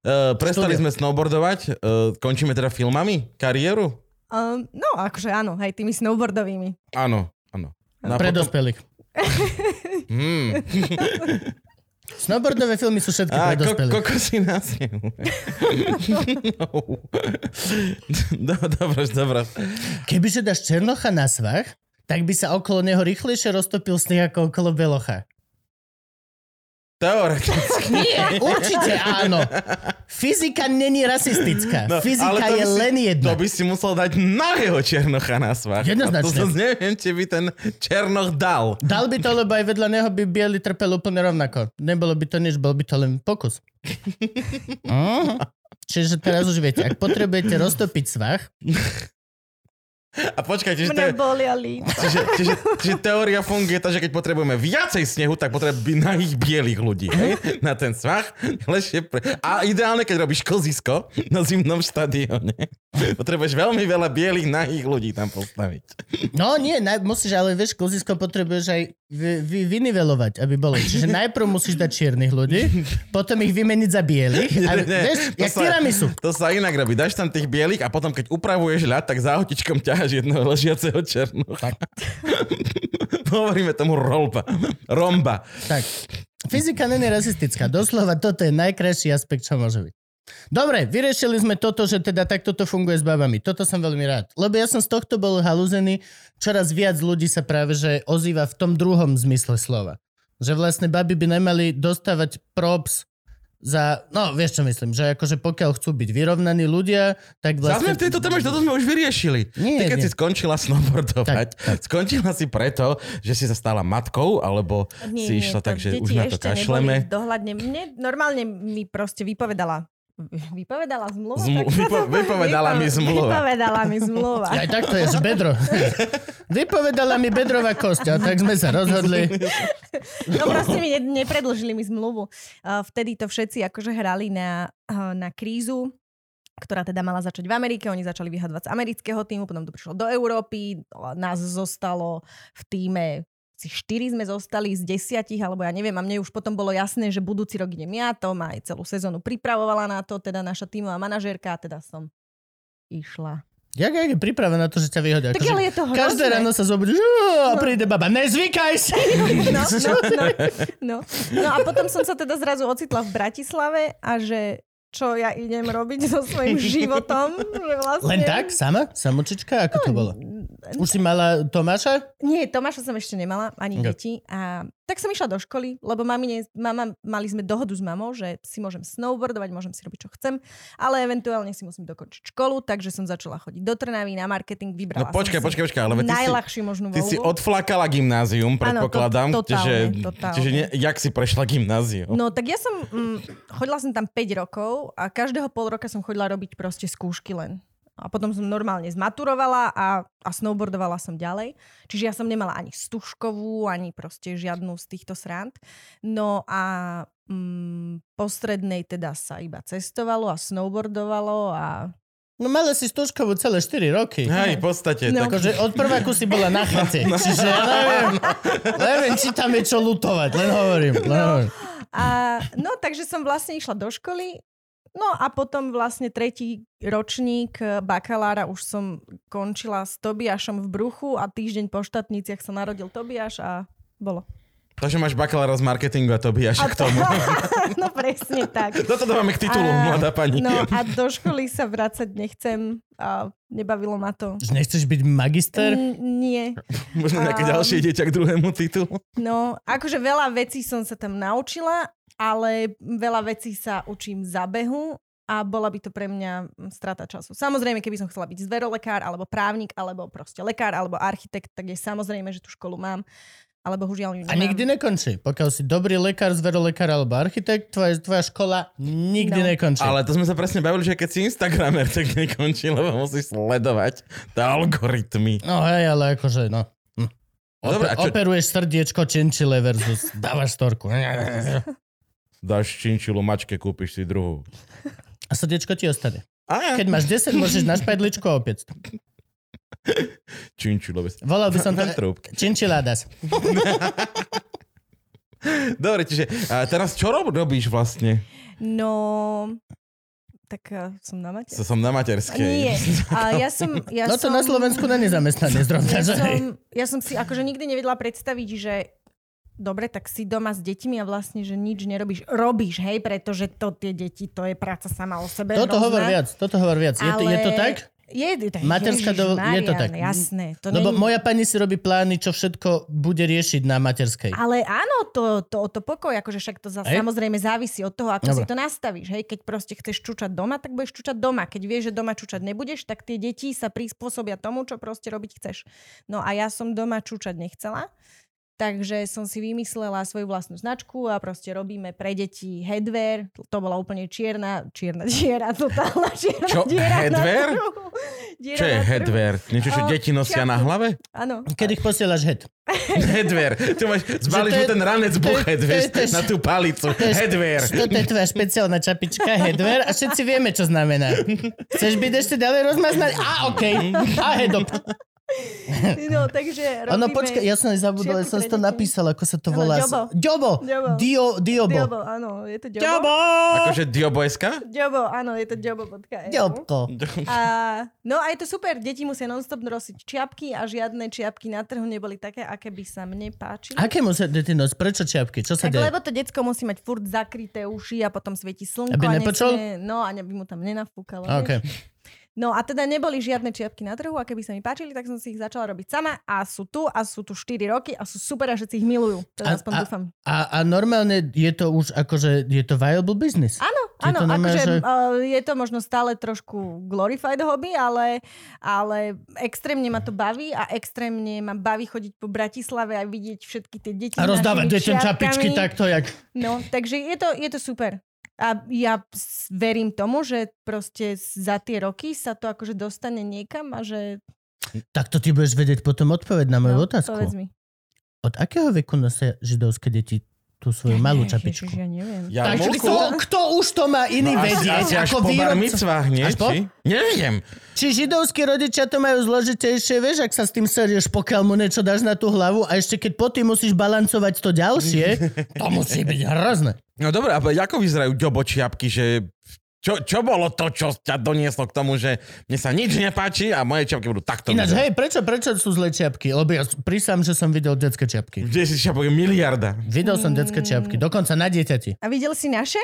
Uh, prestali
Štúdio.
sme snowboardovať, uh, končíme teda filmami, kariéru?
Um, no, akože áno, aj tými snowboardovými.
Áno, áno. No a
Pre
potom-
dospelých.
Hmm.
*laughs*
Snowboard...
Snowboardové filmy sú všetky pre
A ko-
dospelých.
kokosy na
*laughs*
snehu. *laughs* no. *laughs* Do- Dobre, dobre.
Kebyže dáš Černocha na svach, tak by sa okolo neho rýchlejšie roztopil sneh ako okolo Belocha.
Teoreticky.
Nie, určite áno. Fyzika není rasistická. No,
ale
Fyzika
to by
je
si-
len jedna.
To by si musel dať nahého Černocha na svach.
Jednoznačne.
A To zase neviem, či by ten Černoch dal.
Dal by to, lebo aj vedľa neho by bieli trpel úplne rovnako. Nebolo by to nič, bol by to len
*laughs*
pokus. Mhm. Čiže teraz už viete, ak potrebujete roztopiť svach,
A počkaj, čiže, to je,
Mne boli a líca.
čiže, čiže, čiže teória funguje tak, že keď potrebujeme viacej snehu, tak potrebujeme nahých bielých ľudí hej? na ten svach. Lepšie Pre... A ideálne, keď robíš klzisko na zimnom štadióne. Potrebuješ veľmi veľa bielých nahých ľudí tam postaviť.
no nie, naj, musíš, ale vieš, klzisko potrebuješ aj vy, vy, vynivelovať, aby bolo. Čiže najprv musíš dať čiernych ľudí, potom ich vymeniť za bielých. A,
*laughs* Nie, nie,
vieš,
to
jak
sa-
tiramisu.
To sa inak robí. Dáš tam tých bielých a potom, keď upravuješ ľad, tak záhotičkom ťaháš jedného ležiaceho černocha. *laughs* Hovoríme tomu rolba. Romba.
Tak. Fyzika není rasistická. Doslova toto je najkrajší aspekt, čo môže byť. Dobre, vyriešili sme toto, že teda takto to funguje s babami. Toto som veľmi rád. Lebo ja som z tohto bol halúzený. Čoraz viac ľudí sa práve že ozýva v tom druhom zmysle slova. Že vlastne baby by nemali dostávať props za... No, vieš čo myslím, že akože pokiaľ chcú byť vyrovnaní ľudia, tak
Vlastne...
vlastne...
v tejto téme, že toto sme už vyriešili.
Nie,
Ty, keď
nie.
si skončila snowboardovať, tak, tak. skončila si preto, že si sa stala matkou, alebo si išla tak, že
deti
už na to
ešte
kašleme.
neboli Dohľadne, mne, normálne mi proste vypovedala Vypovedala zmluva?
Zmlu-
Tak to
vypo-
sa-
vypovedala mi zmluva.
Vypovedala mi zmluva.
Aj tak to je, že
*laughs*
bedro. Vypovedala mi bedrová kosť a tak sme sa rozhodli.
No proste mi ne, nepredlžili mi zmluvu. Uh, vtedy to všetci akože hrali na, uh, na krízu ktorá teda mala začať v Amerike, oni začali vyhadovať z amerického týmu, potom to prišlo do Európy, nás zostalo v týme si štyri sme zostali z desiatich, alebo ja neviem, a mne už potom bolo jasné, že budúci rok idem ja, to ma aj celú sezónu pripravovala na to, teda naša tímová manažérka, a teda som išla.
Jak, jak je príprava na to, že ťa vyhodia?
Tak
Akože
ale je to hrozné.
Každé ráno sa zobudíš "Uú", a príde baba, nezvykaj si!
No, no, no, no. no a potom som sa teda zrazu ocitla v Bratislave a že čo ja idem robiť so
*laughs*
svojím životom. Že vlastne...
Len tak? Sama? Samočička? Ako
No,
to bolo? Už si mala Tomáša?
Nie, Tomáša som ešte nemala, ani
Ja.
deti. A tak som išla do školy, lebo mamine, mama, mali sme dohodu s mamou, že si môžem snowboardovať, môžem si robiť, čo chcem, ale eventuálne si musím dokončiť školu, takže som začala chodiť do Trnavy na marketing,
No
vybrala
počkaj,
som si
počkaj, počkaj, ale ty si,
najľahšiu možnú
ty si
voľbu.
odflakala gymnázium, predpokladám.
to- totálne,
že,
totálne.
Čiže ne, jak si prešla gymnázium?
No tak ja som, mm, chodila som tam 5 rokov a každého pol roka som chodila robiť proste skúšky len. A potom som normálne zmaturovala a, a snowboardovala som ďalej. Čiže ja som nemala ani stužkovú, ani proste žiadnu z týchto srand. No a mm, po strednej teda sa iba cestovalo a snowboardovalo a...
No mala si Stužkovú celé 4 roky.
Hej, v podstate. No.
No. *laughs*
Tak,
Akože od prváku si bola na chate. Čiže ja neviem, neviem, či tam je čo lutovať. Len hovorím. Len
No.
hovorím.
A, no, takže som vlastne išla do školy. No a potom vlastne tretí ročník e, bakalára už som končila s Tobiašom v bruchu a týždeň po štátniciach sa narodil Tobiaš a bolo.
takže máš bakalára z marketingu a to by až
A
k tomu. *laughs*
*laughs* no presne tak.
Toto dávame k titulu,
A-
mladá pani.
No a do školy sa vrácať nechcem a nebavilo ma to.
Že nechceš byť magister?
N- nie.
Možno nejaké
Um,
ďalšie dieťa k druhému titulu.
No, akože veľa vecí som sa tam naučila, ale veľa vecí sa učím za behu a bola by to pre mňa mm, strata času. Samozrejme, keby som chcela byť zverolekár, alebo právnik, alebo proste lekár, alebo architekt, tak je samozrejme, že tú školu mám, ale bohužiaľ ju
A
nemám.
nikdy nekončí. Pokiaľ si dobrý lekár, zverolekár alebo architekt, tvoja, tvoja škola nikdy
No.
nekončí.
Ale to sme sa presne bavili, že keď si Instagramer, *laughs* tak nekončí, lebo musíš sledovať tie algoritmy.
No hej, ale akože, no. Hm.
Dobre,
Ope-
a čo-
Operuješ srdiečko činčile versus dávaš storku.
Dáš činčilu mačke, kúpiš si druhú.
A srdiečko ti ostane.
A,
Keď máš 10, môžeš na špajdličku a opäť.
činčilu.
Volal by som to...
*laughs* Na trúbke.
Činčiládas.
Dobre, čiže a teraz čo rob, robíš vlastne?
No, tak eh, som na mate.
Sa som na materskej.
Nie, a ja som... Ja
No to
som...
na Slovensku není zamestnanie zrovna,
Ja
že hej.
som, ja som si akože nikdy nevedela predstaviť, že dobre, tak si doma s deťmi a vlastne, že nič nerobíš. Robíš, hej, pretože to tie deti, to je práca sama o sebe.
Toto
hrozná,
hovor viac, toto hovor viac. Je, to, je to
ale
tak?
Je, je, to-
Materská
Ježiš,
do- je to
Marian,
tak.
Jasné. To
Lebo
není-
moja pani si robí plány, čo všetko bude riešiť na materskej.
Ale áno, to, to, to pokoj, akože však to za,
Hej.
samozrejme závisí od toho, ako
Dobre.
si to nastavíš. Hej, keď proste chceš čučať doma, tak budeš čučať doma. Keď vieš, že doma čučať nebudeš, tak tie deti sa prispôsobia tomu, čo proste robiť chceš. No a ja som doma čučať nechcela, takže som si vymyslela svoju vlastnú značku a proste robíme pre deti headwear. To bola úplne čierna, čierna diera,
*laughs*
totálna čierna
Čo?
diera. na
Headwear?
trhu. Diera
Čo je
na trhu.
headwear? Niečo, čo
A,
deti nosia
šiatky.
na
*laughs*
hlave?
Áno.
Keď ich posielaš head.
Headwear. Tu máš, zbališ
Že to
mu
je-
ten ranec
to je-
buchet,
to je-
vieš,
to je-
na tú palicu.
je-
Headwear.
Toto je tvoja špeciálna čapička, headwear a všetci vieme, čo znamená. Chceš byť ešte ďalej rozmaznaný? A, okej. A, head up.
No, takže robíme...
Áno, počkaj, ja som aj zabudol, ja
všetky
som si to
kredity.
napísal, ako sa to
Áno,
volá.
Djobo.
Djobo!
Djobo.
Dio, Diobo.
Diobo, áno, je to Diobo.
Djobo!
Akože diobojská?
Diobo, áno, je to diobo.eu.
Diobko.
A, no a je to super, deti musia non-stop nosiť čiapky a žiadne čiapky na trhu neboli také, aké by sa mne páčili.
Aké musíte ty nos? Prečo čiapky? Čo sa
Tak
deje?
lebo to decko musí mať furt zakryté uši a potom svieti slnko.
Aby
a
nepočul?
nesmie- No a aby mu tam nenafúkalo.
OK.
vieš. No a teda neboli žiadne čiapky na trhu a keby sa mi páčili, tak som si ich začala robiť sama a sú tu a sú tu 4 roky a sú super a všetci ich milujú.
A-
Teda aspoň
a-
dúfam.
A, a normálne je to už akože, je to viable business?
Áno,
Je
áno,
to normálne,
akože
že-
uh, je to možno stále trošku glorified hobby, ale, ale extrémne ma to baví a extrémne ma baví chodiť po Bratislave a vidieť všetky tie deti.
A
s
rozdávať
našimi
deťom čapičky
čiapkami.
takto, jak...
No, takže je to, je to super. A ja s- verím tomu, že proste za tie roky sa to akože dostane niekam a že...
Tak to ty budeš vedieť potom odpoveď na moju
no,
otázku.
Povedz mi.
Od akého veku nosia židovské deti tú svoju malú
Ježiš,
čapičku?
Ja neviem.
Ja
Ja.
Takže
múku?
kto, kto už to má iný
No, asi-
vedieť
asi až
ako
po bar
výrobca?
mitzvách, nie?
Až po?
Či? Neviem.
Či židovskí rodičia to majú zložitejšie, vieš, ak sa s tým serieš, pokiaľ mu niečo dáš na tú hlavu a ešte keď po tým musíš balancovať to ďalšie,
*laughs*
to musí byť hrozné.
No dobre, a ako vyzerajú ďobočiapky, že... Čo, čo bolo to, čo ťa donieslo k tomu, že mne sa nič nepáči a moje čiapky budú takto
Ináč,
vyzerať?
hej, prečo, prečo sú zlé čiapky? Lebo ja prísam, že som videl detské čiapky.
10 čiapok je miliarda.
Videl som detské čiapky, dokonca na dieťati.
A videl si naše?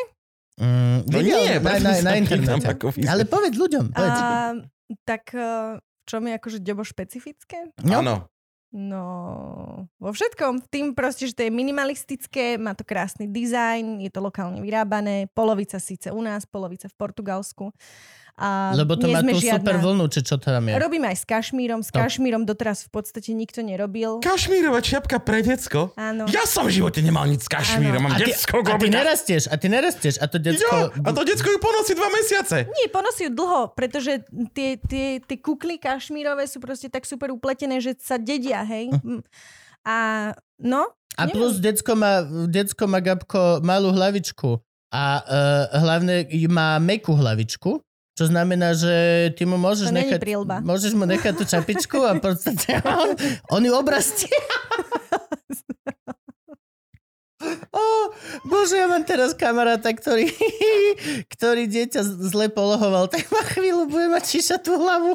Mm,
No
videl,
nie,
na, na,
preto sa
na
pýtam,
internete.
ako vyzerá.
Ale povedz ľuďom, povedz.
A, tak eh, v čom je akože ďobo špecifické?
No.
Áno.
No, vo všetkom. V tým proste, že to je minimalistické, má to krásny dizajn, je to lokálne vyrábané, polovica síce u nás, polovica v Portugalsku. A
Lebo to
nie
má
sme
tú
žiadna...
super vlnu, či čo to tam je.
Robíme aj s kašmírom. S
No.
kašmírom doteraz v podstate nikto nerobil.
Kašmírova čiapka pre decko?
Áno.
Ja som v živote nemal nič s kašmírom.
No. A
Mám
ty,
detského
a ty
gobina.
nerastieš, a ty nerastieš, a to
Jo,
detsko...
a to decko ju ponosí dva mesiace.
Nie, ponosí ju dlho, pretože tie, tie, tie kukly kašmírové sú proste tak super upletené, že sa dedia, hej.
Hm.
Mm. A no,
A
Neviem.
plus decko má, decko má Gabko malú hlavičku a uh, hlavne má mekú hlavičku, čo znamená, že ty mu môžeš
To není
nechať...
prilba.
Môžeš mu nechať tú čapičku a v podstate on, on ju
*laughs*
obrastie. Oh, bože, ja mám teraz kamaráta, ktorý, *laughs* ktorý dieťa zle polohoval, tak ma chvíľu bude mať číšať tú hlavu,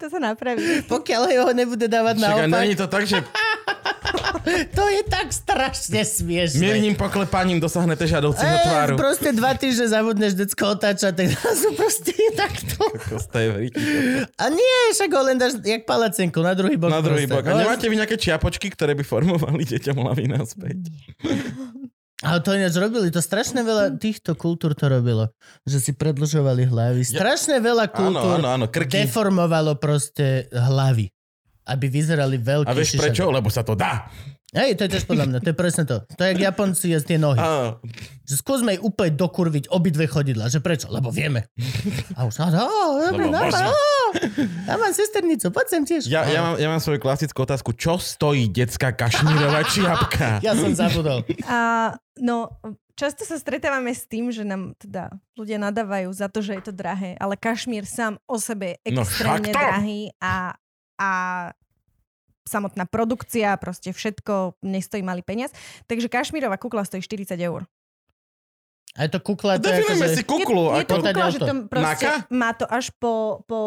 to sa napraví.
pokiaľ ho nebude dávať
Čakaj,
naopak.
není to tak, že
To je tak strašne *laughs* smiešne.
miernym poklepaním dosahnete žiadovcího
Ej,
tváru.
proste dva týždne zabudneš decko otáčať, tak sú proste takto.
Kokos, to je veríky.
A nie, však ho len dáš jak palacenku na druhý bok.
Na druhý
proste.
bok.
No,
A nemáte vy nejaké čiapočky, ktoré by formovali deťom hlavy naspäť?
Ale to ináč robili, to strašne veľa týchto kultúr to robilo, že si predlžovali hlavy. Strašne veľa kultúr
Áno, áno, áno, krky.
deformovalo proste hlavy, aby vyzerali veľké
A vieš
šišady.
prečo? Lebo sa to dá.
Hej, to je tiež podľa mňa, to je presne to. To je jak Japonci je tie nohy.
Áno.
Že skúsme jej úplne dokurviť obidve chodidla. Že prečo? Lebo vieme. A už, á, á, dobre,
Lebo
no,
môžeme.
á, ja mám sesternicu, poď sem tiež.
Ja, ja, mám, ja mám svoju klasickú otázku. Čo stojí detská *laughs* kašmírová čiapka?
ja som
*laughs*
zabudol.
A no, často sa stretávame s tým, že nám teda ľudia nadávajú za to, že je to drahé, ale kašmír sám o sebe je
No však to.
extrémne drahý a, a samotná produkcia, proste všetko nestojí malý peniaz. Takže kašmírová kukla stojí 40 eur.
A je to kukla, to je
Definujme
akože...
si kuklu.
Je, je to
ako-
tak
kukla,
auto.
že to proste
Maka?
má to až po, po,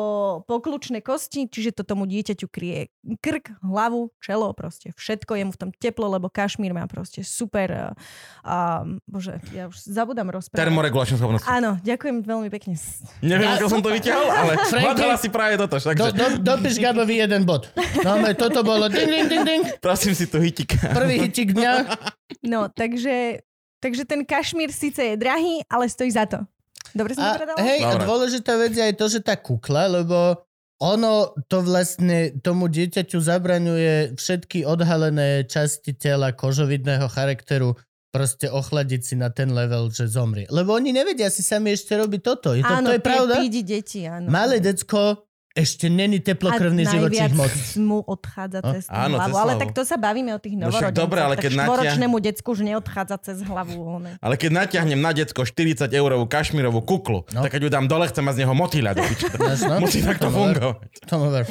po kľúčne kosti, čiže to tomu dieťaťu kryje krk, hlavu, čelo, proste všetko je mu v tom teplo, lebo kašmír má proste super, uh, bože, ja už zabudám rozprávať.
Termoregulačnú schopnosť.
Áno, ďakujem veľmi pekne.
Neviem,
A-
ako som to vyťahol, ale
Franky-
hľadala si práve toto.
Do,
Takže
do, dopíš Gabovi jeden bod. No, ale toto bolo ding, ding, ding, ding.
prosím si tu hitika.
Prvý hitík dňa.
No, takže, takže ten kašmír síce je drahý, ale stojí za to. Dobre som
A,
to povedala?
hej, a
Dobre.
dôležitá vec je aj to, že tá kukla, lebo ono to vlastne tomu dieťaťu zabraňuje všetky odhalené časti tela kožovidného charakteru proste ochladiť si na ten level, že zomrie. Lebo oni nevedia si sami ešte robiť toto. Je to,
áno,
to je pravda?
Pídi deti, áno.
Malé decko ešte není teplokrvný živočích moc.
mu odchádza
No,
cez tú
áno, cez
hlavu. Ale
hlavu.
tak to sa bavíme o tých
No však
novorodencoch.
dobre, ale
tak
keď natia-
štvoročnému decku už neodchádza cez hlavu. One.
Ale keď natiahnem na decko 40 eurovú kašmírovú kuklu,
No.
no. tak keď ju dám dole, chcem mať z neho motýľa. do piče.
Máš, no?
Musí takto
Tomu ver.
fungovať.
Tomu ver.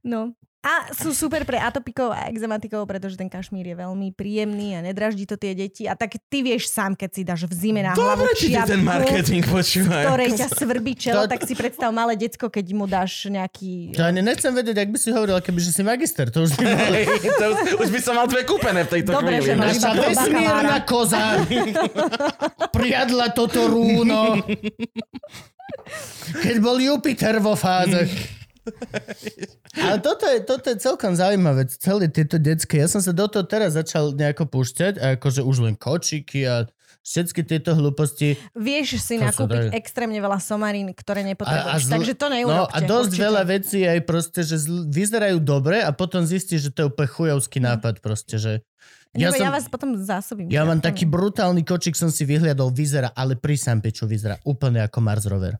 No. A sú super pre atopikov a exematikov, pretože ten kašmír je veľmi príjemný a nedraždí to tie deti. A tak ty vieš sám, keď si dáš v zime na hlavu
Dobre ti ide
čiapku,
ten marketing, počúvaj.
ktorej ťa svrbí čelo,
To-
tak si predstav malé decko, keď mu dáš nejaký...
To ani nechcem vedieť, ak by si hovoril, keby že si magister, to už by bolo.
Hej, to už, už by som mal dve kúpené v tejto
Dobre,
chvíli.
že
Naša
máš iba toho
vesmírna
bakalára.
*laughs* koza priadla toto rúno, keď bol Jupiter vo fáze. Ale toto je, toto je celkom zaujímavé, celé tieto detské. Ja som sa do toho teraz začal nejako púšťať, a akože už len kočiky a všetky tieto hlúposti.
Vieš si
To sa dajú.
nakúpiť extrémne veľa somarín, ktoré nepotrebuješ.
zl-
Takže to
no,
neurobte.
a dosť
určite.
veľa vecí aj proste, že zl- vyzerajú dobre a potom zistíš, že to je úplne chujovský nápad proste, že...
Ja, som... ja vás potom zásobím.
Ja mám taký brutálny kočik, som si vyhliadol, vyzerá, ale pri sampiču vyzerá úplne ako Mars rover.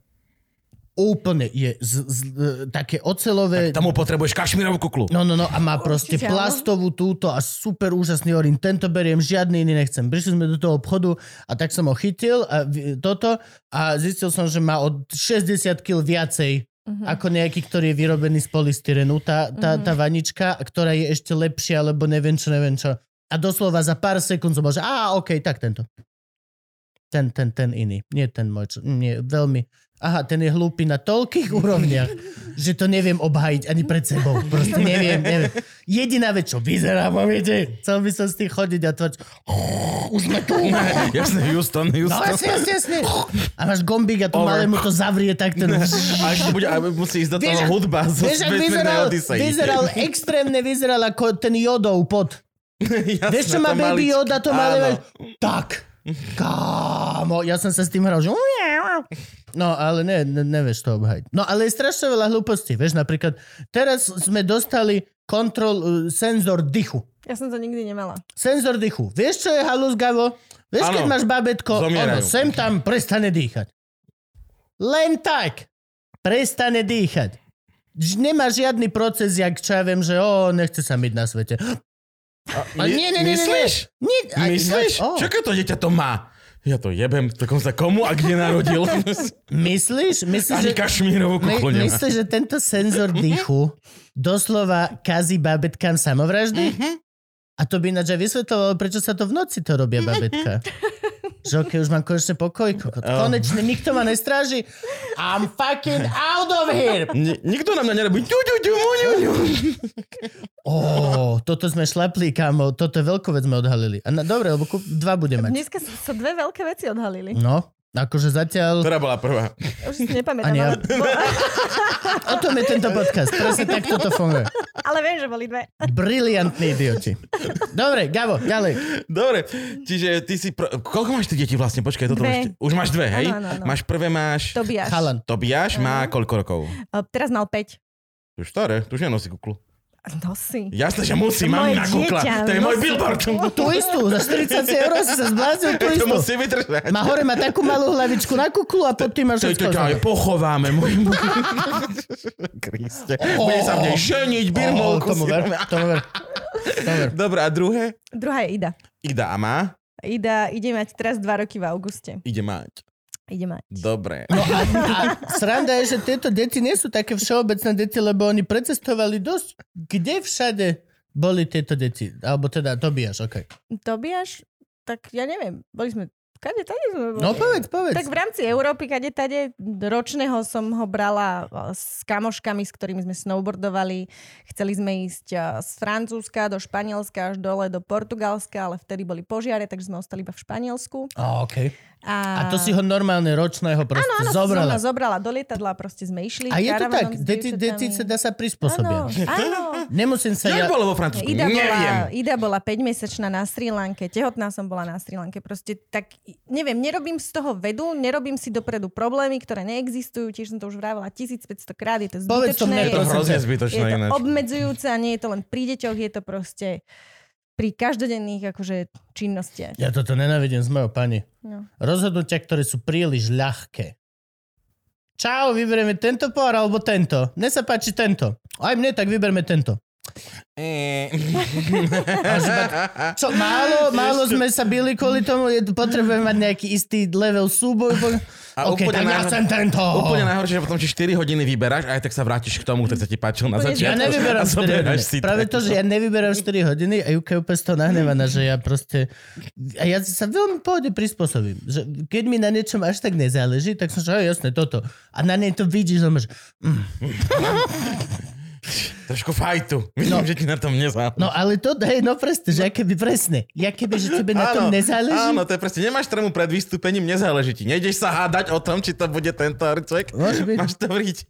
Úplne je z, z, e, také ocelové...
Tomu potrebuješ kašmírovú kuklu.
No, no, no a má proste
Určite áno.
plastovú túto a super úžasný orin. Tento beriem, žiadny iný nechcem. Prišli sme do toho obchodu a tak som ho chytil a vy- toto a zistil som, že má od 60 kg viacej
Mhm.
ako nejaký, ktorý je vyrobený z polystyrenu. Tá, tá, tá vanička, ktorá je ešte lepšia, alebo neviem čo, neviem čo. A doslova za pár sekúnd som bol, že á, OK, tak tento. Ten, ten, ten iný. Nie ten môj. Čo, nie, veľmi. Aha, ten je hlúpy na
*laughs*
toľkých úrovniach, že to neviem obhajiť ani pred sebou. Proste neviem, neviem. Jediná vec, čo vyzerá, vo viete, chcel by som s tým chodiť a tvať, už sme tu.
Jasne, Houston,
No
Houston.
jasne, jasne, jasne. A máš gombík a to
Over.
malému to zavrie tak
*laughs*
ten...
A ešte bude, a musí ísť do
Vieš,
toho hudba zo
Vieš, ak vyzeral,
Vesmírnej Odisei.
vyzeral extrémne, vyzeral ako ten jodov pod.
*laughs* Jasné,
Vieš, čo má
to
Baby
maličké.
Yoda, to má
Áno.
level... Tak. Kámo, ja som sa s tým hral, že... No, ale ne, ne, nevieš to obhajiť. No, ale je strašne veľa hlúpostí. Vieš, napríklad, teraz sme dostali kontrol, uh, senzor dychu.
Ja som to nikdy nemala.
Senzor dychu. Vieš, čo je halus, Gavo? Vieš,
Áno.
keď máš babetko, ono
Zomierajú.
sem tam prestane dýchať. Len tak. Prestane dýchať. Ž- Nemá žiadny proces, jak čo ja viem, že o, nechce sa myť na svete. A nie, nie, nie, nie, nie.
Myslíš?
Nie, aj-
Myslíš?
o.
Čo keď to dieťa to má? Ja to jebem, takom sa komu a kde
*laughs*
narodil?
Myslíš? Myslíš,
Ani
že,
Mhm. kašmírovú
my,
kuklu nemá.
myslíš, že tento senzor dýchu doslova kazí babetkám samovraždy?
Mhm.
A to by ináč aj vysvetľovalo, prečo sa to v noci to
Mhm.
robia babetka. Že okej, už mám konečne pokoj, kokot.
Oh.
Konečne, nikto ma nestráži. I'm fucking out of here!
Ni- nikto na mňa nerobí. ťu, ťu, ťu, mu, ňu, ňu.
Ó, toto sme šlapli, kámo. Toto je veľkú vec sme odhalili. A na, dobre, lebo kúp, dva budeme mať.
Dneska sa sa dve veľké veci odhalili.
No, akože zatiaľ...
Ktorá bola prvá?
Už si nepamätám,
Ani ja.
ale, bo-
O tom je tento podcast. Presne tak toto funguje.
*laughs* ale viem, že boli dve.
Briliantní idioti. Dobre, Gabo, ďalej.
Dobre, čiže ty si... Pr- koľko máš ty deti vlastne? Počkaj, toto
Dve.
ešte... Už máš dve, hej?
Áno, áno, áno.
Máš prvé, máš...
Tobiáš.
Chalan.
Tobiáš má
Áno.
koľko rokov?
O, Teraz mal 5.
Už staré, tu už nenosí kuklu.
Nosí.
Jasné, že musí, mám
Moje
na kukla.
dieťa
To je môj
nosí
billboard.
kuklu.
Tú istú, za 40 eur si sa
*laughs*
zbláznil, tú
To
istú.
musí vydržať.
Má hore, má takú malú hlavičku na kuklu a pod tým máš
To to
všetko.
ťa aj
zle.
pochováme,
*laughs*
môj Kriste. Bude sa v
Oh.
nej ženiť,
Ó,
birmovku
Tomu
si-
ver, tomu ver. Tomu ver.
Dobre, a druhé?
Druhá je Ida.
Ida a má?
Ida ide mať teraz 2 roky v auguste.
Ide mať.
Ide mať.
Dobre.
No a, a sranda je, že tieto deti nie sú také všeobecné deti, lebo oni precestovali dosť. Kde všade boli tieto deti? Alebo teda Tobiaš, okej.
Tobiáš, tak ja neviem, boli sme... Kade, tade sme boli.
No povedz, povedz.
Tak v rámci Európy, kade tade, ročného som ho brala o, s kamoškami, s ktorými sme snowboardovali. Chceli sme ísť o, z Francúzska do Španielska až dole do Portugalska, ale vtedy boli požiare, takže sme ostali iba v Španielsku.
A, okej.
A,
a to si ho normálne ročného proste
No Áno, áno,
zobrala.
som ma zobrala do lietadla a proste sme išli.
A je to tak,
karavanom s
deti, deti
dievčatami.
sa dá sa
Áno,
prispôsobiť.
áno.
Nemusím sa ja...
Jak bolo vo Francúzsku?
Ida bola,
Neviem.
Ida bola 5-mesačná na Sri Lanke, tehotná som bola na Sri Lanke. Proste tak, neviem, nerobím z toho vedu, nerobím si dopredu problémy, ktoré neexistujú, tiež som to už vravela 1500 krát, je to zbytočné.
Povedz to mne,
Je to
prosím
hrozne
ťa.
je
zbytočné
to
ináč.
obmedzujúce a nie je to len pri deťoch, je to proste pri každodenných akože činnostiach.
Ja toto nenávidím z mojou pani.
No.
Rozhodnutia, ktoré sú príliš ľahké. Čau, vyberieme tento pohár alebo tento. Mne sa páči tento. Aj mne, tak vyberme tento.
*laughs*
Eh,
Čo, málo, málo sme sa bili kvôli tomu, je, potrebujeme mať nejaký istý level súboj. Po...
A
OK, tak
úplne
ja
najhor-
chcem tento.
Úplne najhoršie, že potom či 4 hodiny vyberáš a aj tak sa vrátiš k tomu, ktorý sa ti páčil na
Úplne, že
Ja
začiatku. *laughs*
nevyberám
a
4
zoberáš
hodiny.
si
Práve
ten.
to, že ja nevyberám 4 hodiny a Juka je úplne z toho nahnevaná, že ja proste... A ja sa veľmi v pohode prispôsobím. Že keď mi na niečom až tak nezáleží, tak som že "Aj, jasné, toto. A na nej to vidíš, že máš...
Trošku fajtu.
No.
Vidím, že ti na tom nezáleží.
No ale to, hej, no presne, že aké by presne. Ja keby, že tebe na tom nezáleží.
Áno, to je presne, nemáš tremu pred vystúpením, nezáleží ti. Nejdeš sa hádať o tom, či to bude tento orcek.
Môže byť.
Máš to v ríti.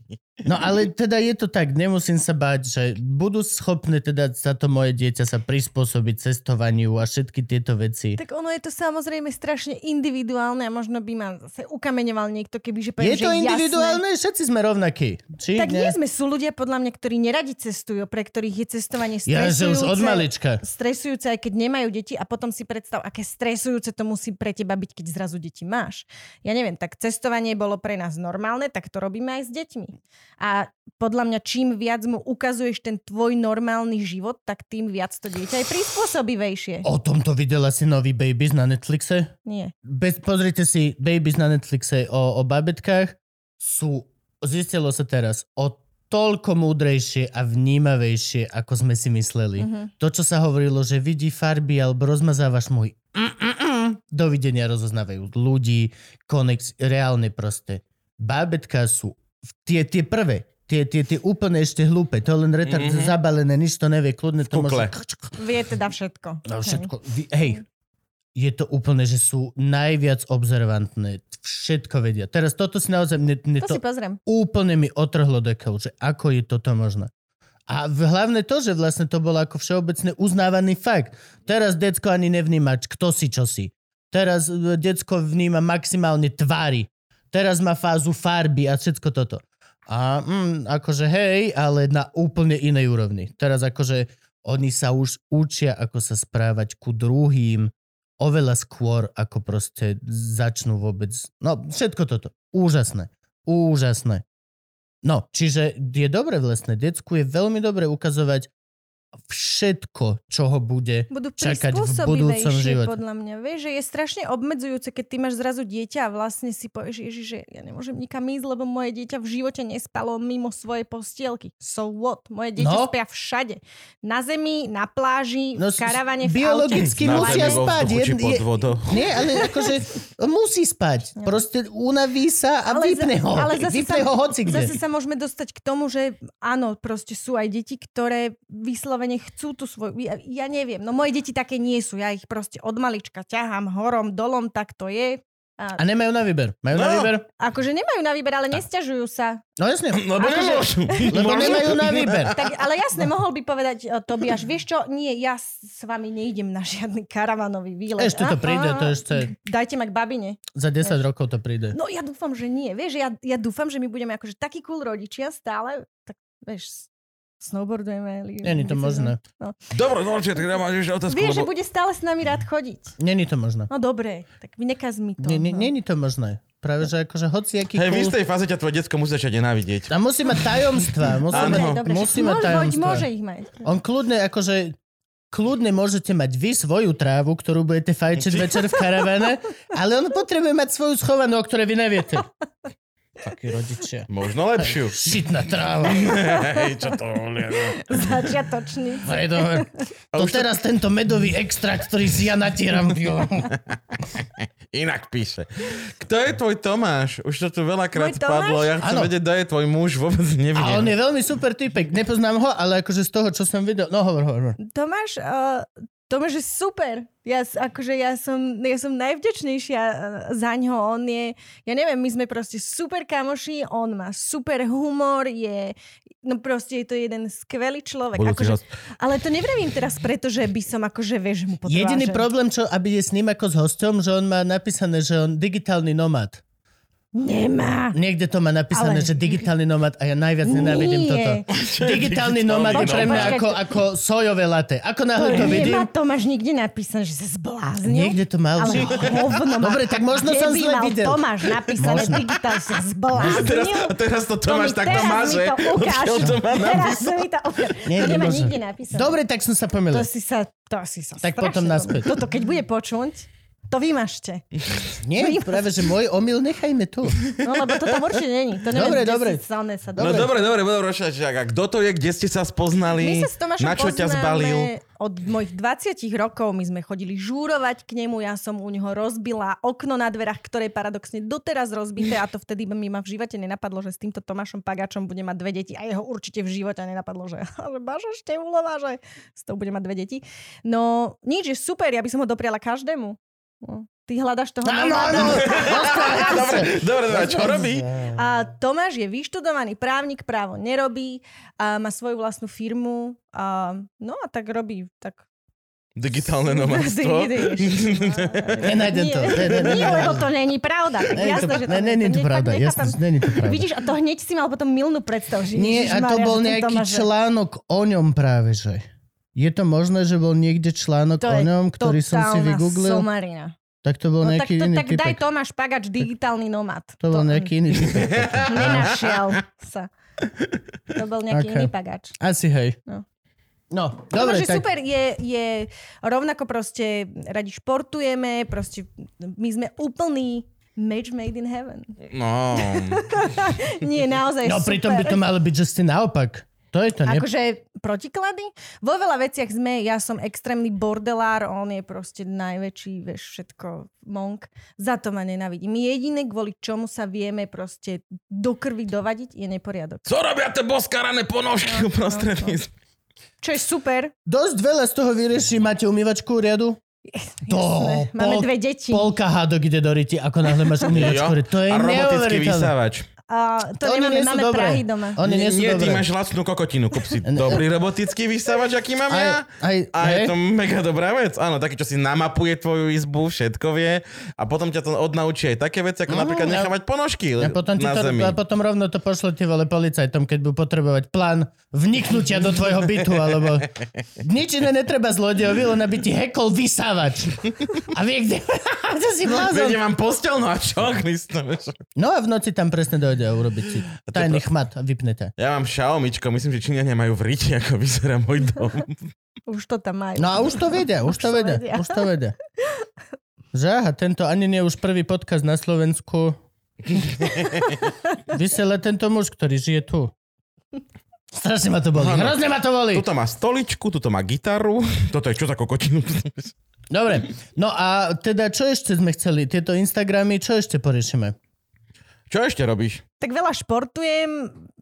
No ale teda je to tak, nemusím sa báť, že budú schopné teda za to moje dieťa sa prispôsobiť cestovaniu a všetky tieto veci.
Tak ono je to samozrejme strašne individuálne a možno by ma zase ukameňoval niekto, keby že poviem,
Je to
že
individuálne, všetci sme rovnakí. Či
Jasné. Tak nie
nie?
sme, sú ľudia podľa mňa, ktorí neradi cestujú, pre ktorých je cestovanie
Ja,
stresujúce.
že už od malička.
stresujúce, aj keď nemajú deti a potom si predstav, aké stresujúce to musí pre teba byť, keď zrazu deti máš. Ja neviem, tak cestovanie bolo pre nás normálne, tak to robíme aj s deťmi. A podľa mňa, čím viac mu ukazuješ ten tvoj normálny život, tak tým viac to dieťa je prispôsobivejšie.
O tomto videla si nový Babies na Netflixe?
Nie.
Bez, pozrite si Babies na Netflixe o, o babetkách. Sú, zistilo sa teraz, o toľko múdrejšie a vnímavejšie, ako sme si mysleli.
Mhm.
To, čo sa hovorilo, že vidí farby alebo rozmazávaš môj. Dovidenia rozoznávajú ľudí, konex, reálne proste. Bábetka sú v- tie, tie prvé, tie, tie, tie úplne ešte hlúpe, to je len retard
Mhm.
mm-hmm. zabalené, nič to nevie, kľudne to
kukle.
môže...
Vie teda všetko.
No
Hej.
všetko, vy- hej, je to úplne, že sú najviac observantné, všetko vedia. Teraz toto si naozaj, mne, mne
To
to,
si pozriem.
úplne mi otrhlo dekel, že ako je toto možné. A v- hlavne to, že vlastne to bol ako všeobecne uznávaný fakt. Teraz decko ani nevníma, č- kto si, čo si. Teraz e, decko vníma maximálne tvary. Teraz má fázu farby a všetko toto. A mm, akože hej, ale na úplne inej úrovni. Teraz akože oni sa už učia, ako sa správať ku druhým oveľa skôr, ako proste začnú vôbec... No, všetko toto. Úžasné. Úžasné. No, čiže je dobre vlastne, decku je veľmi dobre ukazovať všetko, čo ho bude.
budú
čakať v
prispôsobivejšie
budúcom živote.
podľa mňa. Vieš, že je strašne obmedzujúce, keď ty máš zrazu dieťa a vlastne si povieš, "Ježiš, že ja nemôžem nikam ísť, lebo moje dieťa v živote nespalo mimo svojej postielky. So what? Moje dieťa
No.
spia všade. Na zemi, na pláži,
No,
v karavane, v
biologicky
aute.
musia
Na zemi, vo
spať,
vzduchu či
jed-
pod
je-
vodou.
Nie, ale akože musí spať.
Ja.
Proste unaví sa a
Ale za-
vypne ho.
ale zase
vypne
sa-
ho hoci kde.
Zase sa môžeme dostať k tomu, že áno, proste sú aj deti, ktoré vyslovene chcú tú svoju... Ja, ja neviem, no moje deti také nie sú. Ja ich proste od malička ťahám horom, dolom, tak to je.
A nemajú na výber. Majú na
No.
výber?
Akože nemajú na výber, ale nesťažujú sa.
No jasne.
Lebo nemôžu.
Lebo No,
Môžu.
nemajú na výber.
Tak, ale jasne, mohol by povedať e, Tobiaš, vieš čo, nie, ja s s vami neidem na žiadny karavanový
E,
výlet.
Ešte to
A-
príde, to ešte
Dajte ma k babine.
za 10 rokov to príde.
No ja dúfam, že nie. Vieš, ja, ja dúfam, že my budeme akože takí cool rodičia stále. Tak vieš, snowboardujeme. li-
Není to
bicyklujeme.
možné.
Dobre, dobre, tak ja mám ešte otázku,
Vieš, že
lebo...
bude stále s nami rád chodiť.
Není to možné.
No dobre, tak vynekaz mi to.
Nie- nie-
no.
Není to možné. Práve, že akože hociaký
Hej, v
cool-
istej fáze ťa tvoje detsko musí začať nenávidieť.
A musí mať tajomstvá. Musí
Áno.
Dobre,
mať,
dobre,
musí mať
však môže,
tajomstvá.
môže- môže ich
*laughs*
mať.
On kľudne, akože kľudne môžete mať vy svoju trávu, ktorú budete fajčiť večer v karavane, ale on potrebuje mať svoju schovanú, o ktorej vy neviete. Takí rodičia.
Možno
*laughs*
lepšiu.
Šitná tráva.
Hej, čo to volia, no.
Začiatočný.
Frejdové.
*laughs* A
To
už to-
teraz tento medový extrakt, ktorý si ja natieram.
Inak píše. Kto je tvoj Tomáš? Už to tu veľakrát
Môj Tomáš?
spadlo. Ja chcem
Áno.
vedieť, kto je tvoj muž. Vôbec neviem.
A on je veľmi super typek. Nepoznám ho, ale akože z toho, čo som videl... No hovor, hovor. hovor.
Tomáš, uh, Tomáš je super. Ja, s- akože ja som, ja som najvďačnejšia eh, za ňo. On je, ja neviem, my sme proste super kamoši, on má super humor, je, no proste je to jeden skvelý človek.
Budúci
Akože,
host.
ale to nevravím teraz preto, že by som akože, vieš, mu potrebovala.
Jediný
že...
problém, čo aby je s ním ako s hosťom, že on má napísané, že on digitálny nomad.
Nemá.
Niekde to má napísané,
Ale-
Ale... že digitálny nomad a ja najviac nenávidím
Nie.
toto. Digitálny nomad je pre mňa
nomad?
ako, ako sojové latte. Ako náhle to vidím,
Nemá, to máš nikde napísané, že sa zbláznil.
niekde to mal.
Ale hovno má.
Dobre, tak možno
Kde
som
by
zle
mal
videl.
Tomáš napísané digitál
*laughs*
sa zbláznil.
Teraz, teraz to Tomáš
mi-
takto maže.
Teraz mi to ukáž.
Odkiaľ to má
teraz mi to ukáž.
Nie,
to nemá
nemôžem.
nikde napísané.
Dobre, tak som sa
To
pomýlil.
si sa, to si sa
Tak
strašne
potom
dobre.
naspäť.
Toto keď bude počuť, to vymažte.
Nie,
Vymaz-
práve, že môj omyl nechajme tu.
No lebo to tam určite není. To neviem,
Dobre,
kde
dobre.
Si, sa one sa
No
dobre.
dobre, dobre, budem rozšľať, že ak- a kto to je, kde ste sa spoznali,
My sa s Tomášom
na čo ťa
poznáme
zbalil.
od mojich 20 rokov. My sme chodili žúrovať k nemu, ja som u neho rozbila okno na dverách, ktoré je paradoxne doteraz rozbité a to vtedy by mi ma v živote nenapadlo, že s týmto Tomášom Pagačom bude mať dve deti a jeho určite v živote nenapadlo, že, *laughs* že Baša Števulová, že s tou bude mať dve deti. No nič, je super, ja by som ho dopriala každému. No, Ty hľadaš toho
Áno, áno.
najlepšieho.
Rozprávajte
Dobre,
sa.
dobre, dobre, a čo robí?
A Tomáš je vyštudovaný právnik, právo nerobí, a má svoju vlastnú firmu, a, no a tak robí tak... *laughs*
Digitálne nomadstvo.
*laughs* Nenájdem to. Ne, ne, ne,
Nie,
ne.
lebo to není pravda. Tak
Není to-
jasné, že to
Ne, není to
nech-
pravda,
nech-
jasné,
tam-
není to pravda.
Vidíš, a to hneď si mal potom milnú predstavu. Že
Nie, a to
Ježišmaria,
bol
že ten
nejaký
Tomáš je-
článok o ňom práve, že. Je to možné, že bol niekde článok
To
o
je
ňom, ktorý som si
totálna
vygooglil?
Somarina.
Tak to bol
No tak,
nejaký
to,
iný
tak daj
typek.
Tomáš Pagač, digitálny nomad.
To bol nejaký iný
*laughs*
typek.
Nenašiel sa. To bol nejaký
Ok.
iný Pagač.
Asi hej.
No.
No,
Dobre,
dobre,
že
tak...
super, je, je rovnako proste radi športujeme, proste my sme úplný match made in heaven.
*laughs* No,
Nie, naozaj
No
super.
pritom by to malo byť, že ste naopak. To je to, ne?
Akože protiklady? Vo veľa veciach sme, ja som extrémny bordelár, on je proste najväčší, vieš, všetko monk. Za to ma nenávidím. Jediné, kvôli čomu sa vieme proste do krvi dovadiť, je neporiadok.
co robia tie boskarané ponožky uprostred
no, no.
izby?
Čo je super.
Dosť veľa z toho vyrieši. Máte umývačku riadu? To,
Jasné. Máme
pol-
dve deti.
Polka hádok ide do ryti, ako náhle
*laughs*
máš umývačku
Jo,
riadu. To je
a robotický
neuveriteľné.
vysávač.
A to
Oni
nemáme,
nie sú
máme
dobré.
Prahy doma.
Oni nie
Nie,
sú
nie ty
dobré.
máš lacnú kokotinu, kúp si dobrý robotický vysávač, aký mám ja.
Aj, aj,
A
hej?
je to mega dobrá vec. Áno, taký, čo si namapuje tvoju izbu, všetko vie. A potom ťa to odnaučí aj také veci, ako napríklad
No, ja-
nechávať ponožky
A potom, ti
na
to,
zemi.
a potom rovno to pošlo ti vole policajtom, keď budú potrebovať plán vniknutia do tvojho bytu, alebo nič iné netreba zlodejovi, len aby ti hekol vysávač. A vie kde... *laughs* to si
Veď
blázon.
mám postel, no a
*laughs*
čo, Kristus?
No a v noci tam presne dojde a urobiť si tajný chmat a vypnete.
Ja mám šaomičko, myslím, že Číňania majú v riti, ako vyzerá môj
*laughs*
dom.
Už to tam majú.
No a už to vedia, už, to vedia, už to vedia. Že aha, tento ani nie už prvý podcast na
*laughs*
Slovensku. Vysiela tento muž, ktorý žije tu. Strašne ma to boli.
Áno.
Hrozne ma to boli.
Tuto má stoličku, tuto má gitaru. Toto je čo za kokotinu? *laughs*
Dobre, no a teda čo ešte sme chceli? Tieto Instagramy, čo ešte poriešime?
Čo ešte robíš?
Tak veľa športujem,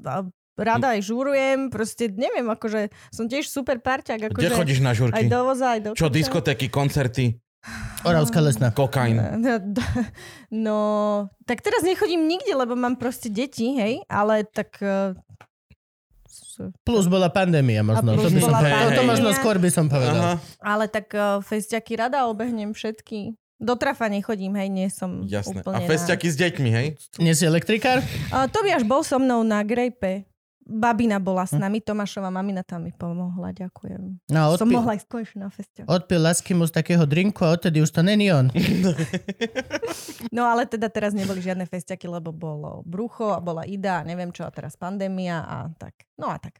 a rada aj žúrujem, proste neviem, akože som tiež super parťák. Akože
Kde chodíš na
Aj
žurky?
do voza, aj do
Čo,
koča.
diskotéky, koncerty,
Oravská lesná.
kokain?
*laughs* No, d- No, tak teraz nechodím nikde, lebo mám proste deti, hej, ale tak... eh, s-
Plus bola pandémia možno. To,
A plus
by som
bola
povedal. to, to
pandémia.
možno skôr by som povedal.
Aha,
Ale tak eh, festiaky rada obehnem všetky. Do trafa nechodím, hej, nie som
jasné. A
úplne
festiaky s deťmi, hej?
Nie si elektrikár?
Na... A Tobiaš bol so mnou na grejpe. Babina
Hm?
bola s nami, Tomášova mamina tam mi pomohla, ďakujem.
No,
Som
odpi-
mohla ísť konečne na festiak.
odpil lásky mu z takého drinku a odtedy už to není on.
No ale teda teraz neboli žiadne festiaky, lebo bolo brucho a bola ida a neviem čo a teraz pandémia a tak. No a tak.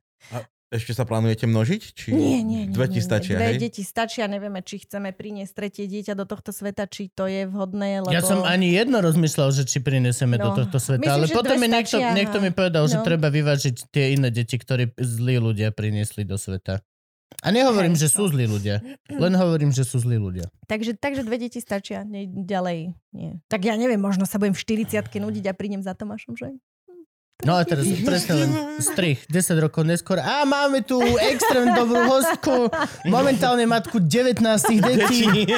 Ešte sa plánujete množiť? Či
Nie, nie, nie.
Dve ti
nie, nie.
stačia, hej?
Dve deti stačia, nevieme, či chceme priniesť tretie dieťa do tohto sveta, či to je vhodné, lebo...
Ja som ani jedno rozmýšľal, že či prinesieme
No.
do tohto sveta,
Myslím,
ale
že
potom
dve
mi niekto,
stačia,
niekto
aha.
mi povedal, že
No.
treba vyvážiť tie iné deti, ktoré zlí ľudia priniesli do sveta. A nehovorím, že
Hej,
sú
no.
zlí ľudia. Len hovorím, že sú zlí ľudia.
Takže, takže dve deti stačia, ne, ďalej nie. Tak ja neviem, možno sa budem v 40 nudiť a prídem za Tomášom, že? Hm,
No a teraz presne len strich, 10 rokov neskôr. A máme tu extrém dobrú hostku, momentálne matku 19 detí.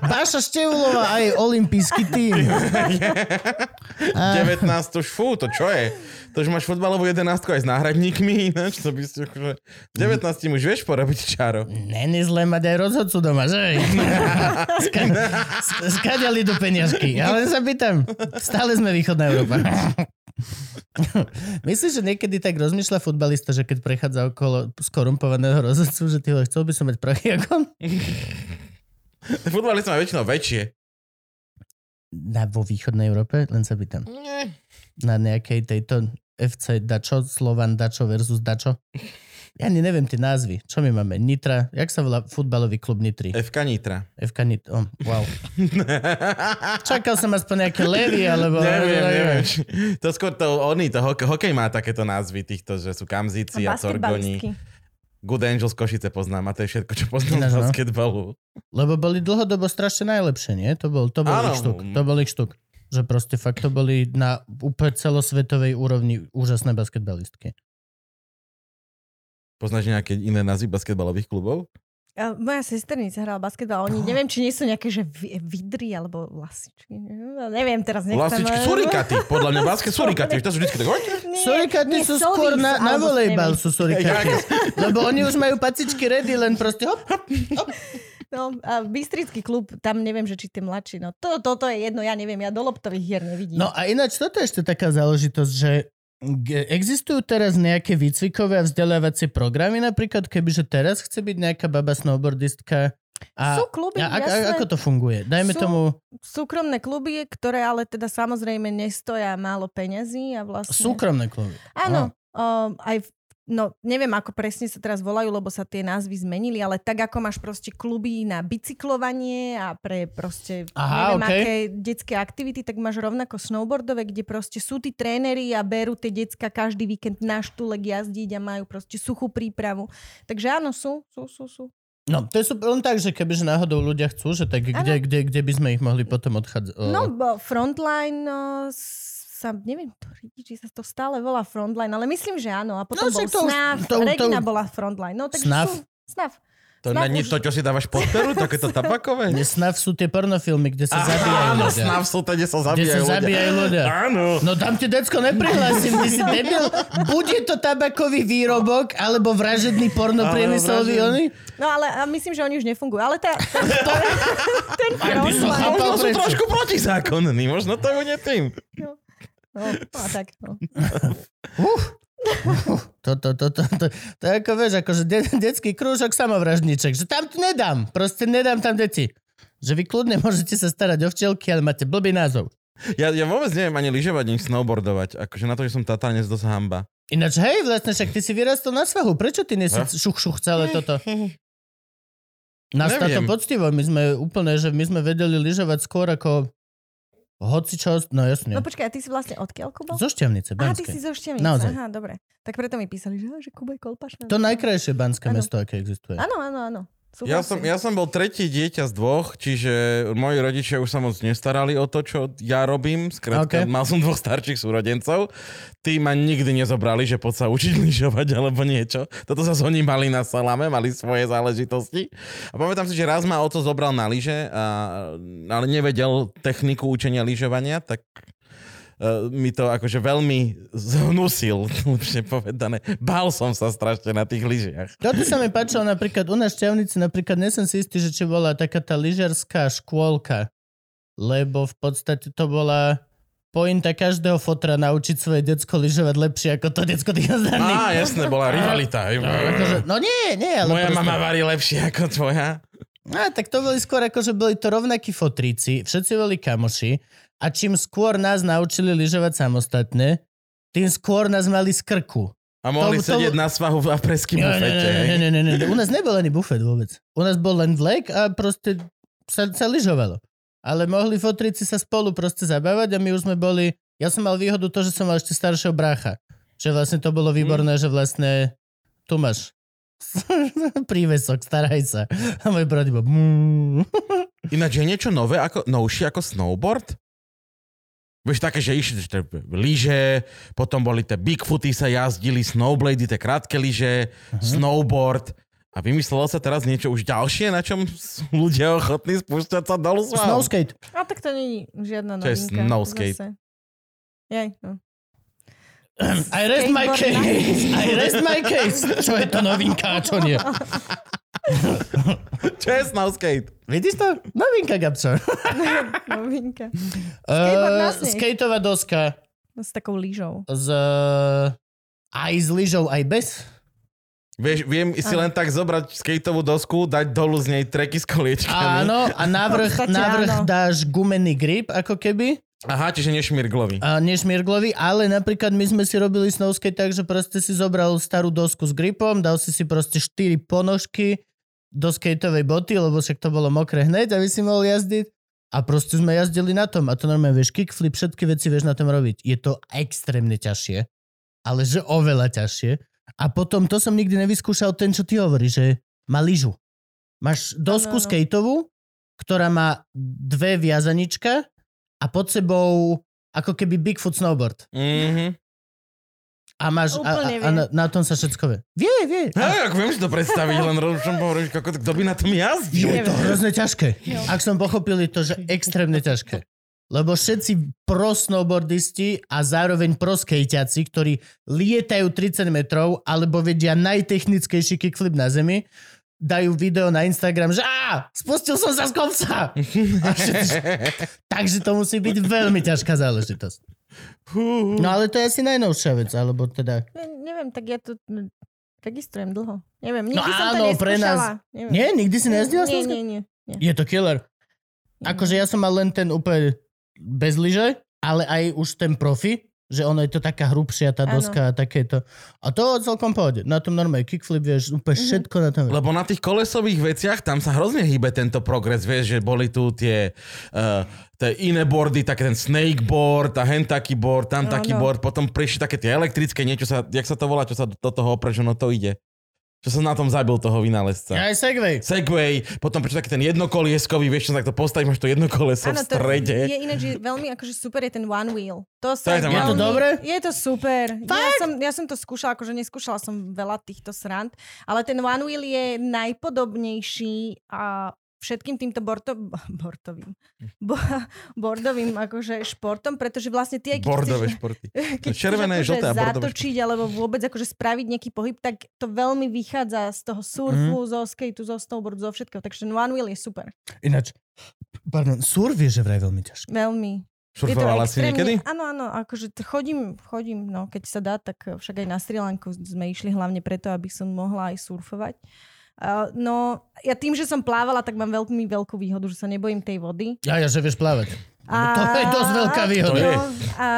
Baša Števulová a jej olimpijský tým.
*laughs* 19, to už fú, to čo je? To už máš futbalovú 11 aj s náhradníkmi, ináč to by ste... akože- 19 tým už vieš porobiť čaro.
Není zle mať aj rozhodcu doma, že? Ska- s- Skáďali do peniažky. Ja len sa pýtam. Stále sme východná Európa. Myslíš, že niekedy tak rozmýšľa futbalista, že keď prechádza okolo skorumpovaného rozhodcu, že ty ho chcel by som mať prachy ako on?
Futbalisti má väčšinou väčšie.
Na, vo východnej Európe? Len sa pýtam.
Nie.
Na nejakej tejto FC Dačo, Slovan Dačo versus Dačo? Ja ani neviem tie názvy. Čo my máme? Nitra? Jak sa volá futbalový klub Nitry?
FK Nitra.
FK Nit... Oh, wow. Čakal som aspoň nejaké levy, alebo...
neviem, neviem. či- To skôr to oni, to hokej, hokej má takéto názvy týchto, že sú Kamzici a Corgoni.
Basketbalistky.
Good Angels Košice poznám a to je všetko, čo poznám
Ináč,
z
no.
basketbalu.
Lebo boli dlhodobo strašne najlepšie, nie? To bol, to bol
Áno.
ich štuk. To bol ich štuk. Že proste fakt to boli na úplne celosvetovej úrovni úžasné basketbalistky.
Poznáš nejaké iné názvy basketbalových klubov?
A Moja sesternica hrala basketbal, oni neviem, či nie sú nejaké, že vi- vidry alebo lasičky. Neviem teraz, nechcem...
Vlasičky, surikaty, podľa mňa basket surikaty, to sú vždy tak, "Oj,
Nie,
Surikaty
nie,
sú
sovis,
skôr na, na
alebo
volejbal,
neviem.
sú surikaty. Lebo oni už majú pacičky ready, len proste hop.
No, a Bystrický klub, tam neviem, že či tie mladší. No, to, toto je jedno, ja neviem, ja do loptových hier nevidím.
No a ináč toto je ešte taká záležitosť, že g- existujú teraz nejaké výcvikové a vzdelávacie programy, napríklad kebyže teraz chce byť nejaká baba snowboardistka a,
sú kluby,
a, a, a
jasné,
ako to funguje? Dajme
Sú-
tomu...
súkromné kluby, ktoré ale teda samozrejme nestoja málo peňazí a vlastne...
Súkromné kluby.
Áno, um, aj v- No, neviem, ako presne sa teraz volajú, lebo sa tie názvy zmenili, ale tak, ako máš proste kluby na bicyklovanie a pre proste,
Aha,
neviem,
okej.
aké detské aktivity, tak máš rovnako snowboardové, kde proste sú tí tréneri a berú tie decka každý víkend na štulek jazdiť a majú proste suchú prípravu. Takže áno, sú, sú, sú, sú.
No, to je super, len tak, že kebyže náhodou ľudia chcú, že tak kde, kde, kde by sme ich mohli potom odchádzať?
No, bo frontline no, s- sa, neviem, ktorý, či sa to stále volá frontline, ale myslím, že áno. A
No,
potom bol
však to už-
Snav,
to- to-
Regina bola frontline. No, takže
Snav?
Sú, snav.
To
Snav
není
už-
to, čo si dávaš pod peru, takéto tabakové?
*laughs* Snav sú tie pornofilmy, kde sa zabíjajú
Áno,
ľudia.
snav sú to, kde sa
Kde sa
zabíjajú ľudia.
zabíjajú ľudia.
Áno.
No tam ti decko neprihlásim, ty si debil. Bude to tabakový výrobok alebo vražedný porno
Áno,
priemyselový
vražedný.
oni?
No, ale a myslím, že oni už nefungujú. Ale tá, ten,
*laughs*
ten
by som
frontline...
chápal.
Možno sú
prečo?
trošku protizákonní, možno to bude tým.
No, a tak, no.
To, to, to, to, to, to je ako vieš, akože de, detský krúžok samovražníček, že tam to nedám, proste nedám tam deti. Že vy kľudne môžete sa starať o včielky, ale máte blbý názov.
Ja, ja vôbec neviem ani lyžovať, ani snowboardovať. Akože na to, že som tatánec, dosť hamba.
Ináč, hej, vlastne však ty si vyrastol na svahu. Prečo ty nesi
Eh?
šuch, šuch celé toto? Nás
Neviem.
táto poctivo, my sme úplne, že my sme vedeli lyžovať skôr ako hoci čo, no jasne.
no počkaj, a ty si vlastne odkiaľ, Kubo?
Zo Šťavnice,
Aha, ty si
Banskej.
zo Števnice.
Naozaj.
Aha, dobre. Tak preto mi písali, že, že Kubo je kolpašná.
To najkrajšie banské
Áno.
mesto, aké existuje.
Áno, áno, áno. Súhlasím.
Ja som, ja som bol tretí dieťa z dvoch, čiže moji rodičia už sa moc nestarali o to, čo ja robím.
Ok.
Skrátka, mal som dvoch starších súrodencov. Tí ma nikdy nezobrali, že poď sa učiť *laughs* lyžovať alebo niečo. Toto sa oni mali na salame, mali svoje záležitosti. A pamätám si, že raz ma oco zobral na lyže, a, ale nevedel techniku učenia lyžovania, tak eh, mi to akože veľmi zhnusil, *laughs* lepšie povedané. Bál som sa strašne na tých lyžiach.
Toto sa mi páčilo napríklad u nás v Šťavnici, napríklad nesem si istý, že či bola taká tá lyžiarská škôlka, lebo v podstate to bola pointa každého fotra naučiť svoje decko lyžovať lepšie ako to decko tých ostatných.
Á, jasné, bola rivalita.
No, akože, no nie, nie, ale
Moja
proste-
mama varí lepšie ako tvoja.
No, tak to boli skôr ako, že boli to rovnakí fotríci, všetci boli kamoši a čím skôr nás naučili lyžovať samostatne, tým skôr nás mali z krku.
A
To-
mohli
to-
sedieť na svahu v
Ne,
africkým
ne,
bufete. hej.
ne, ne, ne, ne, ne. U nás nebol ani bufet vôbec. U nás bol len vlek a proste sa, sa lyžovalo. Ale mohli fotríci sa spolu proste zabávať a my už sme boli... Ja som mal výhodu to, že som mal ešte staršieho brácha. Že vlastne to bolo
Mm.
výborné, že vlastne tu máš *laughs* prívesok, staraj sa. A môj brat iba... "Mm."
Ináč je niečo nové, ako, novšie ako snowboard? Vieš, také, že išli tie lyže, potom boli tie Bigfooty sa jazdili, snowblady, tie krátke lyže,
Mhm.
snowboard. A vymyslelo sa teraz niečo už ďalšie, na čom sú ľudia ochotní spúšťať sa dolu s vami.
*clears throat*
Snowskate.
A tak to není žiadna
To je no
novinka.
snowskate.
Zase. Jej, no.
I rest my
Skateboard na-
case. I rest my case. Čo je to novinka a
*laughs*
čo nie?
Čo je snowskate?
Vidíš to? Novinka, Gabčo.
Novinka.
*laughs*
Skateboard na
Uh,
sneh.
skateová doska
No, S takou lyžou.
s... eh, aj s lyžou, aj bez.
Vieš, viem si
Áno.
len tak zobrať skateovú dosku, dať dolu z nej treky s koliečkami.
Áno, a navrh,
podstate
navrh
áno.
dáš gumený grip, ako keby.
Aha, čiže nešmirglový.
A než Mirglovi, ale napríklad my sme si robili snowskate tak, že proste si zobral starú dosku s gripom, dal si si proste 4 ponožky do skateovej boty, lebo však to bolo mokré hneď a vy si mohol jazdiť. A proste sme jazdili na tom. A to normálne vieš, kickflip, všetky veci vieš na tom robiť. Je to extrémne ťažšie. Ale že oveľa ťažšie. A potom, to som nikdy nevyskúšal, ten, čo ty hovoríš, že má lyžu. Máš dosku
áno.
skateovú, ktorá má dve viazanička a pod sebou ako keby Bigfoot snowboard.
Mhm.
A máš... A, a,
Úplne
a na, na tom sa všetko vie. Vie, vie. A,
Hej, ako viem si to predstaviť, len rozumiem, hovoríš, ako kto by na tom
je
jazdil.
Jo.
to
neviem.
hrozne ťažké.
Jo. Hm.
Ak som pochopil, je to, že extrémne ťažké. Lebo všetci pro snowboardisti a zároveň pro skejťaci, ktorí lietajú 30 metrov alebo vedia najtechnickejší kickflip na zemi, dajú video na Instagram, že á, spustil som sa z kopca. A všetci,
*laughs*
takže to musí byť veľmi ťažká záležitosť.
*laughs* Hú.
No ale to je asi najnovšia vec, alebo teda...
Ne, neviem, tak ja to mm, registrujem dlho. Neviem,
No
nikdy som to
áno,
neskúšala.
pre nás-
Neviem.
Nie, nikdy si nejazdila
Hm. nie,
snowskate?
nie, nie, nie.
Je to killer. Akože ja som mal len ten úplne bez lyže, ale aj už ten profi, že ono je to taká hrubšia tá
Áno.
doska a takéto. A to celkom pohode. Na tom normálne kickflip, vieš, úplne
Mhm.
všetko na tom.
Lebo na tých kolesových veciach tam sa hrozne hýbe tento progres, vieš, že boli tu tie, uh, tie iné boardy, také ten snake board a hen taký board, tam
No,
taký
no.
board, potom prišli také tie elektrické, niečo sa, jak sa to volá, čo sa do do toho opre, že no to ide. Čo som na tom zabil toho
Ja
vynálezca.
aj segway.
Segway, potom prišiel taký ten jednokolieskový, vieš čo, tak to postavíš, máš to jednokoleso v
Áno, to
strede.
je ináč je veľmi akože super je ten one wheel.
To
To, sa
je tam
Je to
veľmi-
dobré?
Je to super. Ja som, ja som to skúšala, akože neskúšala som veľa týchto srand, ale ten one wheel je najpodobnejší a všetkým týmto borto, *laughs* bortovým, bo, *laughs* bordovým akože športom, pretože vlastne tie, keď
Bordové
chceš-
športy.
keď
Červené,
chceš
žlté a
akože
bordové
zatočiť alebo vôbec akože spraviť nejaký pohyb, tak to veľmi vychádza z toho surfu,
Mhm.
mm. zo skateu, zo snowboardu, zo všetkého. Takže ten one wheel je super.
Ináč, pardon, surf je že vraj veľmi ťažké.
Veľmi. Je to
Surfovala si
extrémne-
niekedy?
Áno, áno, akože t- chodím, chodím, no keď sa dá, tak eh, však aj na Sri Lanku sme išli hlavne preto, aby som mohla aj surfovať. Uh, no, ja tým, že som plávala, tak mám veľmi veľkú výhodu, že sa nebojím tej vody.
Ja, ja, že vieš
Hm,
plávať. No To je dosť veľká výhoda.
To je.
No, a,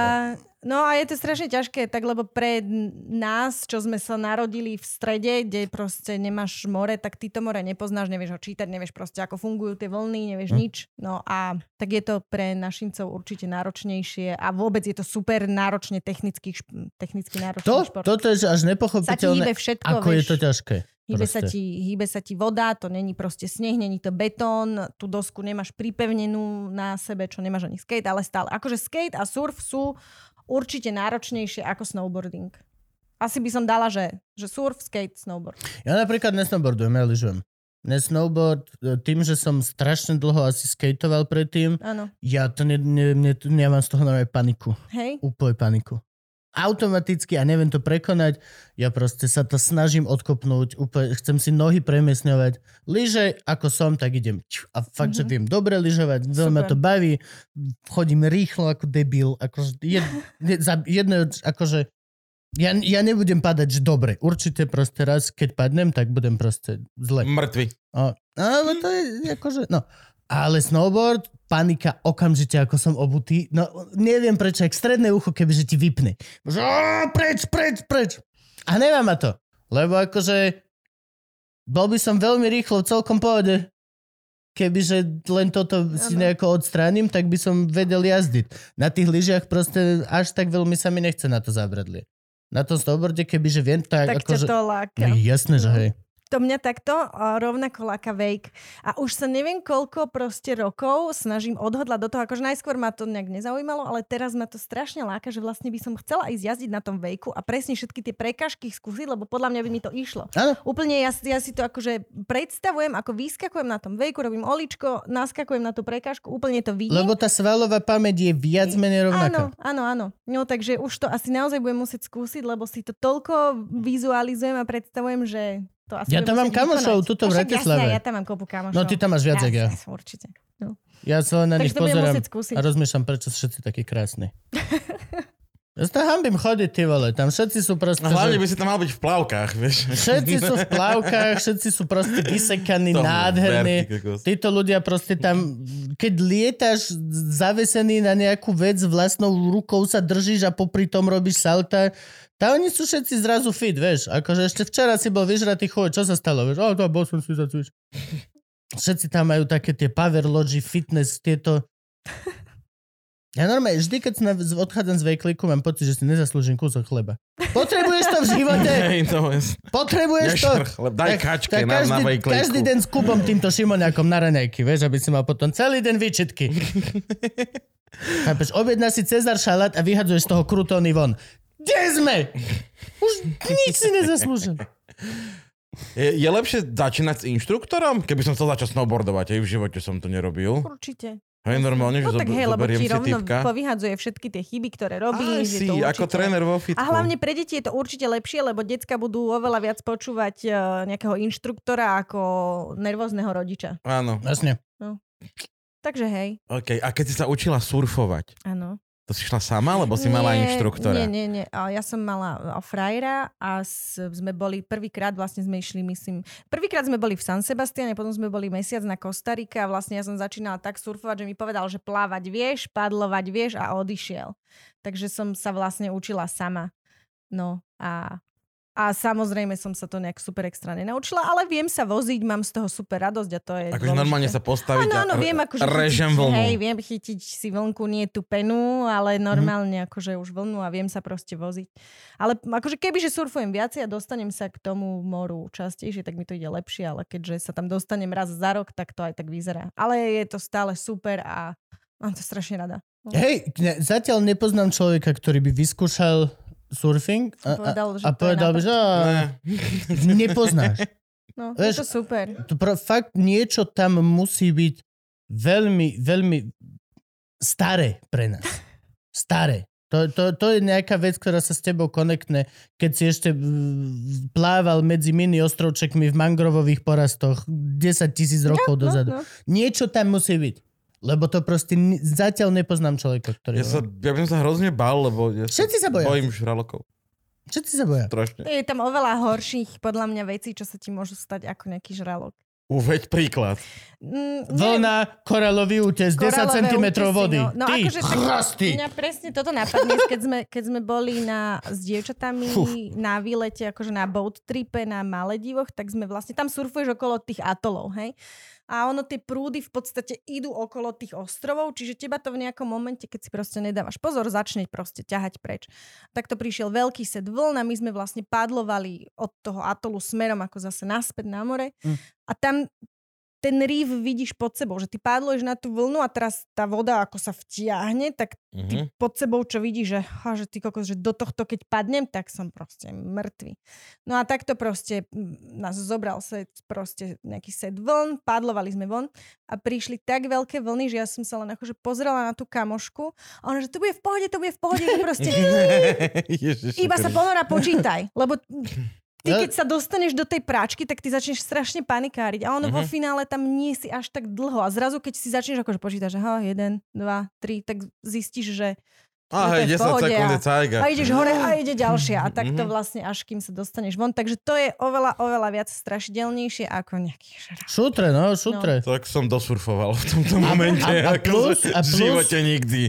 no a je to strašne ťažké, tak lebo pre n- nás, čo sme sa narodili v strede, kde proste nemáš more, tak ty to more nepoznáš, nevieš ho čítať, nevieš proste ako fungujú tie vlny,
Hm.
nevieš nič. No a tak je to pre našincov určite náročnejšie a vôbec je to super náročne technicky, šp- technicky náročný
To,
hm, šport.
toto je že až
sa ti hýbe
nepochopiteľné,
všetko,
ako
vieš.
je to ťažké.
Hýbe sa,
Proste.
ti, hýbe sa ti voda, to není proste sneh, není to betón, tú dosku nemáš pripevnenú na sebe, čo nemáš ani skate, ale stále. Akože skate a surf sú určite náročnejšie ako snowboarding. Asi by som dala, že, že surf, skate, snowboard.
Ja napríklad nesnowboardujem, ja lyžujem. Nesnowboard, e, tým, že som strašne dlho asi skateoval predtým,
Áno,
ja to ne, ne, ne, ja mám z toho normálne paniku.
hej?
Úplne paniku. Automaticky a neviem to prekonať, ja proste sa to snažím odkopnúť, úplne, chcem si nohy premiesňovať. Lyže, ako som, tak idem. Čiu, A fakt, mm-hmm. že
Mhm.
viem dobre lyžovať, veľmi ma
Super.
to baví, chodím rýchlo ako debil, akože
*laughs*
jed, jed, za- jedno, akože ja, ja nebudem padať, že dobre, určite proste raz, keď padnem, tak budem proste zle.
Mŕtvy.
O, ale to je akože, no. Ale snowboard, panika okamžite, ako som obutý. No, neviem prečo, jak stredné ucho, kebyže ti vypne. Že, "Á, preč, preč, preč. A nemá ma to. Lebo akože bol by som veľmi rýchlo v celkom pohode. Kebyže len toto si
Áno.
nejako odstránim, tak by som vedel jazdiť. Na tých lyžiach proste až tak veľmi sa mi nechce na to zabradlie. Na tom snowboarde, kebyže viem, tak,
Tak ťa
akože... *laughs*
to láka.
No jasné, že hej.
To mňa takto a rovnako láka wake. A už sa neviem koľko proste rokov snažím odhodlať do toho, akože najskôr ma to nejak nezaujímalo, ale teraz ma to strašne láka, že vlastne by som chcela ísť jazdiť na tom vejku a presne všetky tie prekažky skúsiť, lebo podľa mňa by mi to išlo.
Áno.
Úplne ja, ja si to akože predstavujem, ako vyskakujem na tom vejku, robím oličko, naskakujem na tú prekažku, úplne to vidím.
Lebo tá svalová pamäť je viac menej rovnaká.
Áno, áno, áno. No takže už to asi naozaj budem musieť skúsiť, lebo si to toľko vizualizujem a predstavujem, že to asi
Ja
budem
tam mám
musieť
kamošov
vykonať.
tuto v
No však
Bratislave.
Jasné, ja tam mám kopu kamošov.
No, ty tam máš viac, jak ja.
Jasné, Určite. No.
Ja sa len na
Takže
nich
to budem
pozerám
musieť skúsiť.
a rozmýšľam, prečo sú všetci takí
*laughs*
krásni. Ja sa hambím chodiť, ty vole. Tam všetci sú proste...
A hlavne by
Že...
si tam mal byť v plavkách, vieš.
Všetci sú v plavkách, všetci sú
*laughs*
proste vysekaní,
To
nádherní.
verti, kokos.
Títo ľudia proste tam, keď lietáš zavesený na nejakú vec, vlastnou rukou sa držíš a popri tom robíš salta, tá oni sú všetci zrazu fit, vieš. Akože ešte včera si bol vyžratý chuj, čo sa stalo, vieš. O, to bol som si zacvič. Všetci tam majú také tie power logi, fitness, tieto... Ja normálne, vždy, keď sa na- z- odchádzam z vejkliku, mám pocit, že si nezaslúžim kúsok chleba. Potrebuješ to v
*laughs*
živote!
Hej, to je...
Potrebuješ to!
Nešer chleb, daj kačke na- na
každý,
vejkliku.
každý deň s Kubom týmto Šimoniakom na raňajky, vieš, aby si mal potom celý deň výčitky.
*laughs*
Chápeš, objedná si Cezar šalát a vyhadzuješ z toho krutóny von. Kde sme? Už nič si nezaslúžim.
Je, je lepšie začínať s inštruktorom? Keby som chcel začať snowboardovať, aj v živote som to nerobil.
Určite.
Hej, normálne, že
No tak
zob-
hej, lebo
zoberiem
ti
si
rovno
typka.
povyhadzuje všetky tie chyby, ktoré
Aj
robí. že
si,
to
ako
určite-
tréner vo fitku.
A hlavne pre deti je to určite lepšie, lebo decka budú oveľa viac počúvať eh, nejakého inštruktora ako nervózneho rodiča.
Áno.
Vlastne.
Takže hej,
OK, a keď si sa učila surfovať,
áno.
to si šla sama, alebo si mala inštruktora?
Nie, nie, nie. A Ja som mala a, frajera a s, sme boli prvýkrát, vlastne sme išli, myslím, prvýkrát sme boli v San Sebastiane, potom sme boli mesiac na Kostarike a vlastne ja som začínala tak surfovať, že mi povedal, že plávať vieš, padlovať vieš a odišiel. Takže som sa vlastne učila sama. No a a samozrejme som sa to nejak super extra nenaučila, ale viem sa voziť, mám z toho super radosť a to je
Akože
dôležité.
normálne sa postaviť
Áno, áno,
a r-
viem, akože
režem
chytiť-
vlnu.
Hej, viem chytiť si vlnku, nie tú penu,
Mhm.
ale normálne akože už vlnu a viem sa proste voziť. Ale akože keby, že surfujem viacej a dostanem sa k tomu moru častejšie, tak mi to ide lepšie, ale keďže sa tam dostanem raz za rok, tak to aj tak vyzerá. Ale je to stále super a mám to strašne rada.
Hej, ne, zatiaľ nepoznám človeka, ktorý by vyskúšal surfing a, a,
Povedal, že
a
to je
povedal by,
na
že
Ne.
*laughs* "Á, nepoznáš.
No,
Vieš-
je to super.
To pro, fakt niečo tam musí byť veľmi, veľmi staré pre
*laughs*
nás. Staré. To, to, to je nejaká vec, ktorá sa s tebou konektne, keď si ešte mm, plával medzi mini ostrovčekmi v mangrovových porastoch 10 tisíc rokov
No,
dozadu.
no.
Niečo tam musí byť. Lebo to proste ni- zatiaľ nepoznám človeka, ktorý...
Ja, sa, ja by som sa hrozne bál, lebo ja sa
Všetci sa boja.
bojím žralokov.
Všetci sa boja.
Strašne.
Je tam oveľa horších, podľa mňa, vecí, čo sa ti môžu stať ako nejaký žralok.
Uveď príklad.
Mm, neviem.
Vlna, koralový útes, 10
koralové
cm
útesy,
vody.
No, no
Ty,
akože tak
chrasty!
Mňa presne toto napadne, keď sme, keď sme boli na, s dievčatami na výlete, akože na boat tripe na Maledivoch, tak sme vlastne, tam surfuješ okolo tých atolov, hej? A ono, tie prúdy v podstate idú okolo tých ostrovov, čiže teba to v nejakom momente, keď si proste nedávaš pozor, začne proste ťahať preč. Takto prišiel veľký set vln a my sme vlastne padlovali od toho atolu smerom ako zase naspäť na more.
Mm.
A tam ten rýv vidíš pod sebou, že ty padluješ na tú vlnu a teraz tá voda ako sa vtiahne, tak ty
Mhm.
pod sebou, čo vidíš, že, ha, že ty kokos, že do tohto keď padnem, tak som proste mŕtvy. No a takto proste mm, nás zobral set, proste nejaký set vln, padlovali sme von a prišli tak veľké vlny, že ja som sa len akože pozrela na tú kamošku a ona, že to bude v pohode, to bude v pohode, že
*laughs*
proste
Ježiš,
iba sa ponora počítaj, lebo ty
No.
keď sa dostaneš do tej práčky, tak ty začneš strašne panikáriť a ono vo
Mhm.
finále tam nie si až tak dlho a zrazu keď si začneš akože počítať, že ha, jeden, dva, tri, tak zistíš, že
Aha,
No to je v
10
pohode
sekúnd
a-
je cajga.
a ideš hore a ide ďalšia. A tak
Mhm.
to vlastne až kým sa dostaneš von. Takže to je oveľa, oveľa viac strašidelnejšie ako nejaký žralok.
Šutre, no, šutre.
Tak som dosurfoval v tomto momente.
a- a
akože
plus- a
v
plus-
živote nikdy.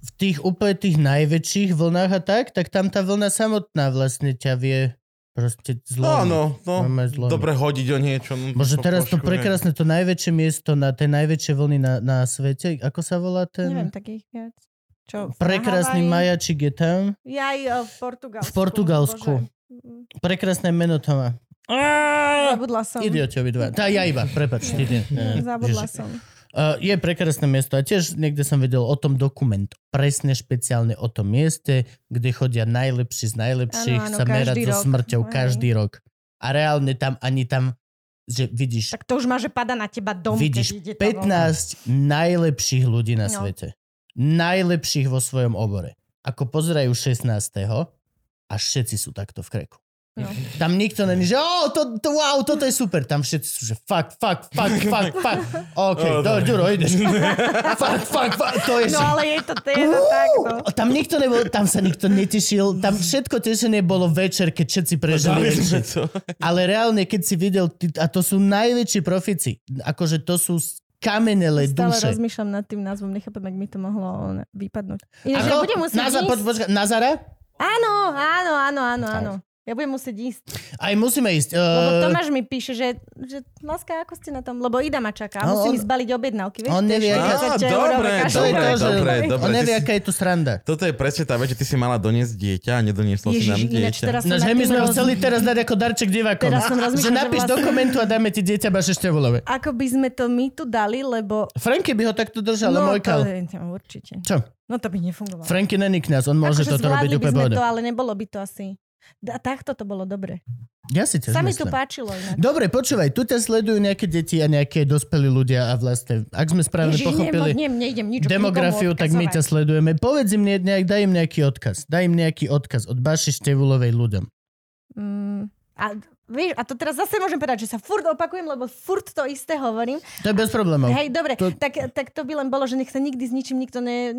v tých úplne tých najväčších vlnách a tak, tak tam tá vlna samotná vlastne ťa vie proste zlomiť.
Áno, no,
Máme zlomy.
dobre hodiť o niečo. no,
Bože,
po-
teraz to
poškvrne. *laughs*
prekrásne, to najväčšie miesto na tej najväčšie vlny na, na svete, ako sa volá ten?
Neviem, takých viac. Čo?
Ehm,
na
Prekrásny
Havaji?
majačik je tam.
Ja aj e, v Portugalsku.
V Portugalsku.
Bože. Mm.
Prekrásne meno to má. Eh,
Á!
Zabudla som.
Idioti obidva. Tá ja iba, prepač. ty nie. Eh,
Zabudla
Ježiš.
som.
Uh, je prekrásne miesto a tiež niekde som vedel o tom dokument. Presne špeciálne o tom mieste, kde chodia najlepší z najlepších
Áno, áno,
sa merať
každý
so
rok.
smrťou
Hej.
každý rok. A reálne tam ani tam, že vidíš,
Tak to už má, že pada na teba dom,
vidíš
keď ide tá vlna.
15 najlepších ľudí na
No.
svete. Najlepších vo svojom obore. Ako pozerajú 16. a všetci sú takto v kreku.
No.
Tam nikto není, že oh, to, to, wow, toto je super. Tam všetci sú, že fuck, fuck, fuck, fuck,
*laughs*
fuck. OK,
No,
do,
dobre.
Ďuro,
*laughs*
ideš. fuck, fuck, fuck, to je...
No ale je to, to, je to tak, no.
Tam nikto nebol, tam sa nikto netešil, tam všetko tešenie bolo večer, keď všetci prežili. večer.
Závisí, čo?
Ale reálne, keď si videl, ty- a to sú najväčší profici, akože to sú kamenele
Stále
duše.
rozmýšľam nad tým názvom, nechápem, ak mi to mohlo ne, vypadnúť. Ináč, ja
Ako?
budem musieť
Naza,
ísť.
poď, počkaj, Nazara?
Áno, áno, áno, áno, áno. Ja budem musieť ísť.
Aj musíme ísť.
Lebo
eh,
Tomáš mi píše, že, že láska, ako ste na tom? Lebo Ida ma čaká.
No,
Musím
on-
ísť baliť objednávky. Vieš,
on
to je
nevie, aká-
Á,
40 eurové
dobre,
každá.
to je to, že
dobre, dobre,
on
ty
nevie,
si-
aká je tu sranda.
Toto je presne tá vec, že ty si mala doniesť dieťa a nedoniesla si
Ježiš,
nám
ináč
dieťa.
teraz som
No,
nad
že my
tým
sme ho
roz-
chceli teraz dať ako darček divákom.
Teraz som
že
rozmýšľala, že
napíš
vlastne-
dokumentu a dáme ti dieťa Baše Števulové.
Ako by sme to my tu dali, lebo...
Franky by ho takto držal,
no,
ale
to
mojkal.
je, no, určite.
Čo?
No to by nefungovalo.
Franky není kniaz, on môže
akože
toto robiť
zvládli by
úplne
sme
pohode.
to, ale nebolo by to asi... A takto to bolo dobre.
Ja si tiež
Sa mi tu
myslím.
páčilo. Inak.
Dobre, počúvaj, tu ťa sledujú nejaké deti a nejaké dospelí ľudia a vlastne, ak sme správne
Ježiš,
pochopili
Nem, nem, nejdem nič
demografiu,
nikomu
tak my ťa
odkazovať.
sledujeme. Povedz im, ne- nejak, daj im nejaký odkaz. Daj im nejaký odkaz od Baši Števulovej ľuďom.
Mm, a, vieš, a to teraz zase môžem povedať, že sa furt opakujem, lebo furt to isté hovorím.
To je bez problémov.
Hej, dobre,
to-
to... Tak, tak to by len bolo, že nech sa nikdy s ničím nikto ne,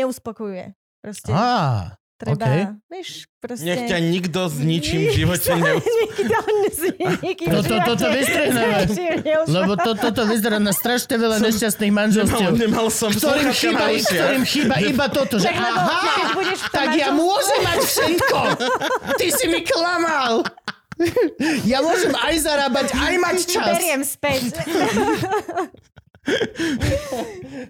neuspokojuje. Proste
Á,
treba,
okej.
vieš, proste...
Nech
*laughs*
ťa nikto s ničím v živote
sa
neu...
nikto s nikým v
To- to-
*laughs*
toto
živote
vystrihneme.
s ničím neuspokojuje.
lebo to, toto vyzerá na strašne veľa nešťastných manželstiev.
Nemal, *laughs* nemal som
ktorým
sluchátka
chýba,
na ušiach.
ktorým chýba iba toto, že
Tak lebo keď
aha,
budeš v tom
tak ja
manželstve-
môžem mať všetko. Ty si mi klamal. Ja môžem aj zarábať, aj mať
Ti
čas.
Beriem späť. *laughs*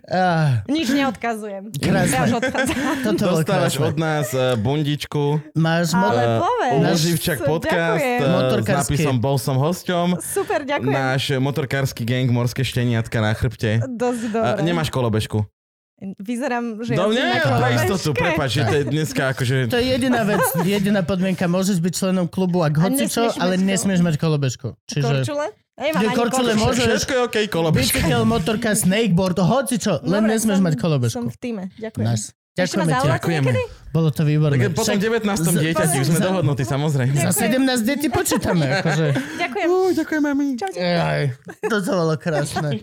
Ah,
Nič neodkazujem.
Krásne.
Ja už odchádzam.
toto bolo
Dostávaš
krásne.
od nás eh, bundičku,
Máš mo-
Ale
eh,
povedz.
Loživčak
Ďakujem.
podcast eh, s
Motorkársky.
nápisom Bol som hosťom.
*laughs* Super, ďakujem.
Náš motorkársky gang Morské šteniatka na chrbte.
Dosť
Eh,
dobre.
Nemáš kolobežku.
Vyzerám, že...
Do
jazdím na
mňa? Pre
kolobežke.
istotu, prepáč, že to je dneska akože...
To je jediná vec, jediná podmienka. Môžeš byť členom klubu, ak hoci čo,
nesmieš
ale
mať kolo-
nesmieš mať kolobežku. Čiže
Korčule? Nemám
Nie,
ani
korčule
korčule.
môžu- Môžeš-
Všetko je okej, kolobežka.
bicykel, motorka, snakeboard, hoci čo, len
Dobre,
nesmieš
som-
mať
Som
kolobežku.
v týme, ďakujem.
Nice.
Ešte ma
Ďakujeme ti.
zavolať
Ďakujeme.
niekedy?
Bolo to
Tak
výborné.
potom
Však
19.
z-
dieťati už sme
za-
dohodnutí,
Za
samozrejme.
Ďakujem.
17 detí počítame. Akože.
Ďakujem.
Uú, Ďakujeme my.
Čaute.
Jaj, to bolo krásne.